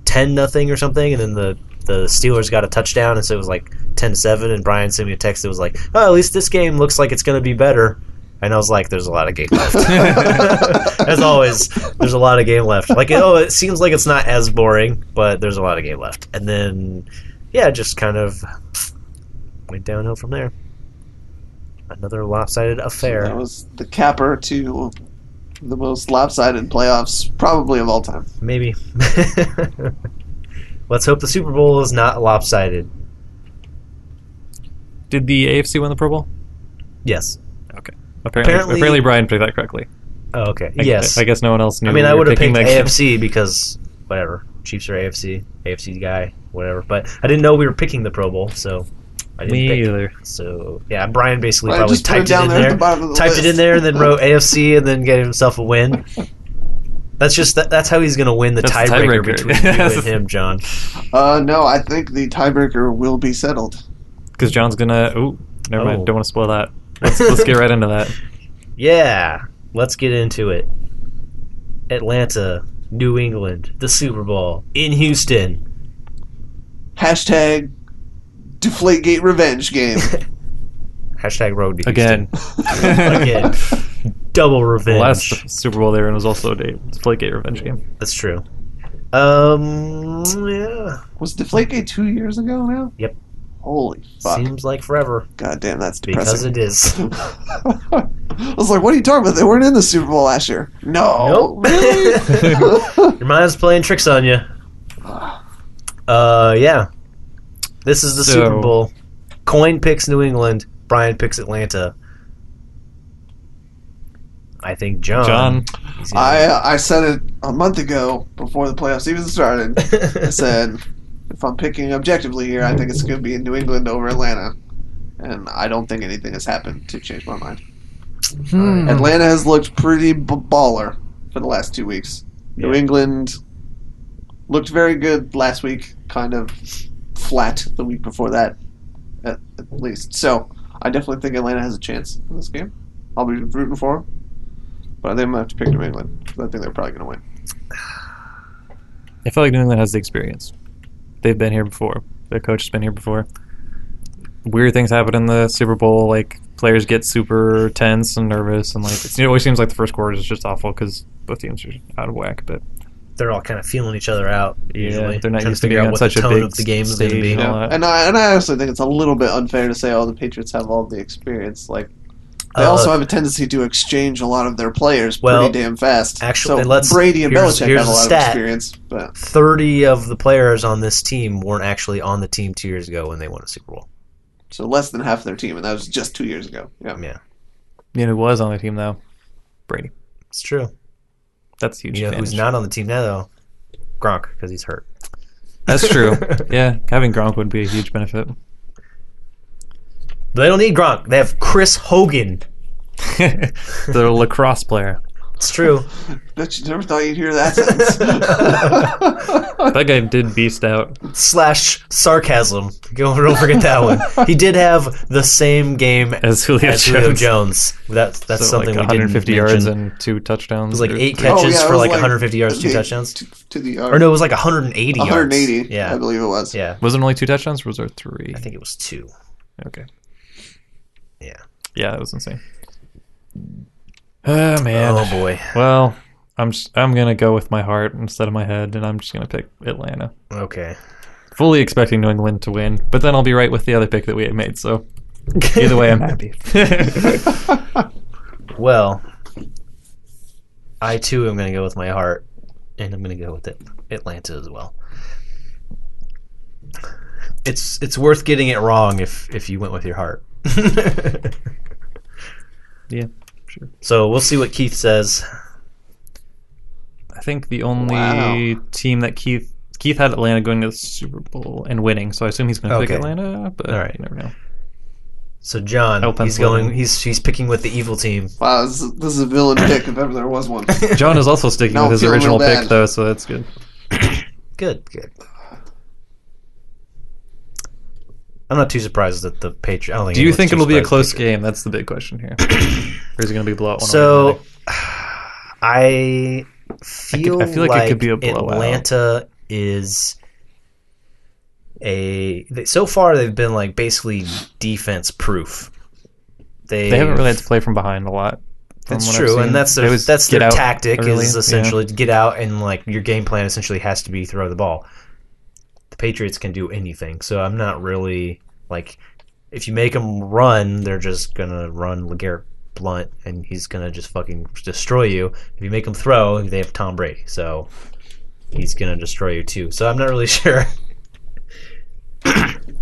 A: ten nothing or something, and then the the Steelers got a touchdown, and so it was like 10-7, and Brian sent me a text that was like, "Oh, at least this game looks like it's going to be better." And I was like, "There's a lot of game left." as always, there's a lot of game left. Like, oh, it seems like it's not as boring, but there's a lot of game left. And then, yeah, just kind of went downhill from there. Another lopsided
B: That
A: affair,
B: was the capper to the most lopsided playoffs probably of all time.
A: maybe. <laughs> Let's hope the Super Bowl is not lopsided.
C: Did the AFC win the Pro Bowl?
A: Yes.
C: Apparently,
A: Apparently-
C: apparently, Brian picked that correctly.
A: Oh, okay.
C: I,
A: yes.
C: I, guess no one else knew.
A: I mean,
C: we
A: I
C: were
A: would have
C: picking
A: picked
C: that game.
A: AFC because whatever. Chiefs are AFC, AFC guy, whatever. But I didn't know we were picking the Pro Bowl, so I didn't
C: <laughs> Me
A: pick.
C: either.
A: So yeah, Brian basically
B: I
A: probably
B: just put it
A: typed it
B: down
A: in
B: there at
A: there,
B: the bottom of the
A: typed
B: list.
A: it in there, and
B: <laughs>
A: then wrote AFC, and then gave himself a win. That's just that, that's how he's going to win the
C: That's the
A: tiebreaker
C: tiebreaker. <laughs>
A: between you and him, John.
B: Uh, no, I think the tiebreaker will be settled.
C: because John's gonna. Ooh, never
A: Oh.
C: mind. Don't want to
A: <laughs>
C: spoil that. Let's, let's get right into that.
A: Yeah, let's get into it. Atlanta, New England, the Super Bowl in
B: <laughs>
A: Houston.
B: Hashtag Deflategate
A: <laughs>
B: Revenge Game.
A: Hashtag road to
C: Again,
A: Houston. Again. Double
C: the
A: revenge.
C: last Super Bowl they were in was also a day- it's a Deflategate revenge game.
A: That's true. Um, yeah.
B: <laughs> Was Deflategate two years ago now?
A: Yep.
B: Holy fuck.
A: Seems like forever
B: God damn, that's
A: because
B: depressing.
A: it is.
B: <laughs> I was like, what are you talking about? They weren't in the Super Bowl last year. No.
A: Nope. <laughs>
B: <laughs> Really?
A: Your mind's playing tricks on you. Uh, yeah. This is the
C: So-
A: Super Bowl. Coin picks New England. Brian picks Atlanta. I think John.
C: John,
A: he's gonna-
B: I I said it a month ago before the playoffs even started. I <laughs> said, if I'm picking objectively here, I think it's going to be in New England over Atlanta. And I don't think anything has happened to change my mind.
A: Hmm.
C: Mm-hmm.
B: Atlanta has looked pretty b- baller for the last two weeks. New
A: Yeah.
B: England looked very good last week, kind of flat the week before that, at, at least. So I definitely think Atlanta has a chance in this game. I'll be rooting for them. But I think I'm going to have to pick New England because I think they're probably going to win.
C: I feel like New England has the experience. They've been here before. Their coach has been here before. Weird things happen in the Super Bowl. Like players get super tense and nervous, and like it's, it always seems like the first quarter is just awful because both teams are out of whack. But
A: <laughs> they're all kind of feeling each other out. Usually,
C: yeah, they're not
A: trying
C: used
A: to figure
C: to being
A: out
C: on
A: what
C: such
A: the
C: a
A: tone
C: big
A: of the game's going to
C: stage
A: be.
C: and all
B: Yeah.
C: that.
B: And I and I actually think it's a little bit unfair to say all the Patriots have all the experience. Like they
A: Uh,
B: also have a tendency to exchange a lot of their players
A: well,
B: pretty damn fast.
A: actually,
B: so
A: let's-
B: Brady and
A: here's-
B: Belichick
A: here's
B: have a
A: a
B: lot of
A: stat.
B: experience, but
A: Thirty of the players on this team weren't actually on the team two years ago when they won a Super Bowl.
B: so less than half their team, and that was just two years ago. Yeah,
A: Yeah,
C: You know who was on the team though? Brady.
A: it's true.
C: That's a huge.
A: You know who's
C: advantage.
A: not on the team now though? Gronk because he's hurt.
C: That's
A: <laughs>
C: true. yeah, having Gronk would be a huge <laughs> benefit.
A: They don't need Gronk. They have Chris Hogan.
C: the lacrosse player.
A: It's
B: <laughs>
A: true.
B: bet you never thought you'd
A: <laughs>
B: hear that sentence.
C: That guy did beast out.
A: Slash sarcasm. Don't, don't forget that one. He did have the same game as,
C: As Julio
A: Julio
C: Jones.
A: Jones. That's that's
C: So,
A: something
C: like
A: we
C: 150
A: didn't
C: yards
A: mention.
C: and two touchdowns.
A: It was like
C: or
A: eight
C: three.
A: catches
B: <laughs> Oh, yeah, it
A: for
B: was
A: like,
B: like
A: 150 yards, two
B: Yeah,
A: touchdowns.
B: to, to the
A: Or no, it was like 180 yards.
B: 180.
A: Yeah.
B: I believe it was.
A: Yeah.
C: Was it only two touchdowns or was there three?
A: I think it was two.
C: Okay.
A: Yeah.
C: Yeah, that was insane. <sighs> Oh man.
A: Oh boy.
C: Well, I'm just, I'm gonna go with my heart instead of my head, and I'm just gonna pick Atlanta.
A: Okay.
C: Fully expecting New England to win, but then I'll be right with the other pick that we had made. So either
A: <laughs>
C: way, I'm <laughs> happy.
A: Well, I too am going to go with my heart, and I'm going to go with it, Atlanta as well. It's it's worth getting it wrong if if you went with your heart.
C: <laughs> yeah, sure.
A: so we'll see what Keith says.
C: I think the only
B: Wow.
C: team that Keith Keith had Atlanta going to the Super Bowl and winning, so I assume he's going to
A: Okay.
C: pick Atlanta. But
A: All
C: All
A: right.
C: right. you never know.
A: So John,
C: Oh,
A: he's
C: Pennsylvania.
A: going. He's he's picking with the evil
C: <laughs>
A: team.
B: <laughs> Wow, this is, this is a villain pick if ever there
A: <laughs>
B: was one.
C: John is also sticking
B: Now
C: with his
B: I'm feeling
C: original
B: real
C: pick
B: bad.
C: though, so that's good.
A: Good, good. I'm not too surprised that the Patriots.
C: Do you think it'll be a close game? That's the big
A: <clears throat>
C: question here. or is it going to be a blowout? one way or
A: So
C: another?
A: <sighs> I feel,
C: I feel
A: like,
C: like it could be a blowout.
A: Atlanta is a they- so far they've been like basically defense proof. They
C: they haven't really had to play from behind a lot. from
A: That's
C: what I've
A: true,
C: seen.
A: and that's
C: They
A: their
C: always
A: that's
C: get
A: their
C: out
A: tactic
C: early,
A: is
C: yeah.
A: essentially to get out and like your game plan essentially has to be throw the ball. The Patriots can do anything, so I'm not really like if you make them run, they're just gonna run Legarrette Blunt and he's gonna just fucking destroy you. If you make them throw, they have Tom Brady, so he's gonna destroy you too. So I'm not really <laughs>
C: <coughs>
A: sure.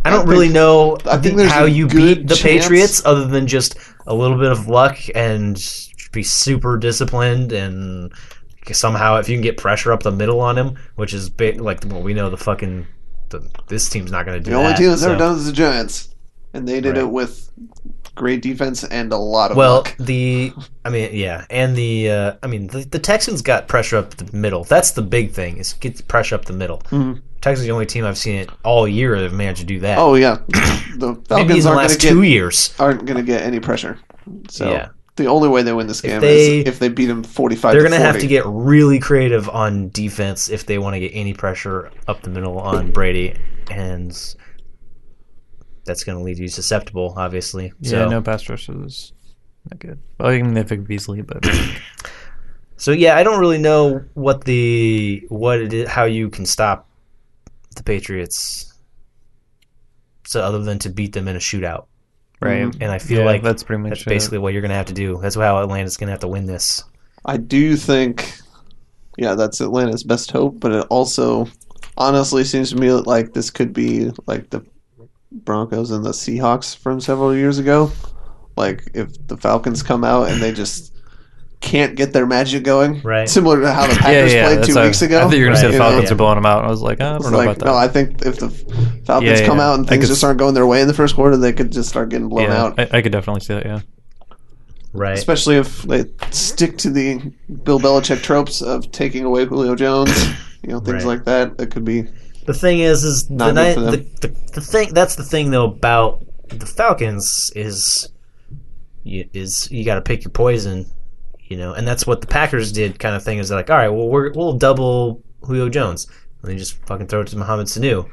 A: I don't
B: think-
A: really know
B: I think there's
A: how
B: a
A: you
B: good
A: beat the
B: chance-
A: Patriots other than just a little bit of luck and be super disciplined and somehow if you can get pressure up the middle on him, which is big, like well we know the fucking the, this team's not going to do
B: The only
A: that,
B: team that's ever
A: so-
B: done it is the Giants, and they did
A: Right.
B: it with great defense, and a lot of
A: Well,
B: luck.
A: the I mean, yeah, and the uh, I mean, the, the Texans got pressure up the middle. That's the big thing is get the pressure up the middle.
B: Mhm.
A: Texans are the only team I've seen it all year that have managed to do that. <coughs>
B: Oh yeah, the
A: maybe in
B: Falcons
A: the
B: aren't going
A: last
B: to
A: two
B: get
A: years.
B: aren't going to get any pressure. So
A: Yeah.
B: the only way they win this game
A: they-
B: is if they beat them forty five.
A: They're
B: going to
A: have to
B: 40.
A: get really creative on defense if they want to get any pressure up the middle on Brady, and that's going to leave you susceptible, obviously. So,
C: Yeah, no pass rush is not good. Well, I mean, they picked
A: <clears throat>
C: Beasley, but
A: so yeah, I don't really know what the what it is, how you can stop the Patriots. So other than to beat them in a shootout,
C: right.
A: and I feel
C: Mm. Yeah,
A: like
C: that's pretty much
A: that's
C: it.
A: basically what you're going to have to do. That's how Atlanta's going to have to win this.
B: I do think, yeah, that's Atlanta's best hope, but it also honestly seems to me that, like this could be like the Broncos and the Seahawks from several years ago. Like if the Falcons come out and they just can't get their magic going,
A: Right.
B: Similar to how the
C: <laughs> yeah,
B: Packers
C: yeah.
B: played
C: that's
B: two
C: what I-
B: weeks ago.
C: I thought you were gonna say
A: Right.
C: the
A: You know?
C: Falcons
A: Yeah.
C: are blowing them out. I was like, I don't
B: It's
C: know
B: like,
C: about that.
B: no, I think if the Falcons
C: Yeah,
B: come
C: yeah.
B: out and
C: I
B: things
C: could-
B: just aren't going their way in the first quarter, they could just start getting blown
C: yeah,
B: out.
C: I, I could definitely see that. Yeah,
A: Right.
B: Especially if they stick to the Bill Belichick tropes of taking away Julio Jones, you know, things
A: Right.
B: like that. It could be
A: The thing is, is the,
B: Not good
A: night,
B: for
A: the,
B: them.
A: the the thing that's the thing though about the Falcons is you, is you got to pick your poison, you know, and that's what the Packers did. Kind of thing is they're like, all right, well we're, we'll double Julio Jones, and they just fucking throw it to Mohamed Sanu,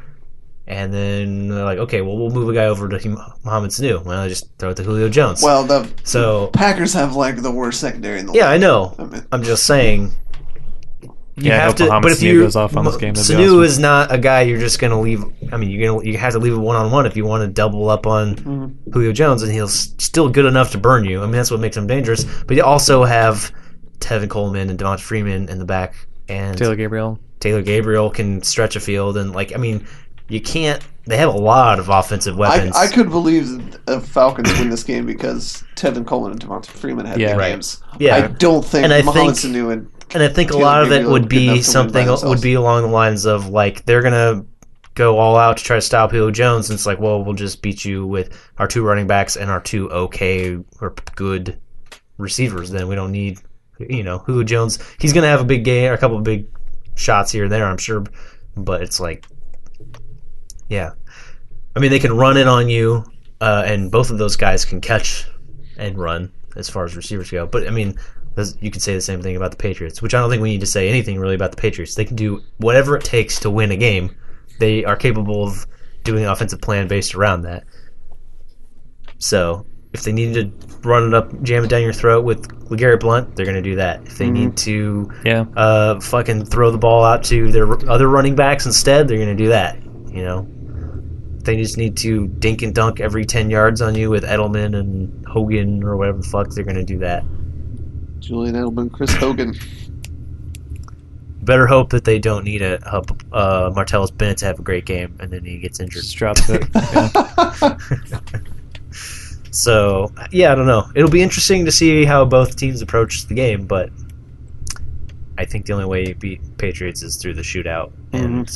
A: and then they're like, okay, well we'll move a guy over to him- Mohamed Sanu. Well, they just throw it to Julio Jones.
B: well. The
A: so
B: Packers have like the worst secondary in the
A: yeah,
B: league.
A: I know.
B: I mean,
A: I'm just saying. You
C: Yeah, I
A: have
C: hope
A: to,
C: Mohamed
A: but if
C: Sanu
A: you
C: goes off on this game, that'd be
A: Sanu
C: awesome.
A: is not a guy you're just gonna leave. I mean, you're gonna you have to leave it one on one if you want to double up on
B: mm-hmm.
A: Julio Jones, and he's still good enough to burn you. I mean, that's what makes him dangerous. But you also have Tevin Coleman and Devonta Freeman in the back, and
C: Taylor Gabriel.
A: Taylor Gabriel can stretch a field, and like I mean, you can't. They have a lot of offensive
B: I,
A: weapons.
B: I could believe that the uh, Falcons win this game because Tevin Coleman and Devonta Freeman had
C: Yeah.
B: big
C: Right.
B: games.
A: Yeah.
B: I don't think
A: And I
B: Mohamed
A: think-
B: Sanu and
A: and I think a
B: Taylor
A: lot of it
B: Gabriel
A: would
B: could not
A: be
B: win by
A: something would
B: themselves.
A: be along the lines of like they're gonna go all out to try to stop Julio Jones, and it's like, well, we'll just beat you with our two running backs and our two okay or good receivers. Then we don't need you know Julio Jones. He's gonna have a big game, or a couple of big shots here and there, I'm sure, but it's like, yeah, I mean they can run it on you, uh, and both of those guys can catch and run as far as receivers go. But I mean, this- you could say the same thing about the Patriots, which I don't think we need to say anything really about the Patriots. They can do whatever it takes to win a game. They are capable of doing an offensive plan based around that. So if they need to run it up, jam it down your throat with LeGarrette Blunt, they're going to do that. If they need to
C: Yeah,
A: uh, fucking throw the ball out to their other running backs instead, they're going to do that. You know, they just need to dink and dunk every ten yards on you with Edelman and Hogan or whatever the fuck they're going to do that.
B: Julian Edelman, Chris Hogan.
A: Better hope that they don't need a, a uh, Martellus Bennett to have a great game and then he gets injured.
C: just dropped it. Yeah.
A: So yeah, I don't know. It'll be interesting to see how both teams approach the game, but I think the only way you beat Patriots is through the shootout, and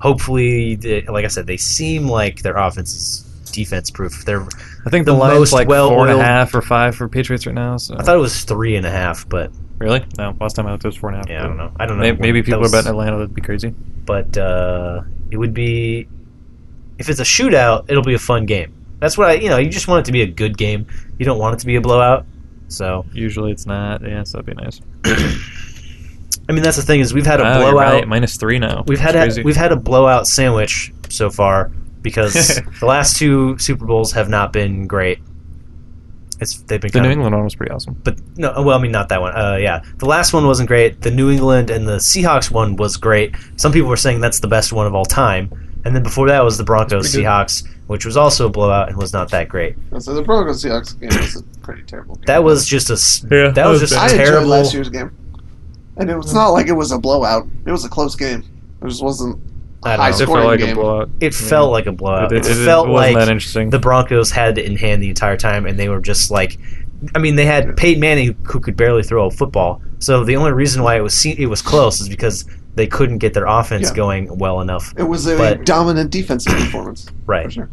A: hopefully, they, like I said, they seem like their offense is defense proof. They're
C: I think the,
A: The most
C: line's like four and
A: well-oiled-
C: a half or five for Patriots right now. So
A: I thought it was three and a half, but
C: really, no. Last time I looked, it was four and a half.
A: yeah, I don't know. I don't know.
C: Maybe, maybe
A: That
C: people
A: was-
C: are betting Atlanta. That'd be crazy.
A: but uh, it would be if it's a shootout, it'll be a fun game. That's what I, you know, you just want it to be a good game. You don't want it to be a blowout. So,
C: Usually it's not. Yeah, so that'd be nice.
A: I mean, that's the thing is we've had a
C: Oh, you're
A: blowout.
C: right, minus three now.
A: We've had
C: That's
A: a,
C: crazy.
A: we've had a blowout sandwich so far
C: <laughs>
A: because the last two Super Bowls have not been great. It's they've been
C: the
A: kind
C: New
A: of-
C: England one was pretty awesome.
A: but no, well, I mean, not that one. Uh, yeah, the last one wasn't great. The New England and the Seahawks one was great. Some people were saying that's the best one of all time. And then before that was the Broncos
C: pretty good.
A: Seahawks, which was also a blowout and was not that great.
B: <laughs> So the Broncos Seahawks game was a pretty terrible game.
A: That was just a s- that
C: Yeah,
A: was
C: that was
A: just
C: bad.
A: a
B: I enjoyed
A: terrible.
B: last year's game, and it was not like it was a blowout. It was a close game. It just wasn't
A: I
B: a
A: don't
B: high
A: know.
C: It felt
B: scoring
C: like a
B: game.
C: blowout.
A: It felt like a blowout. It, felt like
C: wasn't that interesting.
A: the Broncos had it in hand the entire time, and they were just like, I mean, they had Peyton Manning who could barely throw a football. So the only reason why it was se- it was close is because they couldn't get their offense
B: Yeah.
A: going well enough.
B: It was a
A: But-
C: <clears throat>
B: dominant defensive performance
A: Right.
B: for sure.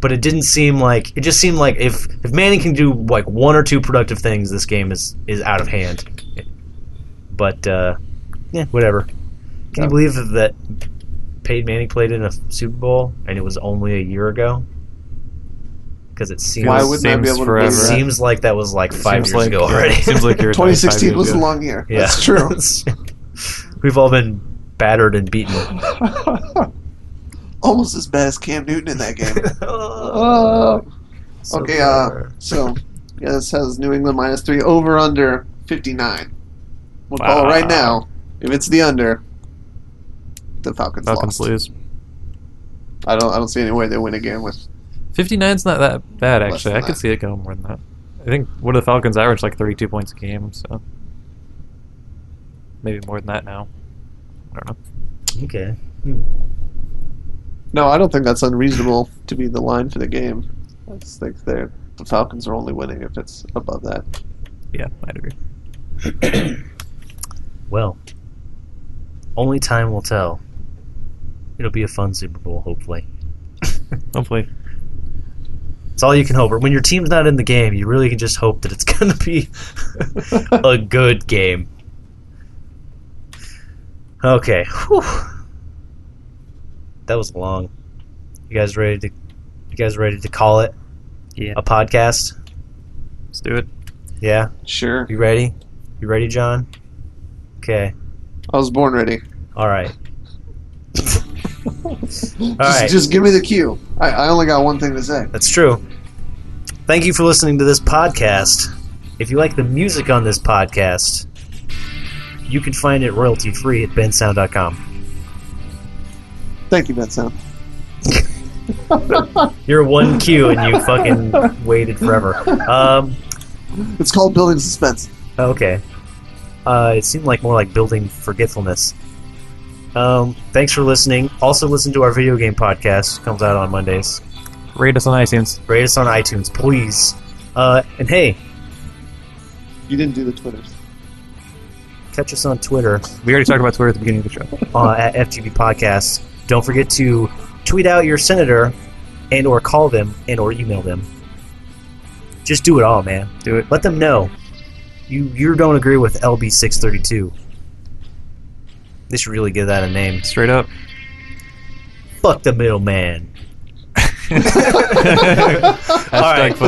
A: but it didn't seem like it just seemed like if if Manning can do like one or two productive things, this game is is out of hand. But uh, yeah, whatever. Can
B: Yeah.
A: you believe that that Peyton Manning played in a Super Bowl and it was only a year ago? Because it seems
B: Why
C: Feels-
B: wouldn't I be able
C: seems
B: to
A: it
C: forever.
B: believe that?
A: seems like that was like five
C: Seems
A: years
C: like-
A: ago already.
C: Seems like you're
B: 2016 was a long year.
A: <laughs> Yeah.
B: That's
C: <laughs>
B: true. <laughs>
A: <laughs> We've all been battered and
C: <laughs>
A: beaten.
B: Almost as bad as Cam Newton in that game.
A: Oh, so
B: okay, uh,
A: clever.
B: so, yeah, this has New England minus three over under 59. We'll call it right
C: Wow.
B: now. If it's the under, the Falcons,
C: Falcons
B: lost.
C: lose.
B: I don't. I don't see any way they win again with.
C: 59's not that bad
B: Less
C: actually. I
B: than
C: could
B: that.
C: see it going more than that. I think what do the Falcons average like 32 points a game, so maybe more than that now. I don't know.
A: okay.
B: No, I don't think that's unreasonable to be the line for the game. I just think they're the Falcons are only winning if it's above that.
C: Yeah, I'd agree.
A: Well, only time will tell. It'll be a fun Super Bowl, hopefully.
C: Hopefully,
A: It's all you can hope. When your team's not in the game, you really can just hope that it's <laughs> going to be a good game. Okay. Whew. That was long. You guys ready to? You guys ready to call it
C: yeah.
A: a podcast?
C: Let's do it.
A: Yeah.
B: Sure,
A: You ready? You ready, John? Okay.
B: I was born ready.
A: All right. All
B: just,
A: right.
B: just give me the cue. I, I only got one thing to say.
A: That's true. Thank you for listening to this podcast. If you like the music on this podcast, you can find it royalty free at bensound.com.
B: Thank you, Benson.
A: You're one cue and you fucking waited forever. Um,
B: It's called building suspense.
A: okay. Uh, it seemed like more like building forgetfulness. Um, thanks for listening. Also, listen to our video game podcast. Comes out on Mondays.
C: Rate us on iTunes.
A: Rate us on iTunes, please. Uh, and hey,
B: You didn't do the Twitters.
A: catch us on Twitter.
C: We already talked about Twitter at the beginning of the show.
A: uh, <laughs> at FGB Podcast. Don't forget to tweet out your senator and or call them and or email them. Just do it all, man.
C: Do it.
A: Let them know you you don't agree with LB six thirty two. They should really give that a name.
C: Straight up.
A: Fuck the middleman.
C: Hashtag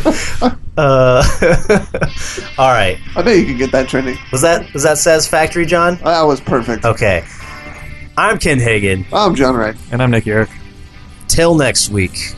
A: right. <laughs>
C: <laughs> fucked.
A: Uh, <laughs> all right.
B: I bet you could get that trending.
A: Was that was that satisfactory, John?
B: That was perfect.
A: Okay. I'm Ken Hagen.
B: I'm John Wright.
C: and I'm Nick York.
A: Till next week.